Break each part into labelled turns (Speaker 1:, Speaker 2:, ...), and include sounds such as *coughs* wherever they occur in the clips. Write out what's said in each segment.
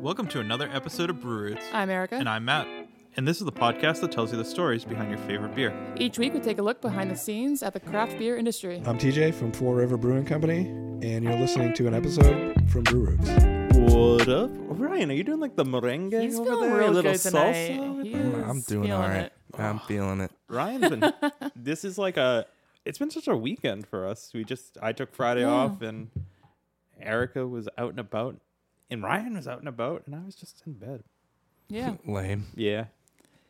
Speaker 1: Welcome to another episode of Brew Roots.
Speaker 2: I'm Erica.
Speaker 1: And I'm Matt. And this is the podcast that tells you the stories behind your favorite beer.
Speaker 2: Each week we take a look behind the scenes at the craft beer industry.
Speaker 3: I'm TJ from Four River Brewing Company, and you're listening to an episode from Brew Roots.
Speaker 4: What up, Oh, Ryan? Are you doing like the merengue
Speaker 2: He's
Speaker 4: over
Speaker 2: feeling
Speaker 4: there?
Speaker 2: real
Speaker 4: a little
Speaker 2: good
Speaker 4: salsa.
Speaker 2: tonight. He
Speaker 5: I'm
Speaker 2: is
Speaker 5: doing
Speaker 2: feeling
Speaker 5: all right.
Speaker 2: it.
Speaker 5: I'm
Speaker 3: Ah.
Speaker 5: feeling it.
Speaker 4: Ryan's
Speaker 2: *laughs*
Speaker 4: been. this is like a. It's been such a weekend for us. We just I took Friday off, and Erica was out and about, and Ryan was out and about, and I was just in bed.
Speaker 2: Yeah.
Speaker 5: Lame.
Speaker 4: Yeah,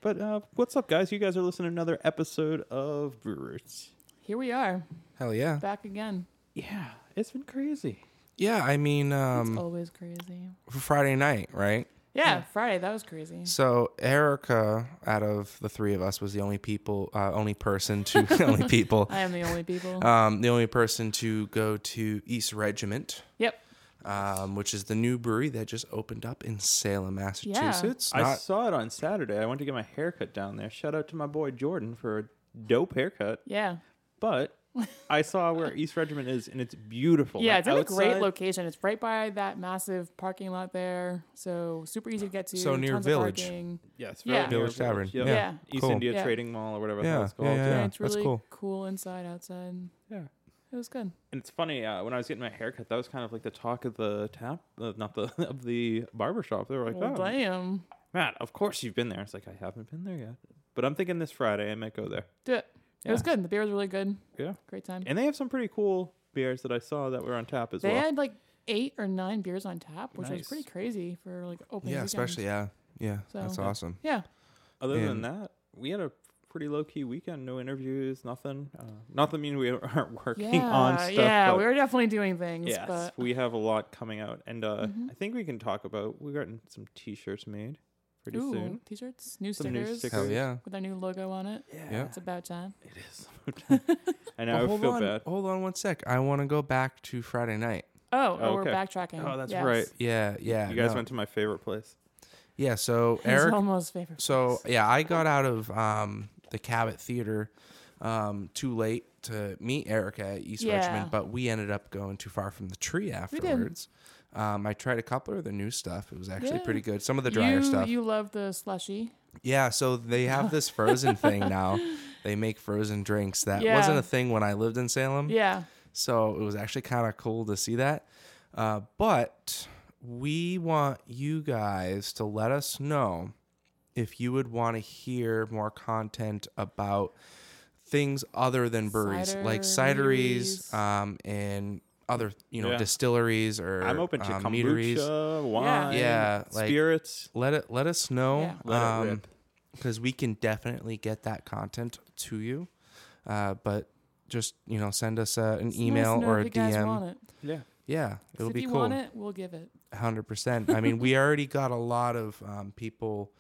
Speaker 4: but uh, what's up, guys? You guys are listening to another episode of Brewers.
Speaker 2: Here we are
Speaker 5: Hell yeah.
Speaker 2: back again.
Speaker 4: Yeah, it's been crazy.
Speaker 5: Yeah, I mean, um,
Speaker 2: Always crazy.
Speaker 5: Friday night, right?
Speaker 2: Yeah, Friday that was crazy.
Speaker 5: So Erica, out of the three of us, was the only people, uh, only person to, *laughs* only people,
Speaker 2: I am the only people.
Speaker 5: um, the only person to go to East Regiment,
Speaker 2: yep.
Speaker 5: um, which is the new brewery that just opened up in Salem, Massachusetts.
Speaker 4: I
Speaker 5: Not-
Speaker 4: saw it on Saturday. I went to get my haircut down there. Shout out to my boy Jordan for a dope haircut.
Speaker 2: Yeah.
Speaker 4: But
Speaker 2: *laughs*
Speaker 4: I saw where East Regiment is, and it's beautiful.
Speaker 2: yeah,
Speaker 4: Like,
Speaker 2: it's in a great
Speaker 4: outside-
Speaker 2: location. It's right by that massive parking lot there. So super easy to get to.
Speaker 5: So near
Speaker 2: tons of
Speaker 5: Village.
Speaker 2: parking.
Speaker 4: Yes,
Speaker 2: Yeah.
Speaker 4: very near
Speaker 5: Village Tavern.
Speaker 4: Yep.
Speaker 5: Yeah.
Speaker 2: Yeah.
Speaker 4: East
Speaker 5: Cool.
Speaker 4: India
Speaker 2: Yeah.
Speaker 4: Trading Mall or whatever
Speaker 5: Yeah,
Speaker 4: the hell it's
Speaker 5: yeah,
Speaker 4: called.
Speaker 5: yeah,
Speaker 2: And
Speaker 5: yeah.
Speaker 2: it's
Speaker 5: that's
Speaker 2: really
Speaker 5: cool.
Speaker 2: inside, outside.
Speaker 4: yeah.
Speaker 2: It was good.
Speaker 4: And it's funny uh, when I was getting my haircut, that was kind of like the talk of the tap, uh, not the *laughs* of the barber shop. They were like,
Speaker 2: Well,
Speaker 4: "Oh,
Speaker 2: damn.
Speaker 4: Matt, of course you've been there." It's like I haven't been there yet, but I'm thinking this Friday I might go there.
Speaker 2: Do it. It was
Speaker 4: Yeah.
Speaker 2: good. The beer was really good.
Speaker 4: Yeah,
Speaker 2: Great time.
Speaker 4: and they have some pretty cool beers that I saw that were on tap as
Speaker 2: They
Speaker 4: well.
Speaker 2: had like eight or nine beers on tap, which was
Speaker 4: Nice.
Speaker 2: pretty crazy for like opening.
Speaker 5: yeah,
Speaker 2: weekend.
Speaker 5: especially yeah, yeah.
Speaker 2: So-
Speaker 5: that's awesome.
Speaker 2: Yeah,
Speaker 4: Other than
Speaker 5: and-
Speaker 4: that, we had a pretty low key weekend. No interviews, nothing.
Speaker 5: Oh.
Speaker 4: Uh, not that mean we *laughs* aren't working
Speaker 2: yeah,
Speaker 4: on stuff.
Speaker 2: yeah.
Speaker 4: but-
Speaker 2: We were definitely doing things,
Speaker 4: Yes,
Speaker 2: but Mm-hmm.
Speaker 4: we have a lot coming out, and uh, I think we can talk about. We're getting some T-shirts made pretty
Speaker 2: ooh,
Speaker 4: soon.
Speaker 2: t-shirts, new
Speaker 4: Some new
Speaker 2: stickers,
Speaker 4: stickers.
Speaker 5: Hell yeah.
Speaker 2: with our new logo on it.
Speaker 5: Yeah.
Speaker 2: It's about
Speaker 4: *laughs*
Speaker 2: time.
Speaker 4: it is.
Speaker 2: *laughs*
Speaker 4: I know. I
Speaker 5: But hold
Speaker 4: feel
Speaker 5: on,
Speaker 4: bad.
Speaker 5: hold on one sec. I want to go back to Friday night.
Speaker 2: Oh, oh,
Speaker 4: Oh,
Speaker 2: we're
Speaker 4: okay.
Speaker 2: backtracking.
Speaker 4: Oh, that's
Speaker 2: Yes.
Speaker 4: right.
Speaker 5: Yeah, yeah.
Speaker 4: You guys
Speaker 5: no.
Speaker 4: went to my favorite place.
Speaker 5: Yeah, *laughs* so
Speaker 2: His
Speaker 5: Eric
Speaker 2: homo's favorite.
Speaker 5: So yeah, I got out of um, the Cabot Theater um, too late to meet Erica at East
Speaker 2: Yeah.
Speaker 5: Richmond, but we ended up going too far from the tree
Speaker 2: did.
Speaker 5: afterwards. Um, I tried a couple of the new stuff. It was actually
Speaker 2: Yeah.
Speaker 5: pretty good. Some of the drier
Speaker 2: you,
Speaker 5: stuff.
Speaker 2: You love the slushy.
Speaker 5: Yeah, so they have this
Speaker 2: *laughs*
Speaker 5: frozen thing now. They make frozen drinks. That
Speaker 2: Yeah.
Speaker 5: wasn't a thing when I lived in
Speaker 4: Mm-hmm.
Speaker 5: Salem.
Speaker 2: Yeah.
Speaker 5: So it was actually kind of cool to see that. Uh, but we want you guys to let us know if you would want to hear more content about things other than breweries, like
Speaker 2: Cideries.
Speaker 5: cideries um, and other, you know,
Speaker 4: Yeah.
Speaker 5: distilleries or
Speaker 4: I'm open to
Speaker 5: um, meaderies.
Speaker 4: kombucha, wine,
Speaker 5: Yeah, like-
Speaker 4: spirits.
Speaker 5: Let it let us know
Speaker 2: Yeah.
Speaker 4: Let it
Speaker 5: because
Speaker 4: rip.
Speaker 5: we can definitely get that content to you. Uh, but just you know, send us uh, an
Speaker 2: It's nice to
Speaker 5: email
Speaker 2: know
Speaker 5: or
Speaker 2: if
Speaker 5: a
Speaker 2: you guys
Speaker 5: DM.
Speaker 2: want it. 'Cause
Speaker 4: Yeah,
Speaker 5: Yeah, it'll
Speaker 2: if
Speaker 5: be
Speaker 2: you
Speaker 5: cool.
Speaker 2: want it, we'll give it.
Speaker 5: Hundred percent. I
Speaker 2: *laughs*
Speaker 5: mean, we already got a lot of um, people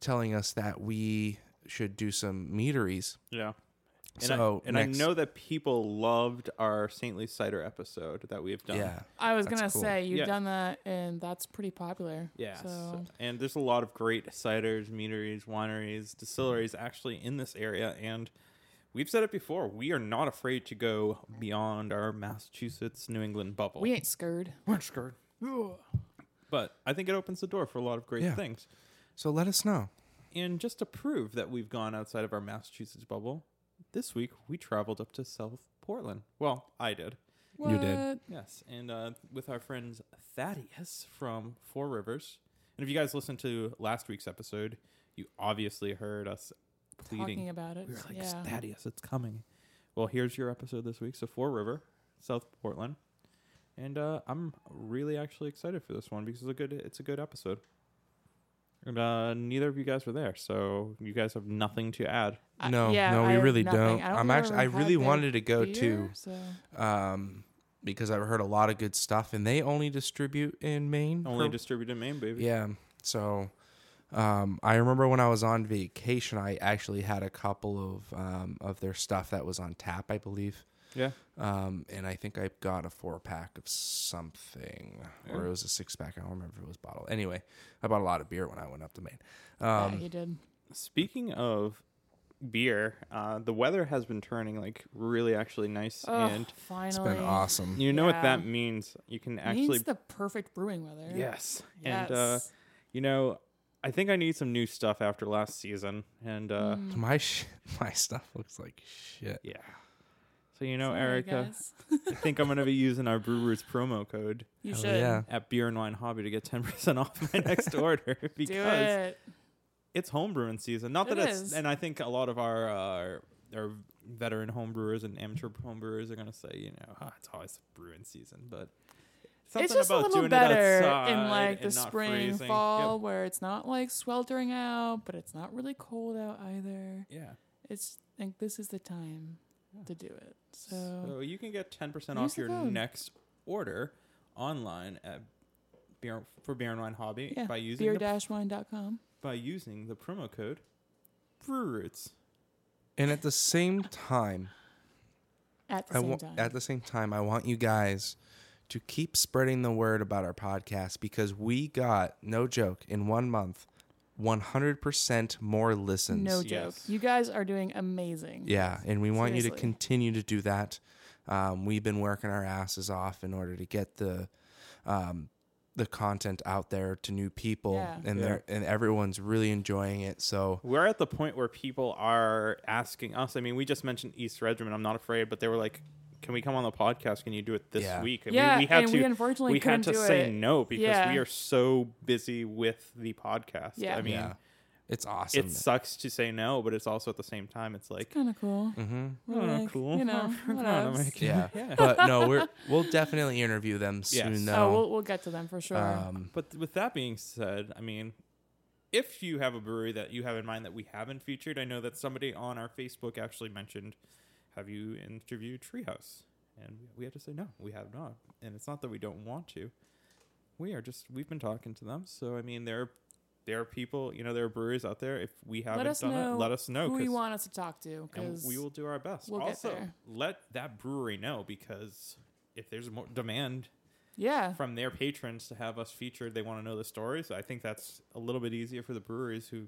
Speaker 5: telling us that we should do some meteries.
Speaker 4: yeah. And
Speaker 5: so
Speaker 4: I, and I
Speaker 5: next-
Speaker 4: know that people loved our St. Louis cider episode that we have done.
Speaker 5: yeah,
Speaker 2: I was
Speaker 5: That's
Speaker 2: gonna
Speaker 5: cool.
Speaker 2: say you've
Speaker 4: Yeah.
Speaker 2: done that, and that's pretty popular.
Speaker 4: Yes.
Speaker 2: So
Speaker 4: And there's a lot of great ciders, meaderies, wineries, distilleries actually in this area. And we've said it before, we are not afraid to go beyond our Massachusetts, New England bubble.
Speaker 2: we ain't scared.
Speaker 4: we're scared. But I think it opens the door for a lot of great
Speaker 5: Yeah.
Speaker 4: things.
Speaker 5: so let us know.
Speaker 4: And just to prove that we've gone outside of our Massachusetts bubble, this week we traveled up to South Portland. Well, I did.
Speaker 5: You did.
Speaker 2: What?
Speaker 4: Yes, and uh, with our friends Thaddeus from Four Rivers. And if you guys listened to last week's episode, you obviously heard us
Speaker 2: Talking
Speaker 4: pleading.
Speaker 2: about it.
Speaker 4: we were like,
Speaker 2: yeah.
Speaker 4: Thaddeus, it's coming. Well, here's your episode this week. So, Four River, South Portland. And uh, I'm really actually excited for this one because it's a good it's a good episode. And uh, neither of you guys were there, so you guys have nothing to add.
Speaker 2: I-
Speaker 5: No,
Speaker 2: yeah,
Speaker 5: no,
Speaker 2: I
Speaker 5: we
Speaker 2: have
Speaker 5: really
Speaker 2: nothing.
Speaker 5: don't.
Speaker 2: I don't
Speaker 5: I'm
Speaker 2: think I've
Speaker 5: actually,
Speaker 2: ever
Speaker 5: I
Speaker 2: had
Speaker 5: really
Speaker 2: their
Speaker 5: wanted to go
Speaker 2: beer,
Speaker 5: to
Speaker 2: So
Speaker 5: um, because I've heard a lot of good stuff, and they only distribute in Maine.
Speaker 4: Only
Speaker 5: for-
Speaker 4: distributed in Maine, baby.
Speaker 5: yeah. So um, I remember when I was on vacation, I actually had a couple of um, of their stuff that was on tap, I believe.
Speaker 4: Yeah.
Speaker 5: Um, and I think I got a four pack of something, or it was a six pack. I don't remember if it was bottle. Um, Anyway, I bought a lot of beer when I went up to Maine.
Speaker 2: yeah,
Speaker 5: Um,
Speaker 2: you did.
Speaker 4: Speaking of beer. Uh, the weather has been turning like really actually nice,
Speaker 2: Ugh,
Speaker 4: and
Speaker 2: finally,
Speaker 5: It's been awesome.
Speaker 4: you know what
Speaker 2: yeah.
Speaker 4: that means. You can actually
Speaker 2: Means the perfect brewing weather.
Speaker 4: yes, and
Speaker 2: Yes.
Speaker 4: uh, you know, I think I need some new stuff after last season, and uh,
Speaker 5: *laughs*
Speaker 2: Mm. Hmm.
Speaker 5: My sh- my stuff looks like shit.
Speaker 4: yeah. So you know,
Speaker 2: Sorry,
Speaker 4: Erica,
Speaker 2: guys.
Speaker 4: I think I'm
Speaker 2: *laughs*
Speaker 4: gonna be using our Brewers promo code
Speaker 2: you
Speaker 5: Hell
Speaker 2: should
Speaker 5: yeah.
Speaker 4: at Beer and Wine Hobby to get 10% off my next order
Speaker 2: *laughs* do
Speaker 4: because
Speaker 2: it.
Speaker 4: it's homebrewing season. Not
Speaker 2: It
Speaker 4: that it's,
Speaker 2: is.
Speaker 4: and I think a lot of our uh, our- our veteran homebrewers and amateur homebrewers are gonna say, you know, "Ah, it's always brewing season, but something
Speaker 2: it's just a
Speaker 4: about
Speaker 2: little
Speaker 4: doing
Speaker 2: better
Speaker 4: it outside
Speaker 2: in like the
Speaker 4: and not
Speaker 2: spring,
Speaker 4: freezing.
Speaker 2: fall, where it's not like sweltering out, but it's not really cold out either.
Speaker 4: Yep. Yeah.
Speaker 2: It's like this is the time to do it. So,
Speaker 4: So you can get 10%
Speaker 2: Use
Speaker 4: off
Speaker 2: the
Speaker 4: your
Speaker 2: code.
Speaker 4: next order online at beer for beer and wine hobby
Speaker 2: yeah,
Speaker 4: by using the,
Speaker 2: beer-wine.com.
Speaker 4: by using the promo code brewroots
Speaker 5: And at the same time,
Speaker 2: At the
Speaker 5: I
Speaker 2: same
Speaker 5: wa-
Speaker 2: time,
Speaker 5: at the same time, I want you guys to keep spreading the word about our podcast because we got no joke in one month, one hundred percent more listens.
Speaker 2: no joke.
Speaker 4: yes.
Speaker 2: You guys are doing amazing.
Speaker 5: Yeah, and we want you to
Speaker 2: Seriously.
Speaker 5: continue to do that. Um, we've been working our asses off in order to get the um, the content out there to new people,
Speaker 2: Yeah.
Speaker 5: and
Speaker 4: Yeah.
Speaker 5: they're and everyone's really enjoying it. So
Speaker 4: We're at the point where people are asking us. I mean, we just mentioned East Regiment. I'm not afraid, but they were like, "Can we come on the podcast? Can you do it this
Speaker 5: Yeah.
Speaker 4: week?" And
Speaker 2: Yeah,
Speaker 4: we, we had
Speaker 2: and
Speaker 4: to.
Speaker 2: we unfortunately
Speaker 4: we had
Speaker 2: couldn't
Speaker 4: to
Speaker 2: do
Speaker 4: say
Speaker 2: it.
Speaker 4: no because we
Speaker 2: Yeah.
Speaker 4: are so busy with the podcast.
Speaker 2: Yeah.
Speaker 4: I mean,
Speaker 5: yeah, it's awesome.
Speaker 4: it sucks to say no, but it's also at the same time, it's like,
Speaker 2: kind of
Speaker 4: *laughs*
Speaker 2: cool.
Speaker 5: hmm
Speaker 2: We're
Speaker 4: Oh,
Speaker 2: like,
Speaker 4: cool. *laughs*
Speaker 2: You know,
Speaker 4: We're gonna
Speaker 2: whatevs.
Speaker 4: make it.
Speaker 5: Yeah,
Speaker 4: *laughs* Yeah.
Speaker 5: but no, we're we'll definitely interview them soon
Speaker 4: Yes. Oh,
Speaker 5: though.
Speaker 2: Oh, we'll, we'll get to them for sure.
Speaker 5: um,
Speaker 4: But th- with that being said, I mean, if you have a brewery that you have in mind that we haven't featured, I know that somebody on our Facebook actually mentioned, "Have you interviewed Treehouse?" And we had to say no, we have not. And it's not that we don't want to. We are just we've been talking to them, so I mean, there there are people, you know, there are breweries out there. If we haven't
Speaker 2: let us
Speaker 4: done
Speaker 2: know.
Speaker 4: it, let us know.
Speaker 2: who
Speaker 4: 'cause-
Speaker 2: you want us to talk to.
Speaker 4: and
Speaker 2: Because
Speaker 4: we will do our best.
Speaker 2: we'll get
Speaker 4: also,
Speaker 2: there.
Speaker 4: let that brewery know because if there's more demand
Speaker 2: Yeah.
Speaker 4: from their patrons to have us featured. They want to know the stories. I think that's a little bit easier for the breweries who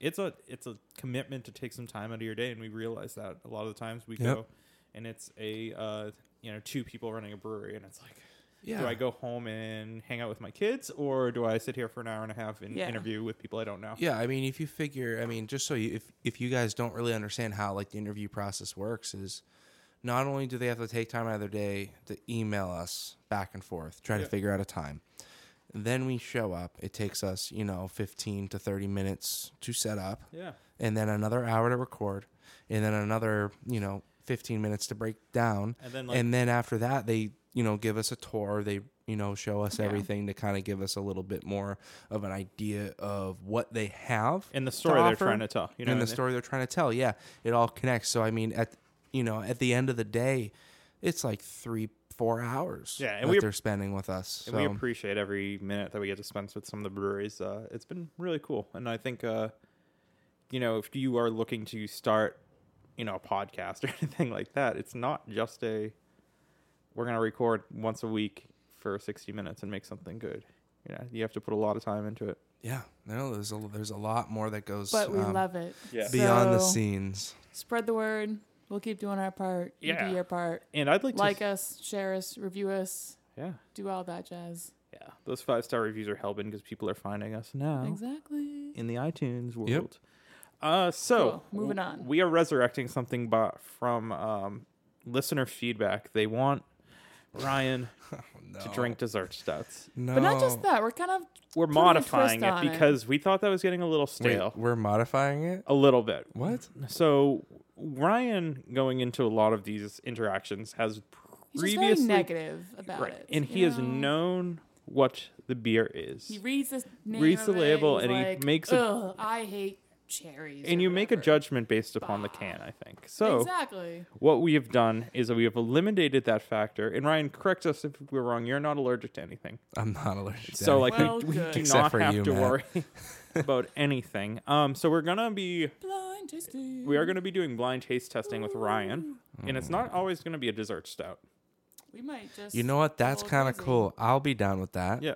Speaker 4: it's a it's a commitment to take some time out of your day and we realize that a lot of the times we
Speaker 5: Yep.
Speaker 4: go and it's a uh, you know two people running a brewery and it's like
Speaker 5: yeah,
Speaker 4: do I go home and hang out with my kids or do I sit here for an hour and a half and
Speaker 2: Yeah.
Speaker 4: interview with people I don't know?
Speaker 5: Yeah, I mean, if you figure, I mean, just so you, if if you guys don't really understand how like the interview process works, is not only do they have to take time out of their day to email us back and forth, try to
Speaker 4: Yeah.
Speaker 5: figure out a time, then we show up. It takes us, you know, fifteen to thirty minutes to set up,
Speaker 4: Yeah.
Speaker 5: and then another hour to record, and then another, you know, fifteen minutes to break down,
Speaker 4: And then like
Speaker 5: and then after that they you know give us a tour they you know show us
Speaker 2: Yeah.
Speaker 5: everything to kind of give us a little bit more of an idea of what they have
Speaker 4: and the story they're
Speaker 5: offer,
Speaker 4: trying to tell. You know
Speaker 5: and the
Speaker 4: they-
Speaker 5: story they're trying to tell yeah it all connects so i mean at you know at the end of the day it's like three four hours
Speaker 4: Yeah, and
Speaker 5: that
Speaker 4: we-
Speaker 5: they're spending with us
Speaker 4: And we
Speaker 5: so
Speaker 4: appreciate every minute that we get to spend with some of the breweries. Uh, it's been really cool, and I think uh, you know if you are looking to start, you know, a podcast *laughs* or anything like that, it's not just a we're gonna record once a week for sixty minutes and make something good. You know, you have to put a lot of time into it.
Speaker 5: yeah no there's a, there's a lot more that goes
Speaker 2: But we
Speaker 5: um,
Speaker 2: love it.
Speaker 4: Yeah.
Speaker 5: beyond the
Speaker 2: So,
Speaker 5: scenes
Speaker 2: Spread the word. We'll keep doing our part. You
Speaker 4: Yeah.
Speaker 2: do your
Speaker 4: *laughs*
Speaker 2: part.
Speaker 4: And I'd like
Speaker 2: Like
Speaker 4: to,
Speaker 2: us, share us, review us,
Speaker 4: yeah,
Speaker 2: do all that jazz.
Speaker 4: yeah. Those five star reviews are helping because people are finding us now.
Speaker 2: Exactly.
Speaker 4: in the iTunes world. Uh, so
Speaker 2: Cool. Moving on.
Speaker 4: we are resurrecting something but from um, listener feedback. They want Ryan to drink dessert stouts.
Speaker 5: no
Speaker 2: But not just that. We're kind of
Speaker 4: We're
Speaker 2: Putting a
Speaker 4: modifying
Speaker 2: twist
Speaker 4: it
Speaker 2: on it.
Speaker 4: because we thought that was getting a little
Speaker 5: Wait,
Speaker 4: stale,
Speaker 5: we're modifying it
Speaker 4: a little bit.
Speaker 5: what
Speaker 4: So Ryan, going into a lot of these interactions, has
Speaker 2: he's just very
Speaker 4: previously
Speaker 2: negative about
Speaker 4: right,
Speaker 2: it.
Speaker 4: and he
Speaker 2: you
Speaker 4: has
Speaker 2: know?
Speaker 4: known what the beer is.
Speaker 2: He reads this name
Speaker 4: reads
Speaker 2: of
Speaker 4: the
Speaker 2: it,
Speaker 4: label
Speaker 2: he's
Speaker 4: and he
Speaker 2: like,
Speaker 4: makes a-
Speaker 2: Ugh, I hate cherries.
Speaker 4: and
Speaker 2: or
Speaker 4: you make a
Speaker 2: whatever."
Speaker 4: judgment based upon the can,
Speaker 2: Ah.
Speaker 4: I think. So
Speaker 2: Exactly.
Speaker 4: what we have done is that we have eliminated that factor. And Ryan, correct us if we're wrong. You're not allergic to anything,
Speaker 5: i'm not allergic to
Speaker 4: so like
Speaker 2: Well,
Speaker 4: we, we do
Speaker 2: good.
Speaker 5: Except
Speaker 4: not
Speaker 5: for
Speaker 4: have
Speaker 5: you,
Speaker 4: to
Speaker 5: Matt. *laughs*
Speaker 4: worry about anything. Um, so we're gonna be
Speaker 2: Blind tasting.
Speaker 4: we are gonna be doing blind taste testing with Ryan, and it's
Speaker 5: Mm.
Speaker 4: not always gonna be a dessert stout.
Speaker 2: We might just.
Speaker 5: You know what? That's
Speaker 2: go
Speaker 5: kind of
Speaker 2: crazy.
Speaker 5: cool. I'll be down with that.
Speaker 4: Yeah.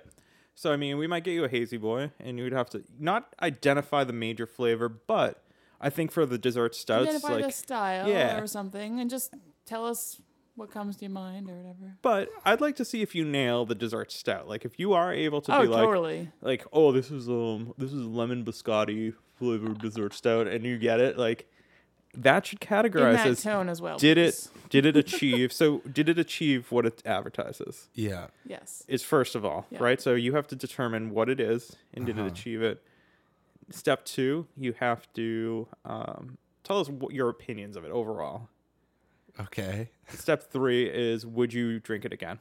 Speaker 4: So I mean, we might get you a hazy boy, and you would have to not identify the major flavor, but I think for the dessert stouts,
Speaker 2: Identify
Speaker 4: like
Speaker 2: the style
Speaker 4: yeah.
Speaker 2: or something, and just tell us what comes to your mind or whatever.
Speaker 4: But I'd like to see if you nail the dessert stout. Like if you are able to
Speaker 2: oh,
Speaker 4: be like,
Speaker 2: totally.
Speaker 4: like, oh, this is um, this is lemon biscotti flavored dessert stout, and you get it. Like that should
Speaker 2: In
Speaker 4: categorize
Speaker 2: that
Speaker 4: as
Speaker 2: tone as well.
Speaker 4: did it
Speaker 2: please.
Speaker 4: did
Speaker 2: *laughs*
Speaker 4: it achieve so did it achieve what it advertises
Speaker 5: Yeah.
Speaker 2: Yes.
Speaker 4: is first of all, right?
Speaker 2: Yeah.
Speaker 4: so you have to determine what it is and did
Speaker 5: Uh-huh.
Speaker 4: it achieve it step two you have to um, tell us what your opinions of it overall
Speaker 5: Okay. *laughs*
Speaker 4: step three is would you drink it again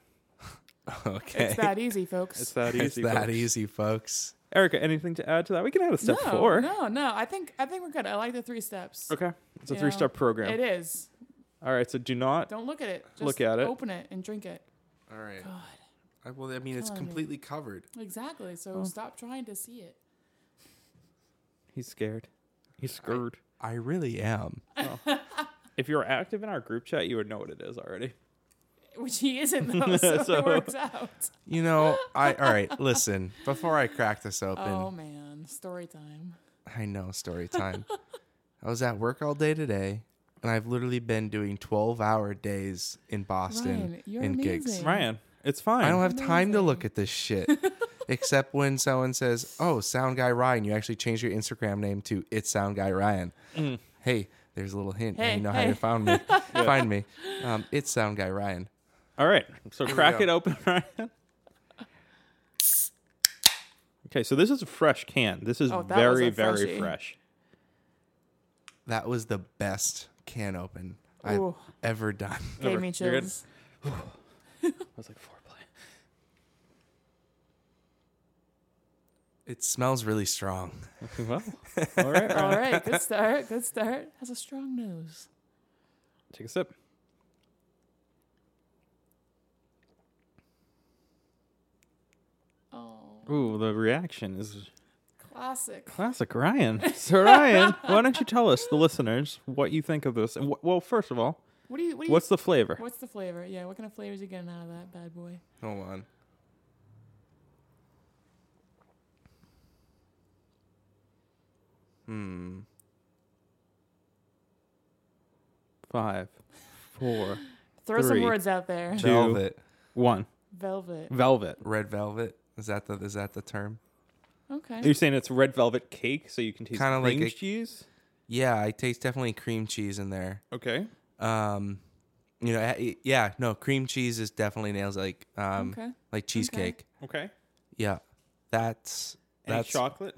Speaker 5: Okay.
Speaker 2: It's that easy, folks.
Speaker 4: it's that easy
Speaker 5: *laughs* It's that
Speaker 4: folks.
Speaker 5: easy, folks.
Speaker 4: Erica, anything to add to that? We can add a step
Speaker 2: no,
Speaker 4: four.
Speaker 2: No, no. I think I think we're good. I like the three steps.
Speaker 4: Okay. It's a
Speaker 2: You
Speaker 4: three step
Speaker 2: know,
Speaker 4: program.
Speaker 2: It is.
Speaker 4: All right. So do not.
Speaker 2: Don't look at it. Just
Speaker 4: Look at it.
Speaker 2: Open it and drink it.
Speaker 5: All right.
Speaker 2: God.
Speaker 5: I, well, I mean, it's
Speaker 2: Killing me.
Speaker 5: completely covered.
Speaker 2: Exactly. So
Speaker 4: Oh.
Speaker 2: stop trying to see it.
Speaker 4: He's scared. He's scared.
Speaker 5: I really am.
Speaker 4: If you're active in our group chat, you would know what it is already.
Speaker 2: Which he isn't
Speaker 4: *laughs*
Speaker 2: though, so,
Speaker 4: So-
Speaker 2: it works out.
Speaker 5: You know, I all right, *laughs* listen, before I crack this open,
Speaker 2: Oh man. Story time.
Speaker 5: I
Speaker 2: *laughs*
Speaker 5: know story time. I was at work all day today, and I've literally been doing 12 hour days in Boston
Speaker 2: Ryan, you're
Speaker 5: in gigs.
Speaker 2: amazing.
Speaker 4: Ryan, it's fine.
Speaker 5: I don't have time to look at
Speaker 2: *laughs*
Speaker 5: this shit. Except when someone says, "Oh, Sound Guy Ryan," you actually changed your Instagram name to "It's Sound Guy Ryan." Hey, there's a little hint. Now
Speaker 2: Hey,
Speaker 5: you know how
Speaker 2: hey.
Speaker 5: you
Speaker 2: *laughs*
Speaker 5: found me. Find me. Um, it's Sound Guy Ryan.
Speaker 4: All right. So crack
Speaker 5: go.
Speaker 4: it open, *laughs* Ryan. Okay. So this is a fresh can. This is
Speaker 2: Oh, that was
Speaker 4: very,
Speaker 2: a
Speaker 4: very
Speaker 2: freshie.
Speaker 4: fresh.
Speaker 5: That was the best can open I've
Speaker 2: Ooh.
Speaker 5: ever done.
Speaker 2: Gave
Speaker 4: Over.
Speaker 2: me
Speaker 4: You're good?
Speaker 2: chills.
Speaker 4: I was like foreplay.
Speaker 5: It smells really strong.
Speaker 4: Well, all right. Ryan.
Speaker 2: All
Speaker 4: *laughs*
Speaker 2: right, good start. Good start. Has a strong nose.
Speaker 4: Take a sip.
Speaker 2: Oh,
Speaker 4: Ooh, the reaction is
Speaker 2: classic.
Speaker 4: Classic Ryan.
Speaker 2: *laughs*
Speaker 4: So Ryan, why don't you tell us, the listeners, what you think of this? And wh- well, first of all,
Speaker 2: What do you? What do you?
Speaker 4: what's the flavor?
Speaker 2: what's the flavor? Yeah, what kind of flavors you getting out of that bad boy?
Speaker 5: Hold on. Hmm.
Speaker 4: Five, four,
Speaker 2: Throw
Speaker 4: Three.
Speaker 2: some words out there.
Speaker 4: Two.
Speaker 5: Velvet.
Speaker 4: one.
Speaker 2: Velvet.
Speaker 4: Velvet.
Speaker 5: Red velvet. Is that the is that the term?
Speaker 2: Okay.
Speaker 4: You're saying it's red velvet cake, so you can taste kind
Speaker 5: Kinda
Speaker 4: of
Speaker 5: like
Speaker 4: like
Speaker 5: a-
Speaker 4: cheese.
Speaker 5: Yeah, I taste definitely cream cheese in there.
Speaker 4: Okay.
Speaker 5: Um you know, I- I- yeah, no, cream cheese is definitely nails like um
Speaker 2: Okay.
Speaker 5: like cheesecake.
Speaker 4: Okay.
Speaker 5: Yeah. That's
Speaker 4: Any
Speaker 5: that's
Speaker 4: chocolate?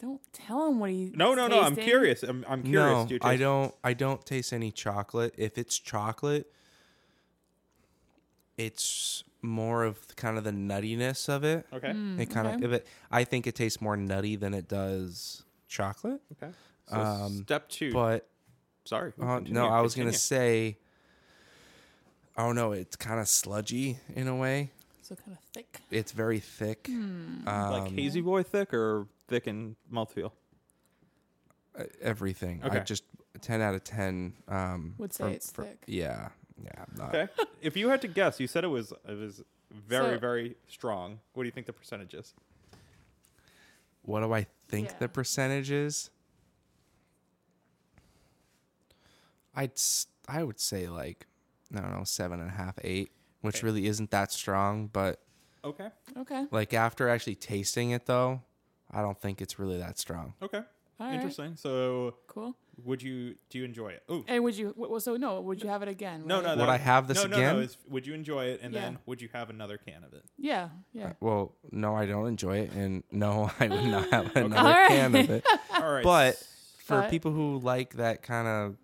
Speaker 2: Don't tell him what he.
Speaker 4: No, no, no. I'm
Speaker 2: tasting.
Speaker 4: curious. I'm, I'm curious.
Speaker 5: no,
Speaker 4: Do you
Speaker 5: I
Speaker 4: taste-
Speaker 5: don't. I don't taste any chocolate. If it's chocolate, it's more of kind of the nuttiness of it.
Speaker 4: Okay.
Speaker 2: Mm.
Speaker 5: It kind
Speaker 2: okay.
Speaker 5: of. If it, I think it tastes more nutty than it does chocolate.
Speaker 4: Okay. So
Speaker 5: Um,
Speaker 4: step two.
Speaker 5: But
Speaker 4: Sorry.
Speaker 5: uh, no, I was gonna say. I don't know. It's kind of sludgy in a way.
Speaker 2: So kind of thick.
Speaker 5: It's very thick.
Speaker 2: Hmm.
Speaker 5: Um,
Speaker 4: like hazy boy thick or thick and mouthfeel.
Speaker 5: uh, everything. I
Speaker 4: Okay.
Speaker 5: just ten out of ten. Um,
Speaker 2: Would say it's thick.
Speaker 5: Yeah. Yeah. I'm not-
Speaker 4: Okay. if you had to guess, you said it was it was very
Speaker 2: So-
Speaker 4: very strong. What do you think the percentage is?
Speaker 5: What do I think
Speaker 2: Yeah.
Speaker 5: the percentage is? I'd s- I would say like I don't know seven and a half, eight, which
Speaker 4: Okay.
Speaker 5: really isn't that strong. But
Speaker 4: Okay.
Speaker 2: Okay.
Speaker 5: like after actually tasting it though, I don't think it's really that strong.
Speaker 4: Okay.
Speaker 2: All right.
Speaker 4: Interesting. So,
Speaker 2: Cool.
Speaker 4: would you do you enjoy it? Ooh.
Speaker 2: And would you? Well, so no. Would you have it again?
Speaker 4: No,
Speaker 2: right?
Speaker 4: no.
Speaker 5: Would
Speaker 4: that-
Speaker 5: I have this
Speaker 4: no, No,
Speaker 5: again?
Speaker 4: no, it's, would you enjoy it, and then
Speaker 2: Yeah.
Speaker 4: would you have another can of it?
Speaker 2: Yeah. Yeah.
Speaker 5: Well, no, I don't enjoy it, and no, *laughs* I would not have another
Speaker 2: All
Speaker 5: can of it.
Speaker 4: All right.
Speaker 5: But for
Speaker 2: But-
Speaker 5: people who like that kind of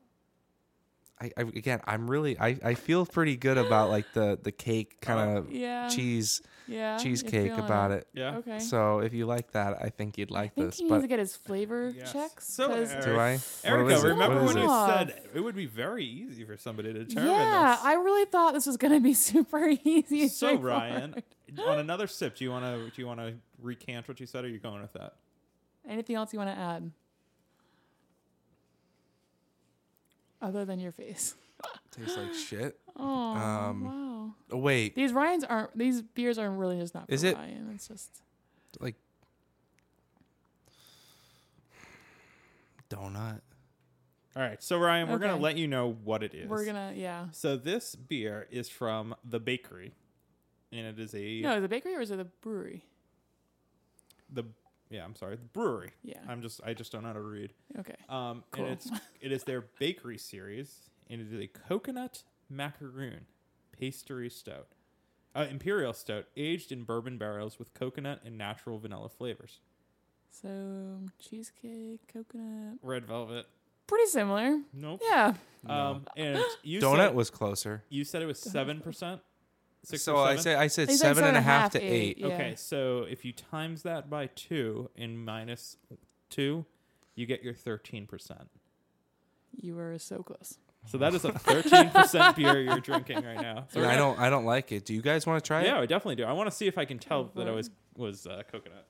Speaker 5: I, I again I'm really I, I feel pretty good about like the the cake kind of
Speaker 2: Yeah.
Speaker 5: cheese
Speaker 2: yeah. you're
Speaker 5: cheesecake
Speaker 2: feeling
Speaker 5: about it.
Speaker 4: yeah.
Speaker 2: Okay.
Speaker 5: So if you like that, I think you'd like
Speaker 2: I think
Speaker 5: this.
Speaker 2: he needs
Speaker 5: But
Speaker 2: to get his flavor
Speaker 4: Yes.
Speaker 2: checks.
Speaker 4: So,
Speaker 2: 'cause-
Speaker 4: Eric-
Speaker 5: do I? What is
Speaker 4: Erica,
Speaker 5: it?
Speaker 4: remember
Speaker 5: What is
Speaker 4: when
Speaker 2: it?
Speaker 4: you
Speaker 2: Off.
Speaker 4: said it would be very easy for somebody to determine
Speaker 2: yeah,
Speaker 4: this?
Speaker 2: I *laughs* really thought this was gonna be *laughs* super easy. and
Speaker 4: so Ryan,
Speaker 2: straightforward.
Speaker 4: on another sip, do you want to do you want to recant what you said, or are you going with that?
Speaker 2: *laughs* anything else you want to add? Other than
Speaker 4: *laughs*
Speaker 2: your face.
Speaker 5: tastes like shit.
Speaker 2: Oh
Speaker 5: Um,
Speaker 2: wow!
Speaker 5: Oh, wait,
Speaker 2: These Ryan's aren't. These beers are really just not. For
Speaker 5: Is it-
Speaker 2: Ryan. It's just
Speaker 5: like Donut.
Speaker 4: All right. So Ryan, we're gonna
Speaker 2: Okay.
Speaker 4: let you know what it is.
Speaker 2: We're gonna, yeah.
Speaker 4: So this beer is from the bakery, and it is a
Speaker 2: No, is it bakery or is it the brewery?
Speaker 4: the yeah. I'm sorry, the brewery.
Speaker 2: Yeah.
Speaker 4: I'm just I just don't know how to read.
Speaker 2: Okay.
Speaker 4: Um,
Speaker 2: Cool.
Speaker 4: and it's it is
Speaker 2: *laughs*
Speaker 4: their bakery series, and it is a coconut macaroon pastry stout, uh, imperial stout, aged in bourbon barrels with coconut and natural vanilla flavors.
Speaker 2: So cheesecake, coconut,
Speaker 4: Red velvet.
Speaker 2: pretty similar.
Speaker 4: Nope.
Speaker 2: Yeah.
Speaker 4: Um,
Speaker 2: *gasps*
Speaker 4: and you
Speaker 5: Donut
Speaker 4: said,
Speaker 5: was closer.
Speaker 4: you said it was seven percent. Six
Speaker 5: so
Speaker 4: or
Speaker 5: I
Speaker 4: seven?
Speaker 5: say I say
Speaker 2: They said
Speaker 5: seven and a half to eight.
Speaker 2: eight, yeah.
Speaker 4: Okay, so if you times that by two and minus two, you get your thirteen percent.
Speaker 2: You were so close.
Speaker 4: So that is a thirteen percent beer you're drinking right now. So we're
Speaker 5: And I
Speaker 4: gonna-
Speaker 5: don't I don't like it. Do you guys want to try
Speaker 4: Yeah, I definitely do. I want to see if I can tell that I
Speaker 2: Right.
Speaker 4: was was uh, coconut,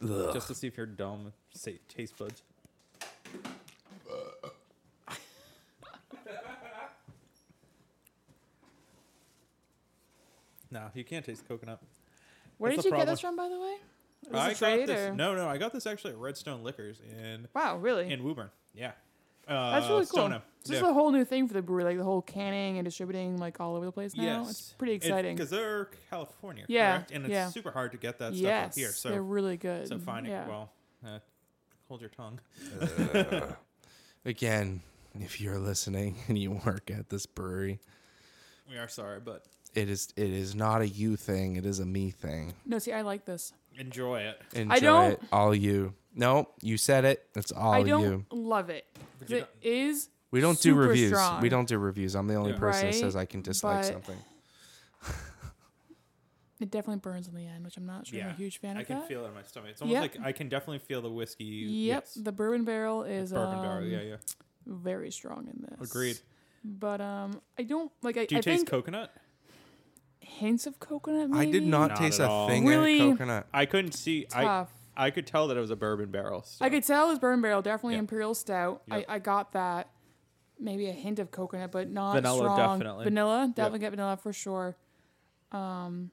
Speaker 5: it? Ugh.
Speaker 4: just to see if your dumb sa taste buds. *laughs* no, you can't taste coconut.
Speaker 2: Where
Speaker 4: That's
Speaker 2: did you
Speaker 4: a
Speaker 2: get this from, by the way? Is this
Speaker 4: I
Speaker 2: a
Speaker 4: got
Speaker 2: trade,
Speaker 4: this.
Speaker 2: or-
Speaker 4: No, no, I got this actually at Redstone Liquors in
Speaker 2: Wow, really?
Speaker 4: in Woburn. Yeah, uh,
Speaker 2: That's really cool.
Speaker 4: Stoneham.
Speaker 2: It's just a whole new thing for the brewery, like the whole canning and distributing like all over the place now. It's pretty exciting.
Speaker 4: because they're California,
Speaker 2: Yeah,
Speaker 4: correct? And it's
Speaker 2: yeah.
Speaker 4: super hard to get that stuff
Speaker 2: yes,
Speaker 4: up here. So
Speaker 2: they're really good.
Speaker 4: So finding
Speaker 2: yeah.
Speaker 4: well, uh, hold your tongue. *laughs*
Speaker 5: Again, if you're listening *laughs* and you work at this brewery,
Speaker 4: We are sorry, but
Speaker 5: it is it is not a you thing. It is a me thing.
Speaker 2: No, see, I like this.
Speaker 4: enjoy it.
Speaker 5: Enjoy
Speaker 2: don't-
Speaker 5: it, all you. No, you said it. It's all
Speaker 2: I don't
Speaker 5: you.
Speaker 2: love it.
Speaker 4: you
Speaker 2: It is
Speaker 5: We don't do
Speaker 2: super
Speaker 5: reviews.
Speaker 2: strong,
Speaker 5: We don't do reviews. I'm the only
Speaker 4: Yeah.
Speaker 5: person
Speaker 2: Right,
Speaker 5: that says I can dislike
Speaker 2: but-
Speaker 5: something.
Speaker 2: It definitely burns in the end, which I'm not sure. I'm a huge fan
Speaker 4: I
Speaker 2: of
Speaker 4: can
Speaker 2: that.
Speaker 4: feel it in my stomach. It's almost
Speaker 2: Yeah.
Speaker 4: like I can definitely feel the whiskey.
Speaker 2: Yep,
Speaker 4: yes.
Speaker 2: the bourbon barrel is
Speaker 4: bourbon
Speaker 2: um,
Speaker 4: barrel. Yeah, yeah.
Speaker 2: very strong in this.
Speaker 4: Agreed.
Speaker 2: But um, I don't like. I,
Speaker 4: Do you
Speaker 2: I
Speaker 4: taste
Speaker 2: think
Speaker 4: coconut?
Speaker 2: hints of coconut. Maybe?
Speaker 5: I did not,
Speaker 4: Not
Speaker 5: taste
Speaker 4: at
Speaker 5: a
Speaker 4: all.
Speaker 5: thing
Speaker 2: Really?
Speaker 5: of coconut.
Speaker 4: I couldn't see.
Speaker 2: Tough.
Speaker 4: I I could tell that it was a bourbon barrel. so-
Speaker 2: I could tell it was bourbon barrel, definitely
Speaker 4: Yeah.
Speaker 2: imperial stout.
Speaker 4: Yep.
Speaker 2: I, I got that. Maybe a hint of coconut, but not
Speaker 4: Vanilla,
Speaker 2: strong.
Speaker 4: definitely.
Speaker 2: Vanilla, definitely get vanilla for sure. Um,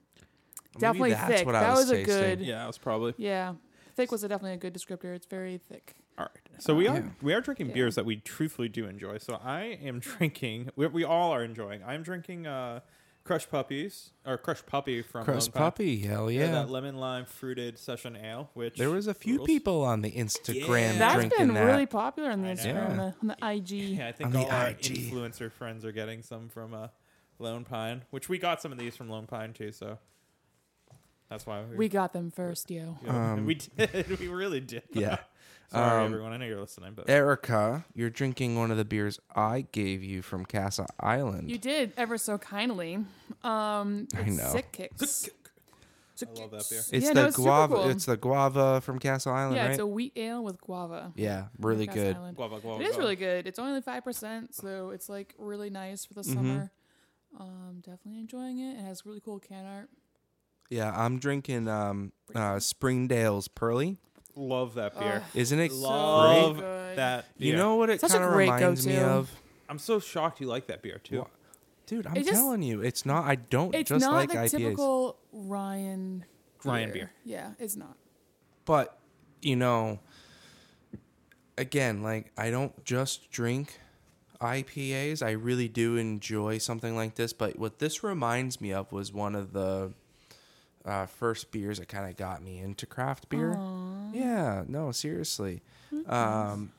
Speaker 5: Maybe
Speaker 2: Definitely
Speaker 5: that's
Speaker 2: thick.
Speaker 5: what I
Speaker 2: that
Speaker 5: was
Speaker 2: was, a
Speaker 5: tasting.
Speaker 2: good. Yeah.
Speaker 4: Yeah, it was probably.
Speaker 2: thick was a definitely a good descriptor. It's very thick.
Speaker 4: All right. So we are
Speaker 5: Yeah.
Speaker 4: we are drinking
Speaker 2: Yeah.
Speaker 4: beers that we truthfully do enjoy. So I am *laughs* drinking. We, we all are enjoying. I'm drinking uh, Crush Puppies or Crush Puppy from Lone
Speaker 5: Crust
Speaker 4: Pine.
Speaker 5: puppy, hell yeah.
Speaker 4: that lemon lime fruited session ale. Which
Speaker 5: there was a few
Speaker 4: rules.
Speaker 5: people on the Instagram
Speaker 4: Yeah.
Speaker 2: That's
Speaker 5: drinking
Speaker 2: been
Speaker 5: that.
Speaker 2: really popular on the
Speaker 4: I know.
Speaker 2: Instagram,
Speaker 5: Yeah.
Speaker 2: on, the, on the IG.
Speaker 4: Yeah, I
Speaker 5: On
Speaker 4: think
Speaker 5: the
Speaker 4: all our
Speaker 5: IG.
Speaker 4: influencer friends are getting some from uh, Lone Pine, which we got some of these from Lone Pine too. So that's why we
Speaker 2: We got them first, yo.
Speaker 4: you know, *laughs* we did we really did.
Speaker 2: *laughs*
Speaker 5: um, yeah.
Speaker 4: *laughs* Sorry,
Speaker 5: Um,
Speaker 4: everyone. I know you're listening, but
Speaker 5: Erica, you're drinking one of the beers I gave you from Casa Island.
Speaker 2: You did ever so kindly. Um,
Speaker 5: I
Speaker 2: it's
Speaker 5: know.
Speaker 2: Sick kicks. Sick
Speaker 4: I love that
Speaker 2: Kicks.
Speaker 4: beer.
Speaker 5: it's
Speaker 2: yeah,
Speaker 5: the
Speaker 2: no, it's super
Speaker 5: guava.
Speaker 2: cool.
Speaker 5: It's the guava from Castle Island,
Speaker 2: yeah,
Speaker 5: right?
Speaker 2: it's a wheat ale with guava.
Speaker 5: yeah, really
Speaker 2: Cross
Speaker 5: good.
Speaker 2: Island.
Speaker 4: guava, guava,
Speaker 2: It is
Speaker 4: guava.
Speaker 2: really good. It's only five percent, so it's like really nice for the
Speaker 5: Mm-hmm.
Speaker 2: summer. Um, definitely enjoying it. It has really cool can art.
Speaker 5: Yeah, I'm drinking um, uh, Springdale's Pearly.
Speaker 4: love that beer.
Speaker 5: Isn't it?
Speaker 4: love
Speaker 2: so good.
Speaker 4: that. Beer.
Speaker 5: You know what it
Speaker 2: Such a
Speaker 5: kind of
Speaker 2: great
Speaker 5: reminds me
Speaker 2: go-to.
Speaker 5: of,
Speaker 4: I'm so shocked you like that beer too.
Speaker 5: Wha- dude. I'm
Speaker 2: It just-
Speaker 5: telling you, it's not. I don't
Speaker 2: It's
Speaker 5: just
Speaker 2: not
Speaker 5: like
Speaker 2: the
Speaker 5: IPAs,
Speaker 2: typical Ryan
Speaker 4: Ryan beer.
Speaker 2: Yeah, it's not.
Speaker 5: but you know, again, like I don't just drink IPAs. I really do enjoy something like this. But what this reminds me of was one of the uh, first beers that kind of got me into craft beer. Yeah, no, seriously. Um,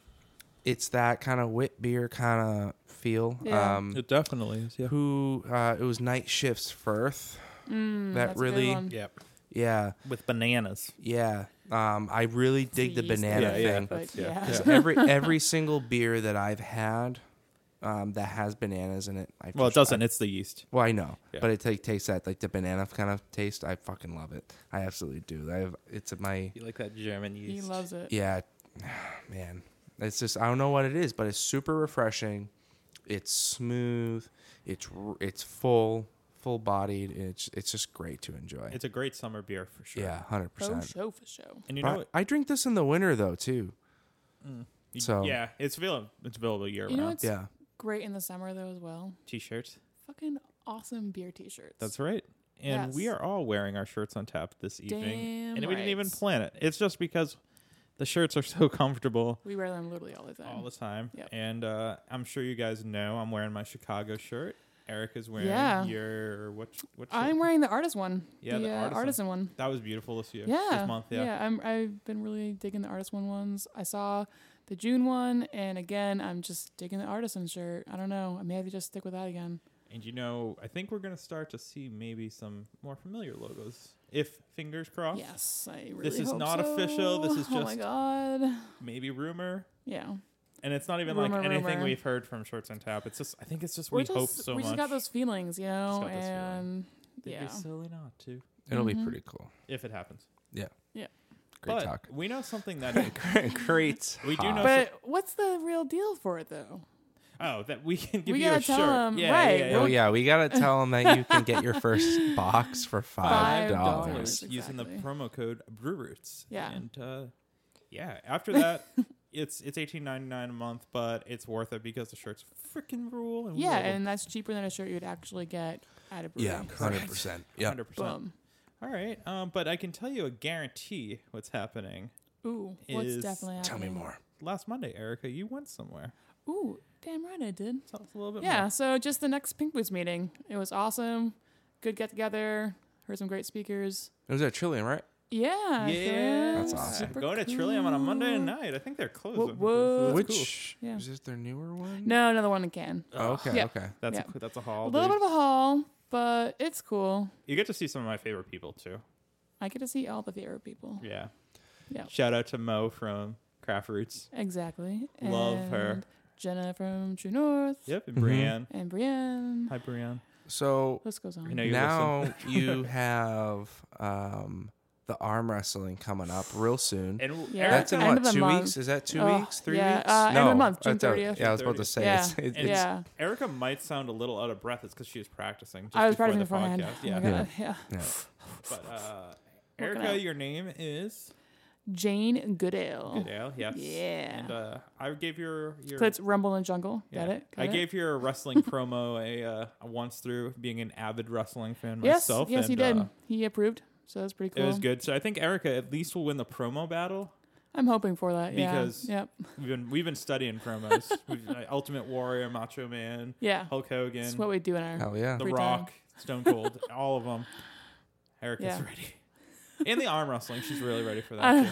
Speaker 5: it's that kind of wit beer kind of feel.
Speaker 2: Yeah.
Speaker 5: Um,
Speaker 4: It definitely is. Yeah.
Speaker 5: who uh, it was Night Shift's Firth. that
Speaker 2: Mm, That's a good
Speaker 5: really,
Speaker 2: one.
Speaker 4: Yep.
Speaker 5: yeah,
Speaker 4: With bananas.
Speaker 5: yeah. Um, I really dig
Speaker 2: the
Speaker 5: the
Speaker 2: yeast
Speaker 5: banana
Speaker 4: Yeah, yeah.
Speaker 5: thing.
Speaker 2: *laughs* But
Speaker 4: yeah.
Speaker 2: yeah,
Speaker 5: 'Cause every every single beer that I've had um, that has bananas in it, I
Speaker 4: *laughs* Well, it
Speaker 5: just-
Speaker 4: doesn't.
Speaker 5: I-
Speaker 4: It's the yeast.
Speaker 5: well, I know,
Speaker 4: Yeah.
Speaker 5: but it like, tastes that like the banana kind of taste. I fucking love it. I absolutely do. I have, it's my
Speaker 4: You like that German
Speaker 2: *laughs* he loves it.
Speaker 5: yeah, *sighs* man. It's just I don't know what it is, but it's super refreshing. It's smooth. It's r- it's full, full bodied. It's it's just great to enjoy.
Speaker 4: It's a great summer beer for sure.
Speaker 5: yeah, hundred
Speaker 2: For
Speaker 5: percent.
Speaker 2: show for show.
Speaker 4: And you know
Speaker 5: But
Speaker 4: what?
Speaker 5: I drink this in the winter though too.
Speaker 4: You-
Speaker 5: So-
Speaker 4: yeah, it's available. It's available year
Speaker 2: You know
Speaker 4: round.
Speaker 2: what's
Speaker 5: Yeah,
Speaker 2: great in the summer though as well?
Speaker 4: T-shirts.
Speaker 2: Fucking awesome beer t-shirts.
Speaker 4: That's right. And we
Speaker 2: Yes.
Speaker 4: are all wearing our shirts on tap this evening,
Speaker 2: Damn
Speaker 4: and we didn't even
Speaker 2: right.
Speaker 4: plan it. It's just because The shirts are *laughs* so comfortable
Speaker 2: We wear them literally all the time.
Speaker 4: all the time.
Speaker 2: Yep.
Speaker 4: And uh, I'm sure you guys know I'm wearing my Chicago shirt. Eric is wearing
Speaker 2: Yeah.
Speaker 4: your what? What? Shirt?
Speaker 2: I'm wearing the artist one.
Speaker 4: Yeah, the
Speaker 2: uh,
Speaker 4: artisan.
Speaker 2: artisan one.
Speaker 4: that was beautiful this year.
Speaker 2: Yeah,
Speaker 4: This month. Yeah.
Speaker 2: I'm, I've been really digging the artist one ones. I saw the June one, and again, I'm just digging the artisan shirt. I don't know. I may have to just stick with that again.
Speaker 4: And you know, I think we're gonna start to see maybe some more familiar logos. If fingers crossed.
Speaker 2: Yes, I really.
Speaker 4: This is
Speaker 2: hope
Speaker 4: not official, this
Speaker 2: so.
Speaker 4: is
Speaker 2: *laughs* Oh my
Speaker 4: just-
Speaker 2: god.
Speaker 4: Maybe rumor.
Speaker 2: Yeah.
Speaker 4: And it's not even
Speaker 2: Rumor,
Speaker 4: like anything
Speaker 2: rumor.
Speaker 4: we've heard from Shorts and Tap. It's just I think it's just
Speaker 2: We're
Speaker 4: we
Speaker 2: just
Speaker 4: hope so
Speaker 2: we
Speaker 4: much.
Speaker 2: just got those feelings, you know,
Speaker 4: got this feeling.
Speaker 2: and
Speaker 4: It'd
Speaker 2: yeah.
Speaker 4: be silly not to.
Speaker 5: It'll
Speaker 2: Mhm.
Speaker 5: be pretty cool.
Speaker 4: If it happens.
Speaker 5: Great
Speaker 4: but *laughs*
Speaker 5: talk.
Speaker 4: We know something
Speaker 2: *laughs*
Speaker 4: that
Speaker 5: Great.
Speaker 4: We do
Speaker 5: talk.
Speaker 4: know-
Speaker 2: But what's the real deal for it though?
Speaker 4: oh that we can give
Speaker 2: We
Speaker 4: you a
Speaker 2: gotta tell
Speaker 4: shirt.
Speaker 2: 'em,
Speaker 4: yeah,
Speaker 2: right,
Speaker 4: yeah, yeah.
Speaker 5: Oh yeah, we gotta tell them that you can get your first box for five
Speaker 2: Five
Speaker 5: dollars.
Speaker 2: dollars.
Speaker 4: using the
Speaker 2: exactly.
Speaker 4: promo code Brewroots.
Speaker 2: Yeah.
Speaker 4: and uh, yeah.
Speaker 2: *laughs*
Speaker 4: After that, it's it's eighteen ninety nine a month, but it's worth it because the shirts freaking rule. And
Speaker 2: Yeah, and that's cheaper than a shirt you'd actually get at a brewery.
Speaker 5: Yeah, hundred percent. Yeah,
Speaker 4: hundred percent.
Speaker 2: Boom.
Speaker 4: All right, um, but I can tell you a guarantee what's happening.
Speaker 2: Ooh, what's
Speaker 4: Is-
Speaker 2: definitely
Speaker 5: tell me
Speaker 2: happening?
Speaker 5: more.
Speaker 4: Last Monday, Erica, you went somewhere.
Speaker 2: Ooh, damn right I did.
Speaker 4: Tell us a little bit.
Speaker 2: Yeah,
Speaker 4: more.
Speaker 2: so just the next Pink Boots meeting. It was awesome. Good get together. Heard some great speakers.
Speaker 5: It was at Trillium, right?
Speaker 2: Yeah.
Speaker 4: Yeah,
Speaker 5: That's
Speaker 2: so
Speaker 5: awesome.
Speaker 2: super
Speaker 4: Going to Trillium on a Monday
Speaker 2: cool.
Speaker 4: night. I think they're closed.
Speaker 2: Whoa,
Speaker 4: on Mondays, so
Speaker 2: whoa.
Speaker 4: that's cool.
Speaker 5: Which
Speaker 2: Yeah.
Speaker 5: is this their newer one?
Speaker 2: No, another one in Can.
Speaker 5: Oh, okay.
Speaker 2: Yeah.
Speaker 5: Okay.
Speaker 4: That's
Speaker 2: Yeah.
Speaker 4: a, that's a
Speaker 2: A
Speaker 4: haul.
Speaker 2: little
Speaker 4: dude.
Speaker 2: bit of a haul, but it's cool.
Speaker 4: You get to see some of my favorite people too.
Speaker 2: I get to see all the favorite people.
Speaker 4: Yeah.
Speaker 2: Yeah.
Speaker 4: Shout out to Mo from Craft Roots.
Speaker 2: Exactly.
Speaker 4: Love her.
Speaker 2: And Jenna from True North.
Speaker 4: Yep, and
Speaker 5: Mhm.
Speaker 4: Brienne.
Speaker 2: And Brienne.
Speaker 4: Hi, Brienne.
Speaker 5: So
Speaker 2: List goes
Speaker 4: You
Speaker 2: on.
Speaker 4: know, you *laughs*
Speaker 5: now you have um, the arm wrestling coming up real soon.
Speaker 4: And w-
Speaker 2: Yeah.
Speaker 4: Eric-
Speaker 5: That's in
Speaker 2: End of the
Speaker 5: what two
Speaker 2: month.
Speaker 5: weeks? Is that two
Speaker 2: Oh,
Speaker 5: weeks? Three
Speaker 2: yeah,
Speaker 5: weeks?
Speaker 2: uh, end of the month,
Speaker 5: I
Speaker 2: June
Speaker 5: thought-
Speaker 2: 30th.
Speaker 5: Yeah, I was about to say.
Speaker 2: Yeah.
Speaker 5: It's, it's,
Speaker 4: And-
Speaker 5: it's-
Speaker 2: yeah.
Speaker 4: Erica might sound a little out of breath. It's because she was practicing. Just
Speaker 2: I was
Speaker 4: before
Speaker 2: practicing
Speaker 4: the
Speaker 2: beforehand.
Speaker 4: podcast.
Speaker 2: Oh my
Speaker 4: Yeah.
Speaker 2: God, yeah.
Speaker 4: But uh,
Speaker 2: Working
Speaker 4: Erica,
Speaker 2: out.
Speaker 4: your name is
Speaker 2: Jane Goodale.
Speaker 4: Goodale. Yes.
Speaker 2: Oh, Yeah.
Speaker 4: And uh, I gave your your.
Speaker 2: So it's Rumble and Jungle.
Speaker 4: yeah.
Speaker 2: Got it? Got
Speaker 4: I
Speaker 2: it?
Speaker 4: gave your
Speaker 2: *laughs*
Speaker 4: wrestling promo a, uh, a once through being an avid wrestling fan
Speaker 2: yes,
Speaker 4: myself.
Speaker 2: Yes, he
Speaker 4: and,
Speaker 2: did.
Speaker 4: uh,
Speaker 2: he approved. So that's pretty cool.
Speaker 4: It was good. So I think Erica at least will win the promo battle.
Speaker 2: I'm hoping for that. Yeah.
Speaker 4: Because-
Speaker 2: Yep.
Speaker 4: We've been we've been studying promos.
Speaker 2: *laughs*
Speaker 4: We've, uh, Ultimate Warrior, Macho Man,
Speaker 2: Yeah.
Speaker 4: Hulk Hogan,
Speaker 2: It's what we do in our.
Speaker 4: *laughs*
Speaker 5: Hell yeah.
Speaker 4: The
Speaker 2: Every
Speaker 4: Rock,
Speaker 2: time.
Speaker 4: Stone
Speaker 2: *laughs*
Speaker 4: Cold, all of them. Erica's
Speaker 2: Yeah.
Speaker 4: ready. And the arm wrestling, she's really ready for that.
Speaker 2: I-
Speaker 4: too.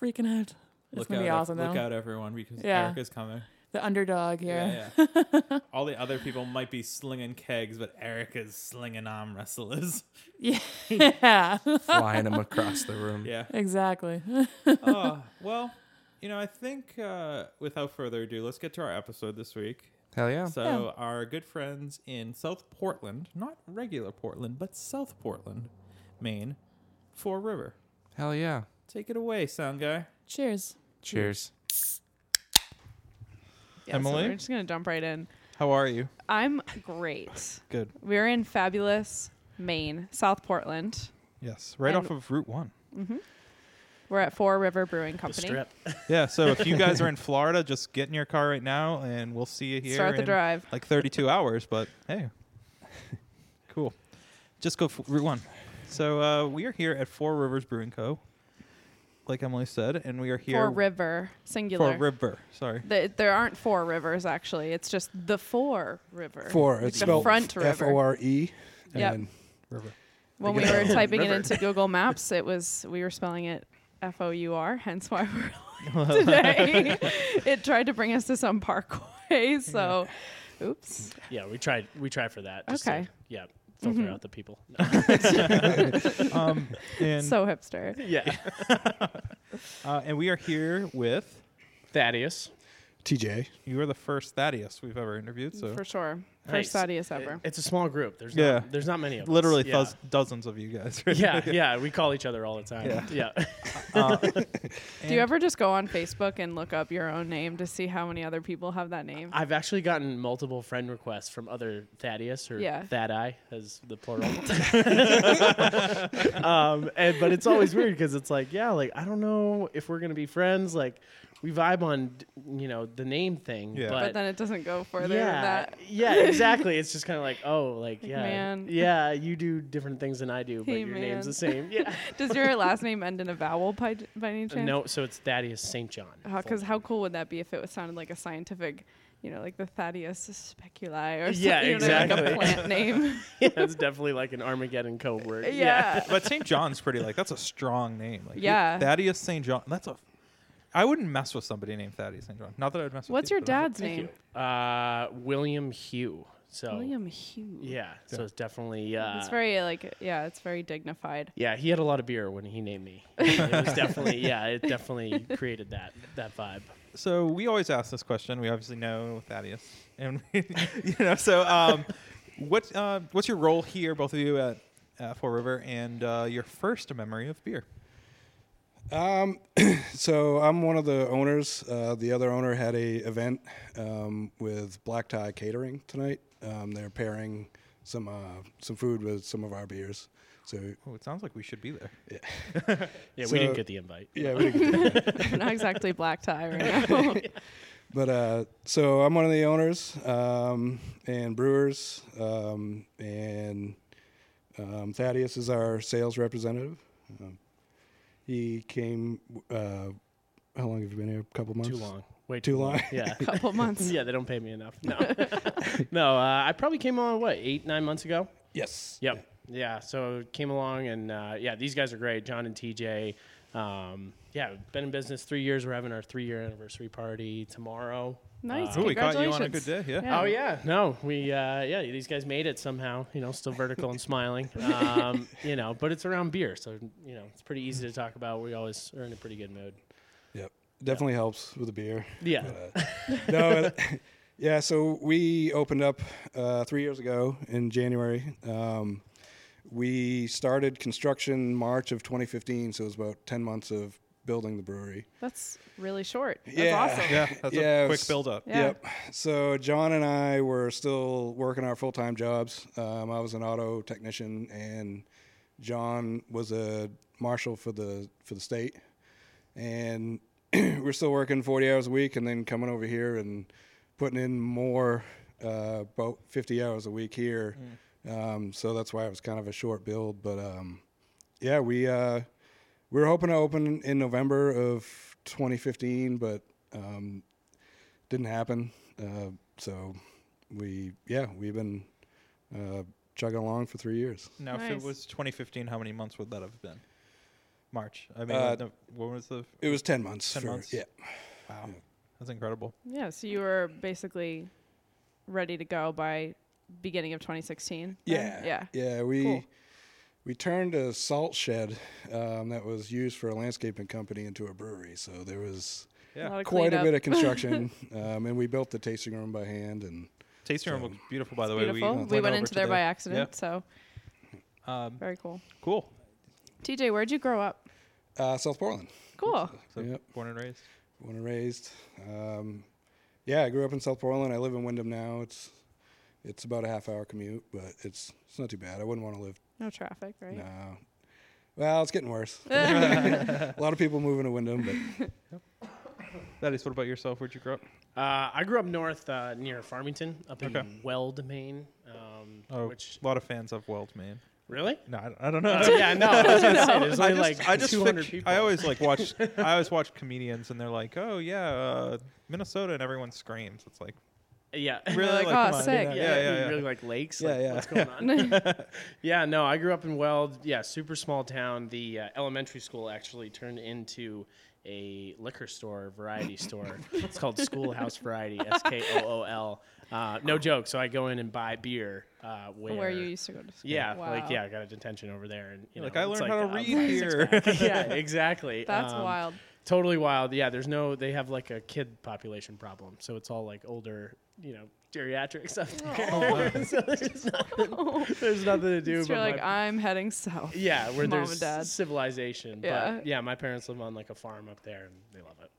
Speaker 2: freaking out. It's
Speaker 4: look
Speaker 2: gonna
Speaker 4: out,
Speaker 2: be
Speaker 4: ev-
Speaker 2: awesome
Speaker 4: look
Speaker 2: though.
Speaker 4: out, everyone, because
Speaker 2: Yeah.
Speaker 4: Erica's coming.
Speaker 2: The underdog here.
Speaker 4: Yeah,
Speaker 2: *laughs*
Speaker 4: yeah. all the other people might be slinging kegs, but Erica's slinging arm wrestlers. *laughs*
Speaker 2: *laughs* Yeah.
Speaker 5: Flying him across the room.
Speaker 4: Yeah.
Speaker 2: exactly.
Speaker 4: Uh, well, you know, I think uh, without further ado, let's get to our episode this week.
Speaker 5: Hell
Speaker 6: Oh,
Speaker 5: yeah.
Speaker 4: So our good friends in South Portland, not regular Portland, but South Portland, Maine, Four River.
Speaker 5: Hell yeah.
Speaker 4: Take it away, sound guy.
Speaker 2: Cheers.
Speaker 5: Cheers.
Speaker 6: Yeah, so
Speaker 4: Emily?
Speaker 6: we're just gonna jump right in.
Speaker 4: How are you?
Speaker 6: I'm great.
Speaker 4: *sighs* Good.
Speaker 6: We're in fabulous Maine, South Portland.
Speaker 4: Yes,
Speaker 6: right And- off
Speaker 4: of Route One.
Speaker 6: We're at Four River Brewing Company.
Speaker 4: Yeah, so if you guys are in *laughs* Florida, just get in your car right now, and we'll see you here
Speaker 6: Start the
Speaker 4: in
Speaker 6: drive.
Speaker 4: like 32 hours. But hey, *laughs* cool. Just go f- Route One. So uh, we are here at Four Rivers Brewing Co. Like Emily said, and we are here
Speaker 6: Four River, singular.
Speaker 4: Four River.
Speaker 6: *laughs*
Speaker 4: Sorry. *laughs*
Speaker 6: The- there aren't four rivers actually. It's just the Four River.
Speaker 3: Four.
Speaker 6: Like
Speaker 3: It's
Speaker 6: the
Speaker 3: spelled
Speaker 6: front river.
Speaker 3: F O R E.
Speaker 6: Yep.
Speaker 3: and River.
Speaker 6: when we
Speaker 4: Like *laughs*
Speaker 6: were
Speaker 4: a-
Speaker 6: typing
Speaker 4: river.
Speaker 6: it into Google Maps, it was we were spelling it F O U R. Hence why
Speaker 4: *laughs*
Speaker 6: we're late today. it tried to bring us to some
Speaker 4: *laughs*
Speaker 6: parkway. So, oops.
Speaker 7: Yeah, we tried. We tried for that. just to,
Speaker 6: Okay.
Speaker 7: yeah, filter
Speaker 6: Mhm.
Speaker 7: out the people.
Speaker 4: Um, and
Speaker 6: so hipster.
Speaker 7: *laughs* yeah,
Speaker 4: uh, and we are here with
Speaker 7: *laughs* Thaddeus.
Speaker 3: TJ.
Speaker 4: you are the first Thaddeus we've ever interviewed. So
Speaker 6: For sure.
Speaker 7: Nice.
Speaker 6: First Thaddeus ever.
Speaker 7: It- it's a small group. There's
Speaker 4: Yeah.
Speaker 7: Not, there's not many of
Speaker 4: literally
Speaker 7: us. Yeah.
Speaker 4: thous- dozens of you guys. Right?
Speaker 7: *laughs*
Speaker 4: *laughs*
Speaker 7: Yeah, yeah, we call each other all the time. Yeah, *laughs*
Speaker 4: Uh,
Speaker 6: Do you ever just go on Facebook and look up your own name to see how many other people have that name?
Speaker 7: I've actually gotten multiple friend requests from other Thaddeus or
Speaker 6: Yeah.
Speaker 7: Thadai as
Speaker 6: *laughs*
Speaker 7: the plural. *laughs* um, and, but it's always weird because it's like, yeah, like I don't know if we're gonna be friends. Like we vibe on, you know, the name thing.
Speaker 4: Yeah.
Speaker 7: but
Speaker 6: but then it doesn't go further
Speaker 7: yeah,
Speaker 6: than that.
Speaker 7: Yeah, it
Speaker 6: *laughs*
Speaker 7: exactly. It's just kind of like, oh, like
Speaker 6: Like,
Speaker 7: yeah,
Speaker 6: man.
Speaker 7: yeah, you do different things than I do, but
Speaker 6: Hey,
Speaker 7: your name's the
Speaker 6: man. *laughs*
Speaker 7: same. Yeah.
Speaker 6: Does
Speaker 7: *laughs*
Speaker 6: your last name end in a vowel by, by any chance?
Speaker 7: no, so it's Thaddeus St. John.
Speaker 6: Because Oh, how cool would that be if it was sounded like a scientific, you know, like the Thaddeus speculi or something?
Speaker 7: Yeah,
Speaker 6: you know, like
Speaker 7: exactly.
Speaker 6: a
Speaker 7: *laughs*
Speaker 6: plant name.
Speaker 7: *laughs* yeah, it's definitely like an Armageddon code word.
Speaker 6: *laughs* yeah.
Speaker 1: But St. John's pretty like that's a strong name. Like
Speaker 6: Yeah.
Speaker 1: Thaddeus St. John. That's a. I wouldn't mess with somebody named Thaddeus St. John. Not that I'd mess with.
Speaker 6: What's
Speaker 1: you,
Speaker 6: your
Speaker 1: but I
Speaker 6: dad's
Speaker 7: Thank
Speaker 6: name?
Speaker 7: you. Uh, William Hugh. So
Speaker 6: William Hugh.
Speaker 7: Oh. Yeah, so it's definitely uh,
Speaker 6: It's very like yeah, it's very
Speaker 7: *laughs*
Speaker 6: dignified.
Speaker 7: Yeah, he had a lot of beer when he
Speaker 6: *laughs*
Speaker 7: named me. It was definitely yeah, it definitely created that that vibe.
Speaker 1: would- So we always ask this question. We obviously know Thaddeus, and *laughs* you know. So um, what uh, what's your role here, both of you at uh, Four River, and uh, your first memory of beer?
Speaker 3: Um, so I'm one of the owners. Uh, the other owner had a event um, with Black Tie Catering tonight. Um, they're pairing some uh, some food with some of our beers. So
Speaker 1: Oh, it sounds like we should be there.
Speaker 7: Yeah,
Speaker 3: So-
Speaker 7: we didn't get the invite.
Speaker 3: yeah, we didn't get that.
Speaker 6: Not exactly black tie
Speaker 7: *laughs*
Speaker 6: right now. *laughs*
Speaker 3: but uh, so I'm one of the owners um, and brewers, um, and um, Thaddeus is our sales representative. Um, he came. Uh, how long have you been here? A couple months.
Speaker 7: Too long. Way
Speaker 3: Too long.
Speaker 6: *laughs*
Speaker 7: Yeah.
Speaker 6: Couple months.
Speaker 7: yeah, they don't pay me enough. No. no, uh, I probably came on what, 8 9 months ago.
Speaker 3: Yes.
Speaker 7: Yep. Yeah, so came along and uh, yeah, these guys are great, John and TJ. Um, yeah, we've been in business 3 years. We're having our 3 year anniversary party tomorrow.
Speaker 6: Nice.
Speaker 7: Uh,
Speaker 1: Oh, we caught you on a good
Speaker 6: Congratulations.
Speaker 1: day. Yeah.
Speaker 6: Yeah.
Speaker 7: Oh yeah, no, we uh, yeah these guys made it somehow. You know, still vertical and smiling. Um, you know, but it's around beer, so you know it's pretty easy to talk about. We always are in a pretty good mood.
Speaker 3: Definitely helps with the
Speaker 7: *laughs*
Speaker 3: beer.
Speaker 7: Yeah,
Speaker 3: no, it- yeah. So we opened up uh, three years ago in January. Um, we started construction March of 2015, so it was about 10 months of building the brewery.
Speaker 6: That's really short. That's
Speaker 3: Yeah. *laughs*
Speaker 6: awesome.
Speaker 1: Yeah, that's
Speaker 3: Yeah,
Speaker 1: a
Speaker 3: it
Speaker 1: quick
Speaker 3: was-
Speaker 1: build up.
Speaker 6: Yeah.
Speaker 3: Yep. So John and I were still working our full time jobs. Um, I was an auto technician, and John was a marshal for the for the state. And *clears throat* we're still working forty hours a week, and then coming over here and putting in more, uh, about fifty hours a week here. Um, so that's why it was kind of a short build, but um, yeah, we uh, we were hoping to open in November of 2015, but um, didn't happen. Uh, so we, yeah, we've been uh, chugging along for three years.
Speaker 1: Now, if it
Speaker 6: Nice.
Speaker 1: was 2015, how many months would that have been? March. I mean,
Speaker 3: Uh,
Speaker 1: no, when was the?
Speaker 3: It was ten months.
Speaker 1: 10
Speaker 3: for-
Speaker 1: months?
Speaker 6: Oh,
Speaker 3: Yeah.
Speaker 1: Wow,
Speaker 3: um,
Speaker 1: that's incredible.
Speaker 6: Yeah, so you were basically ready to go by beginning of 2016.
Speaker 3: Yeah.
Speaker 6: then? Yeah.
Speaker 3: Yeah. We
Speaker 6: Cool.
Speaker 3: we turned a salt shed um, that was used for a landscaping company into a brewery. So there was
Speaker 1: Yeah.
Speaker 6: A lot of
Speaker 3: quite a
Speaker 6: cleanup.
Speaker 3: bit
Speaker 6: *laughs*
Speaker 3: of construction, um, and we built the tasting room by hand. And
Speaker 1: Tasting room
Speaker 3: So-
Speaker 1: looks beautiful, by the way.
Speaker 6: Beautiful. We, went
Speaker 1: over
Speaker 6: into
Speaker 1: to
Speaker 6: there
Speaker 1: the-
Speaker 6: by accident, so
Speaker 1: Yeah. Um,
Speaker 6: very cool.
Speaker 1: cool.
Speaker 6: TJ, where'd you grow up?
Speaker 3: uh, South Portland,
Speaker 6: Cool.
Speaker 1: So
Speaker 3: Yep.
Speaker 1: born and raised.
Speaker 3: born and raised. Um, yeah, I grew up in South Portland. I live in Wyndham now. It's it's about a half hour commute, but it's it's not too bad. I wouldn't want to live
Speaker 6: No traffic, right?
Speaker 3: No. Well, it's getting worse. a lot of people moving to Wyndham, but
Speaker 1: That is. What about yourself? Where'd you grow up?
Speaker 7: uh, I grew up north uh, near Farmington, up
Speaker 1: Okay.
Speaker 7: in Weld, Maine. Um,
Speaker 1: Oh,
Speaker 7: which
Speaker 1: a lot of fans of Weld, man. *laughs*
Speaker 7: really?
Speaker 1: No, I don't, I don't
Speaker 6: *laughs*
Speaker 7: Uh,
Speaker 1: know.
Speaker 7: yeah, no, I was gonna say there's only
Speaker 1: *laughs*
Speaker 7: like
Speaker 1: I just
Speaker 7: 200
Speaker 1: fict-
Speaker 7: people.
Speaker 1: I always like
Speaker 6: *laughs*
Speaker 1: watch. I always watch comedians, and they're like, "Oh yeah, uh, Minnesota," and everyone screams. It's like *laughs*
Speaker 7: yeah.
Speaker 1: really
Speaker 6: like,
Speaker 1: like,
Speaker 6: "Oh,
Speaker 1: come on,
Speaker 6: sick."
Speaker 1: Yeah,
Speaker 7: yeah,
Speaker 1: yeah, yeah. yeah.
Speaker 7: really like lakes.
Speaker 1: Yeah,
Speaker 7: like,
Speaker 1: yeah.
Speaker 7: What's
Speaker 1: *laughs*
Speaker 7: going on? *laughs* yeah, no, I grew up in Weld. Yeah, super small town. The uh, elementary school actually turned into a liquor store, variety store. It's called Schoolhouse Variety, S K O O L. Uh, no joke. So I go in and buy beer. Uh, where,
Speaker 6: Where you used to go to school.
Speaker 7: Yeah,
Speaker 6: Wow.
Speaker 7: like yeah, I got a detention over there, and you know,
Speaker 1: like I
Speaker 7: it's
Speaker 1: learned how to
Speaker 7: um,
Speaker 1: read here. *laughs*
Speaker 7: *laughs* yeah, exactly.
Speaker 6: That's
Speaker 7: Um,
Speaker 6: wild. *laughs*
Speaker 7: Totally wild. Yeah, there's no. They have like a kid population problem, so it's all like older, you know, geriatrics up there. *laughs* so there's nothing, there's nothing to do.
Speaker 6: So
Speaker 7: but
Speaker 6: you're like,
Speaker 7: my-
Speaker 6: I'm heading south.
Speaker 7: yeah,
Speaker 6: *laughs*
Speaker 7: where
Speaker 6: Mom
Speaker 7: there's
Speaker 6: and Dad.
Speaker 7: civilization.
Speaker 6: Yeah.
Speaker 7: But yeah, my parents live on like a farm up there, and they love it.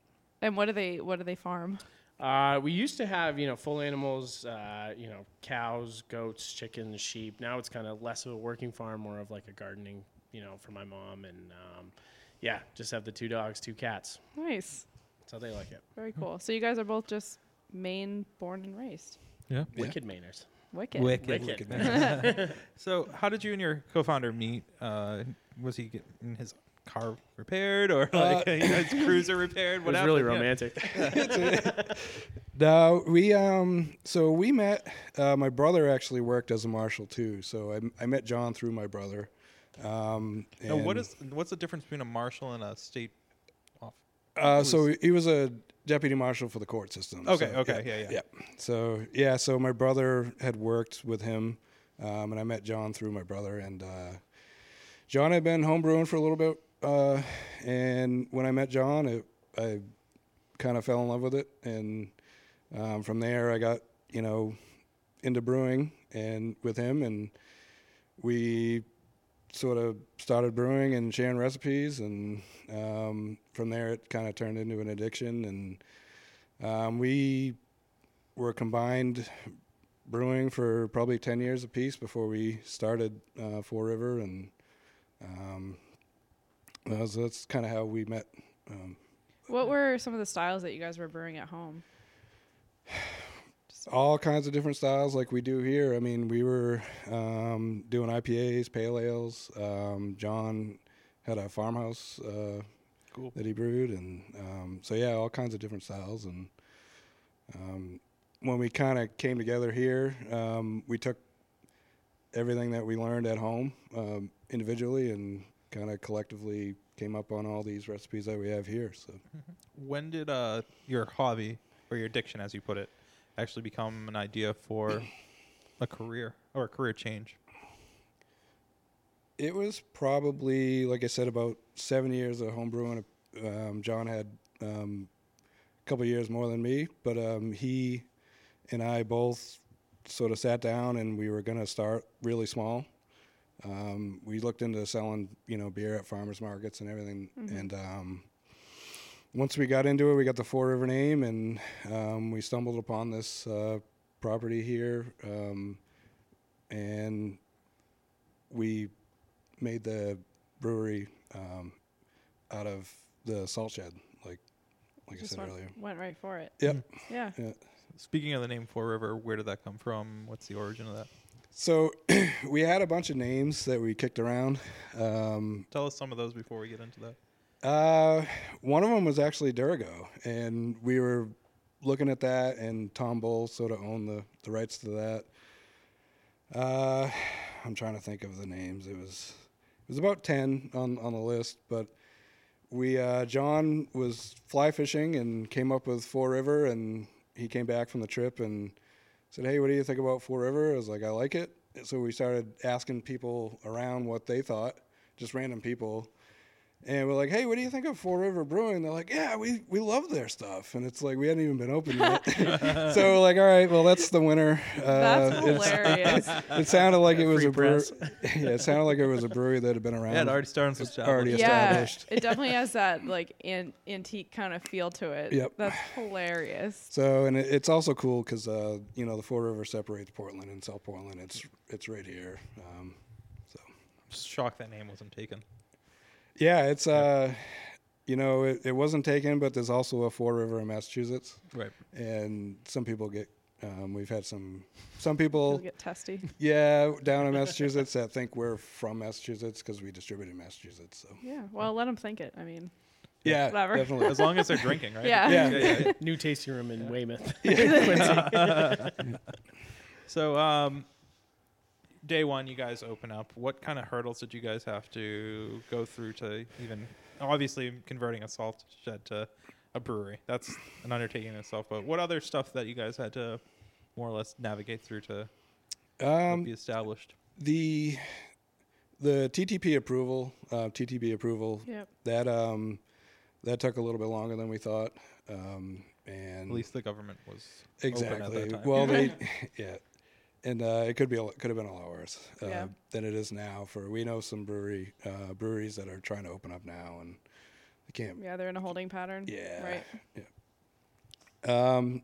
Speaker 6: And what do they what do they farm?
Speaker 7: Uh, we used to have, you know, full animals, uh, you know, cows, goats, chickens, sheep. Now it's kind of less of a working farm, more of like a gardening, you know, for my mom. And um, yeah, just have the two dogs, two cats.
Speaker 6: Nice.
Speaker 7: So they like it.
Speaker 6: Very cool. So you guys are both just Maine born and raised.
Speaker 1: yeah.
Speaker 3: Yeah.
Speaker 7: Wicked Mainers.
Speaker 6: Wicked.
Speaker 7: Wicked.
Speaker 4: so, how did you and your co-founder meet? Uh, was he getting his car repaired or *laughs* like you know,
Speaker 7: *coughs*
Speaker 4: his cruiser repaired?
Speaker 7: Uh, It was
Speaker 4: What
Speaker 7: really
Speaker 4: happened? Yeah.
Speaker 7: romantic.
Speaker 3: No, we um so we met. Uh, my brother actually worked as a marshal too, so I, I met John through my brother. Um,
Speaker 4: Now, what
Speaker 3: and,
Speaker 4: is what's the difference between a marshal and a state? Off?
Speaker 3: uh, so he was a deputy marshal for the court system.
Speaker 4: Okay,
Speaker 3: so,
Speaker 4: okay, yeah, yeah.
Speaker 3: So yeah, so my brother had worked with him, um, and I met John through my brother. And uh, John had been homebrewing for a little bit, uh, and when I met John, it, I kind of fell in love with it, and um, from there I got you know into brewing and with him, and we sort of started brewing and sharing recipes, and um, from there it kind of turned into an addiction, and um, we were combined brewing for probably 10 years apiece before we started uh, Four River. And um, well, so that's kind of how we met. Um,
Speaker 6: What were some of the styles that you guys were brewing at home?
Speaker 3: all kinds of different styles like we do here. I mean, we were um, doing IPAs, pale ales. Um, John had a farmhouse uh,
Speaker 4: Cool.
Speaker 3: that he brewed, and um, so yeah, all kinds of different styles. And um, when we kind of came together here, um, we took everything that we learned at home um, individually and kind of collectively came up on all these recipes that we have here. So.
Speaker 4: When did uh, your hobby or your addiction, as you put it, actually become an idea for a career or a career change?
Speaker 3: It was probably, like I said, about seven years of homebrewing. Um, John had um, a couple years more than me, but um, he and I both sort of sat down and we were going to start really small. Um, we looked into selling, you know, beer at farmers markets and everything. And um, once we got into it, we got the Four River name, and um, we stumbled upon this uh, property here, um, and we made the brewery um, out of the salt shed, like like I
Speaker 6: Just
Speaker 3: said
Speaker 6: went,
Speaker 3: earlier.
Speaker 6: went right for it.
Speaker 3: Yep.
Speaker 6: Yeah.
Speaker 4: Speaking of the name Four River, where did that come from? What's the origin of that?
Speaker 3: So *clears throat* we had a bunch of names that we kicked around. Um,
Speaker 4: Tell us some of those before we get into that.
Speaker 3: uh, one of them was actually Durago, and we were looking at that, and Tom Bull sort of owned the, the rights to that. Uh, I'm trying to think of the names. It was it was about ten on on the list, but we uh, John was fly fishing and came up with Four River, and he came back from the trip and said, "Hey, what do you think about Four River?" I was like, "I like it." So we started asking people around what they thought, just random people, and we're like, "Hey, what do you think of Four River Brewing?" They're like, "Yeah, we we love their stuff," and it's like we hadn't even been open yet. *laughs* so we're like, "All right, well, that's the winner." Uh,
Speaker 6: That's
Speaker 3: it's- *laughs*
Speaker 6: hilarious.
Speaker 3: it sounded
Speaker 4: *laughs*
Speaker 3: like it was
Speaker 7: Free
Speaker 3: a brewer-
Speaker 7: press.
Speaker 3: *laughs* yeah, it sounded like it was a brewery that had been around.
Speaker 4: Yeah, it already started with Java.
Speaker 3: Um, already-
Speaker 6: yeah.
Speaker 3: established.
Speaker 6: It definitely has that like an- antique kind of feel to it.
Speaker 3: Yep.
Speaker 6: That's hilarious.
Speaker 3: so, and it, it's also cool because uh, you know the Four River separates Portland and South Portland. It's it's right here. Um, so
Speaker 4: I'm shocked that name wasn't taken.
Speaker 3: yeah, it's uh, you know it, it wasn't taken, but there's also a Four River in Massachusetts,
Speaker 4: Right.
Speaker 3: and some people get. Um, we've had some some
Speaker 6: It'll
Speaker 3: people,
Speaker 6: get testy.
Speaker 3: yeah, down in Massachusetts that think we're from Massachusetts because we distribute in Massachusetts. So
Speaker 6: Yeah. Well, let them think it. I mean,
Speaker 3: yeah,
Speaker 6: Whatever.
Speaker 3: definitely.
Speaker 6: *laughs*
Speaker 4: As long as they're drinking, right?
Speaker 6: Yeah.
Speaker 3: Yeah.
Speaker 7: *laughs*
Speaker 3: *laughs*
Speaker 7: New tasting room in Weymouth. *laughs*
Speaker 4: So, um, day one, you guys open up. What kind of hurdles did you guys have to go through to even, obviously, converting a salt shed to a brewery? That's an undertaking in itself. But what other stuff that you guys had to more or less navigate through to
Speaker 3: Um,
Speaker 4: be established?
Speaker 3: the the TTP approval, uh, TTB approval,
Speaker 6: Yep.
Speaker 3: that um, that took a little bit longer than we thought, um, and
Speaker 4: At least the government was Open
Speaker 3: exactly.
Speaker 4: at that time.
Speaker 3: Well, they *laughs* yeah, and uh, it could be a, lo- could have been a lot worse uh,
Speaker 6: Yeah.
Speaker 3: than it is now. For we know some brewery uh, breweries that are trying to open up now, and they can't
Speaker 6: Yeah. They're in a holding pattern.
Speaker 3: Yeah.
Speaker 6: Right.
Speaker 3: Um,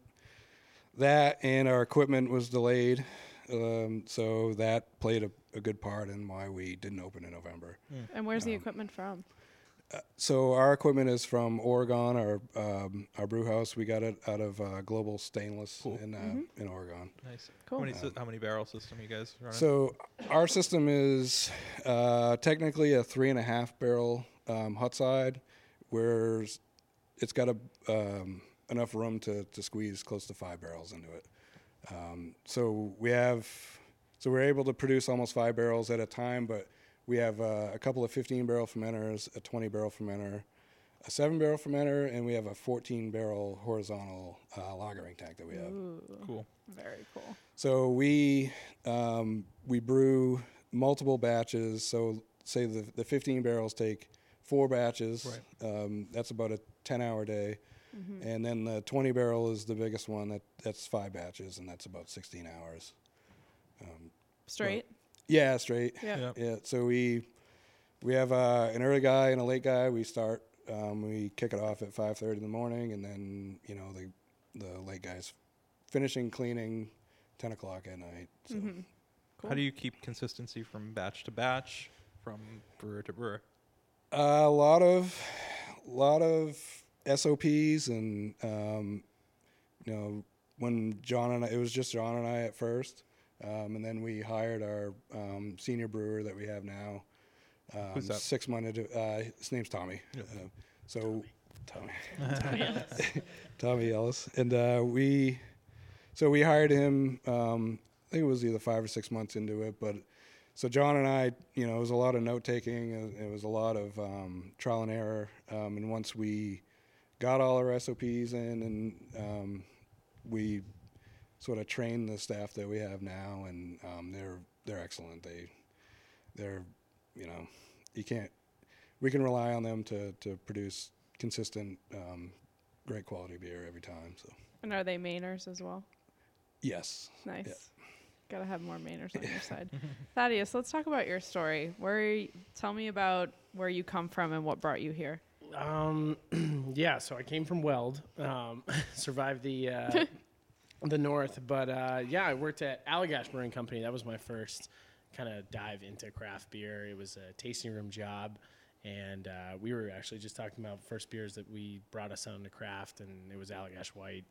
Speaker 3: that and our equipment was delayed, um, so that played a, a good part in why we didn't open in November. Um,
Speaker 6: And where's the equipment from?
Speaker 3: so our equipment is from Oregon. Our um, our brew house we got it out of uh, Global Stainless in uh, in Oregon.
Speaker 1: Nice.
Speaker 6: Cool.
Speaker 1: How many, si- how many barrel system you guys running?
Speaker 3: So our system is uh, technically a three and a half barrel um, hot side, where s- it's got a, um, enough room to, to squeeze close to five barrels into it. Um, so we have, so we're able to produce almost five barrels at a time, but we have uh, a couple of 15 barrel fermenters, a 20 barrel fermenter, a seven barrel fermenter, and we have a 14 barrel horizontal uh, lagering tank that we have.
Speaker 1: cool.
Speaker 6: Very cool.
Speaker 3: So we um, we brew multiple batches. So say the the 15 barrels take four batches. Um, that's about a 10 hour day, and then the 20 barrel is the biggest one. That that's five batches, and that's about 16 hours.
Speaker 6: Straight.
Speaker 3: Yeah, straight.
Speaker 6: Yeah.
Speaker 1: Yeah.
Speaker 3: Yeah. So we we have uh, an early guy and a late guy. We start. Um, we kick it off at 5:30 in the morning, and then you know the the late guys finishing cleaning 10 o'clock at night. So.
Speaker 1: How do you keep consistency from batch to batch, from brewer to brewer?
Speaker 3: Uh, a lot of lot of SOPs and um, you know when John and I, it was just John and I at first, um, and then we hired our um, senior brewer that we have now. Um,
Speaker 1: Who's that?
Speaker 3: Six months into uh, his name's Tommy. Uh, so Tommy. *laughs* Tommy Ellis, and uh, we, so we hired him. Um, I think it was either five or six months into it, but so John and I, you know, it was a lot of note taking. It was a lot of um, trial and error, um, and once we got all our SOPs in, and um, we sort of trained the staff that we have now, and um, they're they're excellent. They they're you know you can't we can rely on them to to produce consistent um, great quality beer every time so
Speaker 6: And are they Mainers as well?
Speaker 3: yes
Speaker 6: Nice. Gotta have more Mainers on
Speaker 3: *laughs*
Speaker 6: your side. Thaddeus, let's talk about your story. Where y- tell me about where you come from and what brought you here.
Speaker 7: Um, *clears throat* yeah, so I came from Weld, um, *laughs* survived the uh, the North, but uh, yeah, I worked at Allagash Brewing Company. That was my first kind of dive into craft beer. It was a tasting room job, and uh, we were actually just talking about first beers that we brought us on to craft, and it was Allagash White.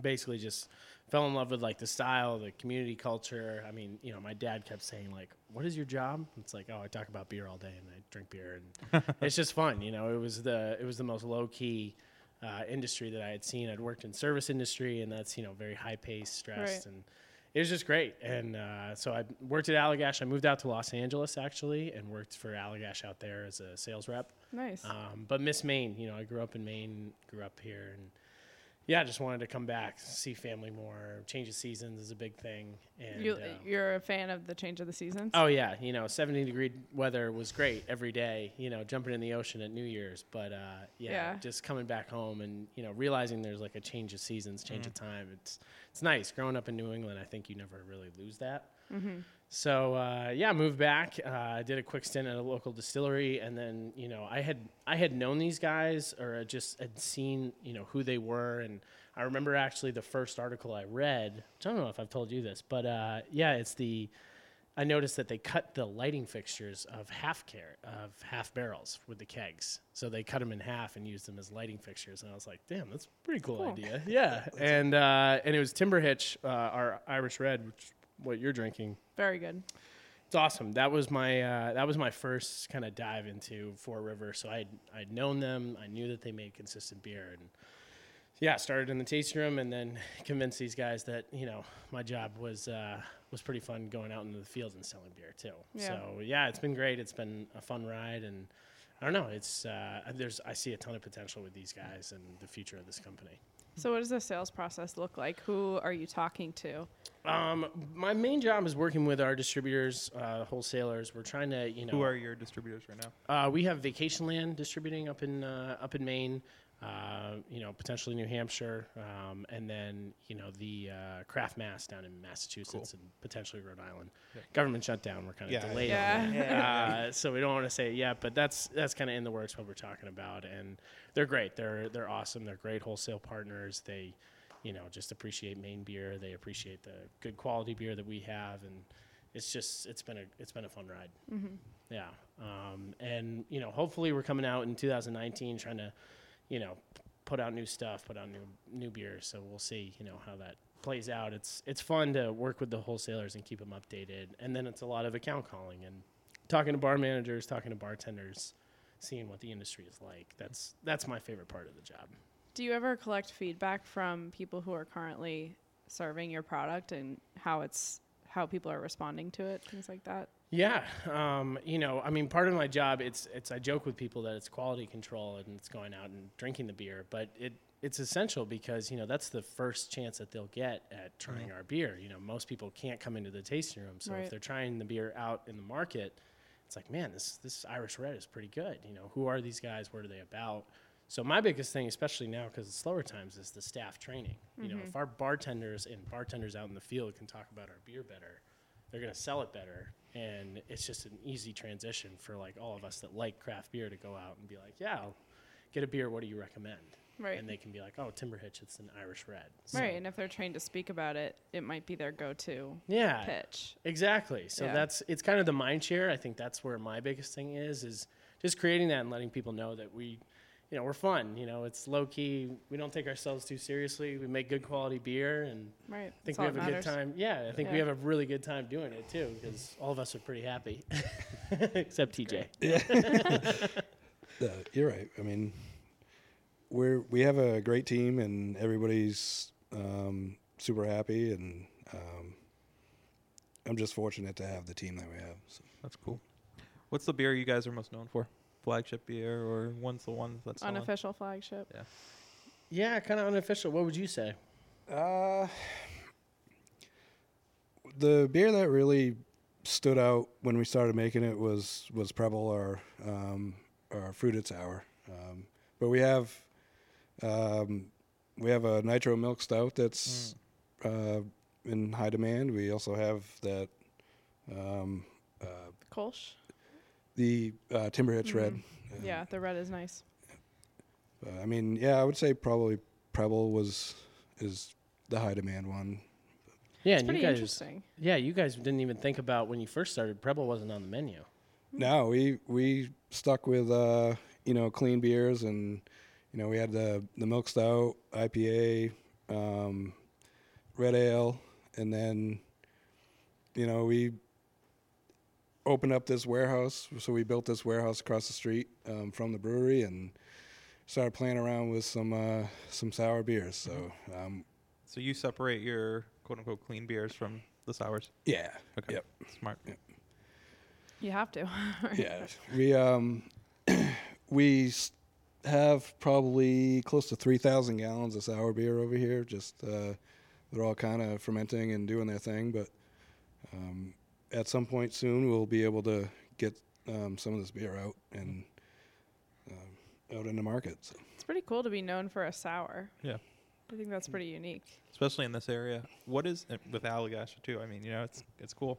Speaker 7: basically just fell in love with like the style, the community culture. I mean, you know, my dad kept saying like, "What is your job?" It's like, "Oh, I talk about beer all day and I drink beer and it's just fun." You know, it was the it was the most low key uh, industry that I had seen. I'd worked in service industry and that's you know very high paced,
Speaker 6: Right.
Speaker 7: stressed, and it was just great. And uh, so I worked at Allagash. I moved out to Los Angeles actually and worked for Allagash out there as a sales rep.
Speaker 6: Nice.
Speaker 7: Um, but miss Maine. You know, I grew up in Maine, grew up here, and yeah, I just wanted to come back, see family more. Change of seasons is a big thing. And
Speaker 6: you
Speaker 7: uh,
Speaker 6: you're a fan of the change of the seasons?
Speaker 7: oh yeah, you know, 70 degree weather was great every day. You know, jumping in the ocean at New Year's, but uh, yeah,
Speaker 6: Yeah.
Speaker 7: just coming back home and you know realizing there's like a change of seasons, change of time. It's it's nice growing up in New England. I think you never really lose that. So uh, yeah, I moved back. Uh, I did a quick stint at a local distillery, and then you know I had I had known these guys or I just had seen you know who they were, and I remember actually the first article I read. Which I don't know if I've told you this, but uh, yeah, it's the I noticed that they cut the lighting fixtures of half care of half barrels with the kegs. So they cut them in half and used them as lighting fixtures. And I was like, damn, that's a pretty cool, idea. Yeah. and uh, and it was Timber Hitch, uh, our Irish Red, which is what you're drinking.
Speaker 6: Very good.
Speaker 7: It's awesome. That was my uh, that was my first kind of dive into Four River. So I would I'd known them. I knew that they made consistent beer, and yeah, started in the tasting room, and then convinced these guys that you know my job was uh, was pretty fun going out into the fields and selling beer too.
Speaker 6: Yeah.
Speaker 7: So yeah, it's been great. It's been a fun ride, and I don't know. It's uh, there's I see a ton of potential with these guys and the future of this company.
Speaker 6: So what does the sales process look like? Who are you talking to?
Speaker 7: Um, my main job is working with our distributors, uh, wholesalers. We're trying to you know
Speaker 1: Who are your distributors right now?
Speaker 7: Uh, we have Vacation Land distributing up in uh, up in Maine, uh, you know, potentially New Hampshire, um, and then you know the uh, Craft Mass down in Massachusetts and potentially Rhode Island. Government shutdown, we're kind of
Speaker 1: Yeah.
Speaker 7: delayed.
Speaker 6: Yeah.
Speaker 7: On *laughs* that. Uh, so we don't want to say it yet, but that's that's kind of in the works what we're talking about, and they're great. They're they're awesome. They're great wholesale partners. They, you know, just appreciate Maine beer. They appreciate the good quality beer that we have, and it's just it's been a it's been a fun ride. Yeah. Um, and, you know, hopefully we're coming out in 2019 trying to, you know, put out new stuff, put out new new beers. So we'll see, you know, how that plays out. It's it's fun to work with the wholesalers and keep them updated. And then it's a lot of account calling and talking to bar managers, talking to bartenders, seeing what the industry is like. That's that's my favorite part of the job.
Speaker 6: Do you ever collect feedback from people who are currently serving your product and how it's how people are responding to it, things like that?
Speaker 7: Yeah, um, you know, I mean, part of my job it's it's I joke with people that it's quality control and it's going out and drinking the beer, but it it's essential because you know that's the first chance that they'll get at trying our beer. You know, most people can't come into the tasting room, so
Speaker 6: Right.
Speaker 7: if they're trying the beer out in the market, it's like, man, this this Irish Red is pretty good. You know, who are these guys? What are they about? So my biggest thing, especially now because it's slower times, is the staff training. You know,
Speaker 6: Mm-hmm.
Speaker 7: if our bartenders and bartenders out in the field can talk about our beer better, they're gonna sell it better, and it's just an easy transition for like all of us that like craft beer to go out and be like, yeah, I'll get a beer. What do you recommend?
Speaker 6: Right.
Speaker 7: And they can be like, oh, Timber Hitch, it's an Irish Red. So-
Speaker 6: Right. And if they're trained to speak about it, it might be their go to
Speaker 7: Yeah.
Speaker 6: pitch.
Speaker 7: Exactly. So
Speaker 6: Yeah.
Speaker 7: that's it's kind of the mind share. I think that's where my biggest thing is is just creating that and letting people know that we, you know, we're fun. You know, it's low key. We don't take ourselves too seriously. We make good quality beer, and
Speaker 6: Right.
Speaker 7: I think we have a good time. Yeah, I think we
Speaker 6: Yeah.
Speaker 7: have a really good time doing it too because all of us are
Speaker 6: *laughs*
Speaker 7: pretty happy, except TJ.
Speaker 3: Uh, you're right. I mean, we're we have a great team, and everybody's um, super happy, and um, I'm just fortunate to have the team that we have. So.
Speaker 1: That's cool. What's the beer you guys are most known for? Flagship beer or one's the one that's selling?
Speaker 6: Unofficial flagship.
Speaker 7: Yeah, kind of unofficial. What would you say?
Speaker 3: Uh, the beer that really stood out when we started making it was was Preble or um, or fruited sour. Um, but we have um, we have a nitro milk stout that's uh, in high demand. We also have that um, uh,
Speaker 6: Kolsch.
Speaker 3: the uh, Timber Hitch Red.
Speaker 6: Yeah. the red is nice.
Speaker 3: Uh, I mean, yeah, I would say probably Preble was is the high demand one.
Speaker 7: Yeah,
Speaker 6: It's
Speaker 7: and you
Speaker 6: pretty
Speaker 7: guys.
Speaker 6: interesting.
Speaker 7: Yeah, you guys didn't even think about when you first started. Preble wasn't on the menu.
Speaker 3: No, we we stuck with uh, you know clean beers, and you know we had the the milk stout, IPA, um, red ale, and then you know we opened up this warehouse. So we built this warehouse across the street um, from the brewery, and started playing around with some uh, some sour beers. So um,
Speaker 1: So you separate your quote unquote clean beers from the sours.
Speaker 3: yeah,
Speaker 1: Okay.
Speaker 3: Yep.
Speaker 1: Smart.
Speaker 6: You have to. *laughs*
Speaker 3: yeah, we um, *clears throat* we s- have probably close to three thousand gallons of sour beer over here. Just uh, they're all kind of fermenting and doing their thing, but um, at some point soon we'll be able to get um, some of this beer out and um, out in the market. So.
Speaker 6: It's pretty cool to be known for a sour.
Speaker 1: Yeah.
Speaker 6: I think that's pretty unique.
Speaker 1: Especially in this area. What is uh, with Allagash too? I mean, you know, it's it's cool.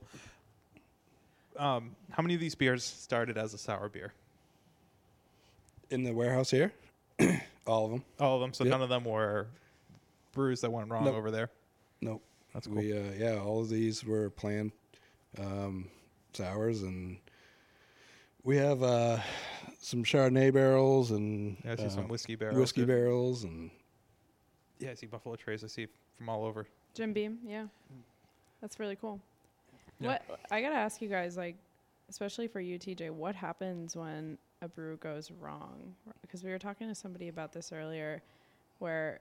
Speaker 1: Um, how many of these beers started as a sour beer?
Speaker 3: In the warehouse here, *clears throat* all of them.
Speaker 1: All of them. So
Speaker 3: Yep.
Speaker 1: none of them were brews that went wrong
Speaker 3: Nope.
Speaker 1: over there.
Speaker 3: Nope.
Speaker 1: That's cool.
Speaker 3: We uh, yeah, all of these were planned um, sours, and we have uh, some Chardonnay barrels and
Speaker 1: Yeah, I see
Speaker 3: uh,
Speaker 1: some whiskey barrels.
Speaker 3: whiskey
Speaker 1: too.
Speaker 3: barrels, and
Speaker 1: Yeah, I see Buffalo Trace. I see from all over.
Speaker 6: Jim Beam, yeah. That's really cool.
Speaker 1: Yeah.
Speaker 6: What I gotta ask you guys, like, especially for you, TJ, what happens when a brew goes wrong? Because we were talking to somebody about this earlier, where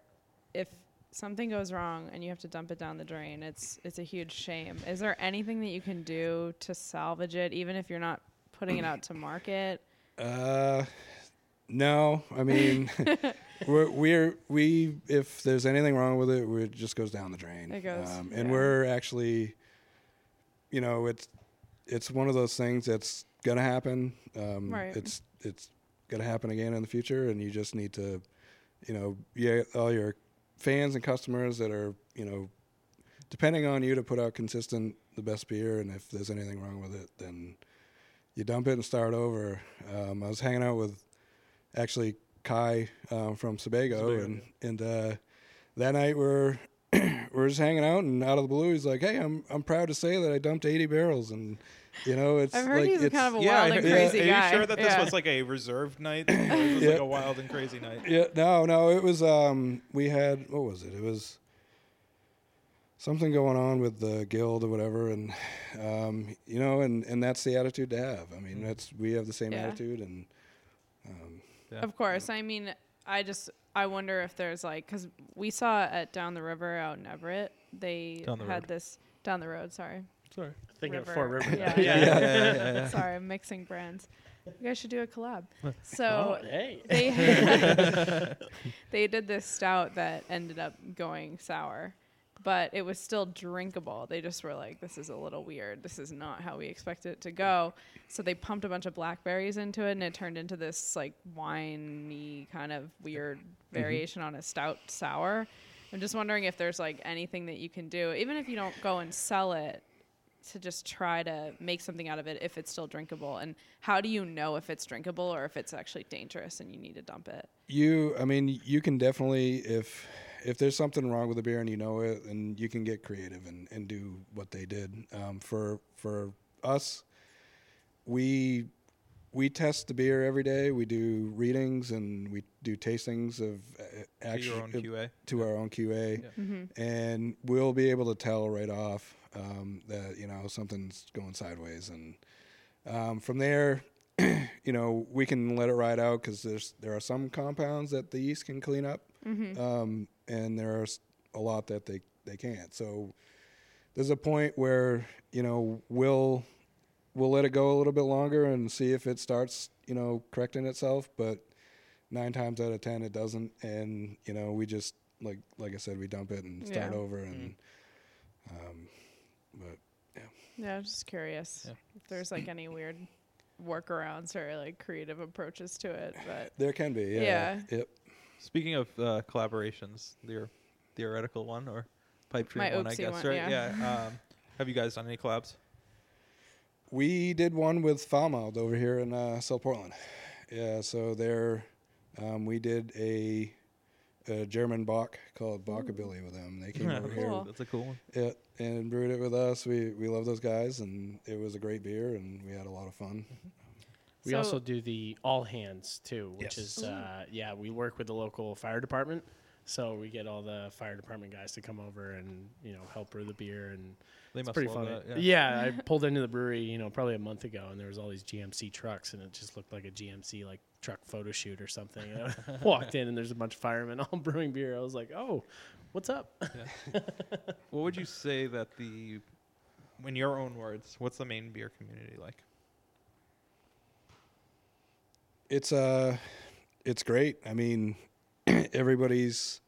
Speaker 6: if something goes wrong and you have to dump it down the drain, it's it's a huge shame. Is there anything that you can do to salvage it, even if you're not putting it out to market?
Speaker 3: uh, no, I
Speaker 6: *laughs*
Speaker 3: mean *laughs* we're, we're we if there's anything wrong with it, it just goes down the drain.
Speaker 6: It goes,
Speaker 3: um, and
Speaker 6: yeah.
Speaker 3: we're actually, you know, it's it's one of those things that's gonna happen. Um,
Speaker 6: Right.
Speaker 3: It's it's gonna happen again in the future, and you just need to, you know, yeah, all your fans and customers that are you know depending on you to put out consistent the best beer, and if there's anything wrong with it, then you dump it and start over. Um, I was hanging out with actually Kai um, from Sebago, and and uh, that night we're *clears throat* we're just hanging out, and out of the blue, he's like, "Hey, I'm I'm proud to say that I dumped 80 barrels," and You know, it's
Speaker 6: I've heard
Speaker 3: like
Speaker 6: he's
Speaker 3: it's,
Speaker 6: kind of a
Speaker 1: yeah,
Speaker 6: wild
Speaker 1: I
Speaker 6: and
Speaker 1: heard-
Speaker 6: crazy
Speaker 1: Are
Speaker 6: guy.
Speaker 1: you sure that this
Speaker 6: Yeah.
Speaker 1: was like a reserved night? Or was this
Speaker 3: Yeah.
Speaker 1: like a wild and crazy
Speaker 3: *laughs*
Speaker 1: night?
Speaker 3: Yeah, no, no, it was um we had what was it? It was something going on with the guild or whatever and um you know and and that's the attitude to have. I mean, that's we have the same
Speaker 6: Yeah.
Speaker 3: attitude and
Speaker 6: Of course. I mean, I just I wonder if there's like because we saw at down the river out in Everett they
Speaker 1: Down the
Speaker 6: had
Speaker 1: road.
Speaker 6: this down the road. Sorry,
Speaker 1: Sorry.
Speaker 7: Thinking
Speaker 6: River.
Speaker 7: of Fort
Speaker 6: *laughs*
Speaker 7: River. *laughs*
Speaker 6: Yeah. *laughs*
Speaker 7: Yeah.
Speaker 6: sorry, I'm mixing brands. You guys should do a
Speaker 7: *laughs*
Speaker 6: collab.
Speaker 7: Oh,
Speaker 6: So
Speaker 7: hey.
Speaker 6: *laughs* they they did this stout that ended up going sour, but it was still drinkable. They just were like, "This is a little weird. This is not how we expect it to go." So they pumped a bunch of blackberries into it, and it turned into this like winey kind of weird variation on a stout sour. I'm just wondering if there's like anything that you can do, even if you don't go and sell it, to just try to make something out of it if it's still drinkable and how do you know if it's drinkable or if it's actually dangerous and you need to dump it
Speaker 3: you I mean, you can definitely if if there's something wrong with the beer and you know it and you can get creative and and do what they did. Um for for us we we test the beer every day. We do readings and we do tastings of uh,
Speaker 1: To your
Speaker 3: actual
Speaker 1: own QA.
Speaker 3: to our own QA, and we'll be able to tell right off um, that you know something's going sideways, and um, from there, *clears throat* you know, we can let it ride out because there's there are some compounds that the yeast can clean up, um, and there are s- a lot that they they can't. So there's a point where you know we'll we'll let it go a little bit longer and see if it starts you know correcting itself, but nine times out of ten it doesn't and you know we just like like i said we dump it and start
Speaker 6: Yeah.
Speaker 3: over and um but
Speaker 6: yeah i'm just curious if there's like any weird workarounds or like creative approaches to it but
Speaker 3: there can be yeah, yep
Speaker 1: Speaking of uh, collaborations, your theoretical one or pipe dream
Speaker 6: My
Speaker 1: one, I
Speaker 6: oopsie
Speaker 1: guess,
Speaker 6: one,
Speaker 1: right?
Speaker 6: yeah.
Speaker 1: Um, have you guys done any collabs?
Speaker 3: we did one with foul Mouth over here in uh south portland yeah so there um we did a a german bock called bockabilly with them they
Speaker 4: *laughs*
Speaker 3: came over here
Speaker 6: Cool.
Speaker 1: That's a cool one.
Speaker 3: yeah, and brewed it with us we we love those guys and it was a great beer and we had a lot of fun
Speaker 7: We
Speaker 6: So-
Speaker 7: also do the all hands too, which
Speaker 3: Yes.
Speaker 7: is uh, yeah, we work with the local fire department, so we get all the fire department guys to come over and you know help brew the beer and
Speaker 1: They
Speaker 7: it's
Speaker 1: must
Speaker 7: pretty
Speaker 1: love
Speaker 7: fun.
Speaker 1: that. Yeah.
Speaker 7: yeah. I pulled into the brewery, you know, probably a month ago, and there was all these GMC trucks, and it just looked like a GMC like truck photo shoot or something.
Speaker 1: *laughs*
Speaker 7: And I walked in, and there's a bunch of firemen *laughs* all brewing beer. I was like, oh, what's up?
Speaker 1: What would you say that the, in your own words, what's the main beer community like?
Speaker 3: it's uh it's great i mean *clears throat* everybody's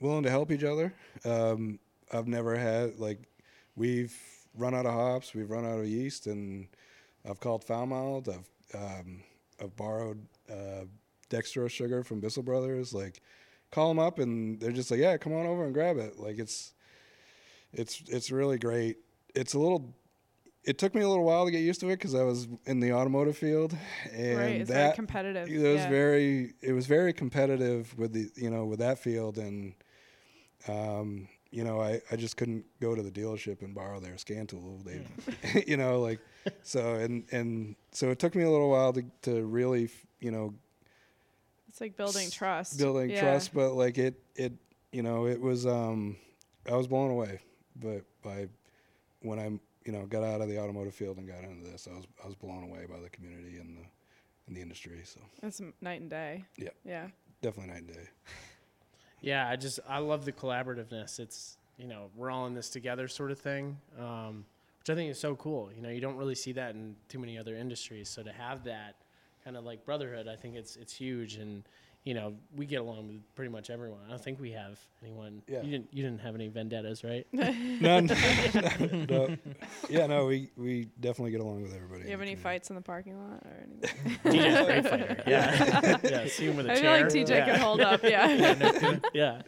Speaker 3: willing to help each other um i've never had like we've run out of hops we've run out of yeast and i've called foul mouth i've um i've borrowed uh dextrose sugar from bissell brothers like call them up and they're just like yeah come on over and grab it like it's it's it's really great it's a little it took me a little while to get used to it because i was in the automotive field and
Speaker 6: right it's very
Speaker 3: that
Speaker 6: competitive
Speaker 3: it was
Speaker 6: yeah.
Speaker 3: very it was very competitive with the you know with that field and um you know I, I just couldn't go to the dealership and borrow their scan tool they *laughs*
Speaker 6: Mm.
Speaker 3: you know like so and and so it took me a little while to to really f- you know
Speaker 6: it's like building trust
Speaker 3: building
Speaker 6: Yeah.
Speaker 3: trust but like it it you know it was um I was blown away but by when I you know got out of the automotive field and got into this I was I was blown away by the community and the and the industry so
Speaker 6: it's m- night and day
Speaker 3: Yeah.
Speaker 6: yeah
Speaker 3: definitely night and day
Speaker 7: Yeah, I just I love the collaborativeness. It's you know we're all in this together sort of thing, um, which I think is so cool. You know you don't really see that in too many other industries. So to have that kind of like brotherhood, I think it's it's huge. And you know we get along with pretty much everyone. I don't think we have anyone.
Speaker 3: Yeah.
Speaker 7: You didn't you didn't have any vendettas, *laughs* right?
Speaker 3: None. *laughs* no. Yeah, no, we, we definitely get along with everybody.
Speaker 6: you have any
Speaker 3: fights?
Speaker 6: fights in the parking lot or anything
Speaker 7: DJ Fight Fighter. Yeah. *laughs* yeah. See him with a
Speaker 6: i feel
Speaker 7: chair.
Speaker 6: like tj
Speaker 7: yeah.
Speaker 6: could hold up yeah
Speaker 7: yeah.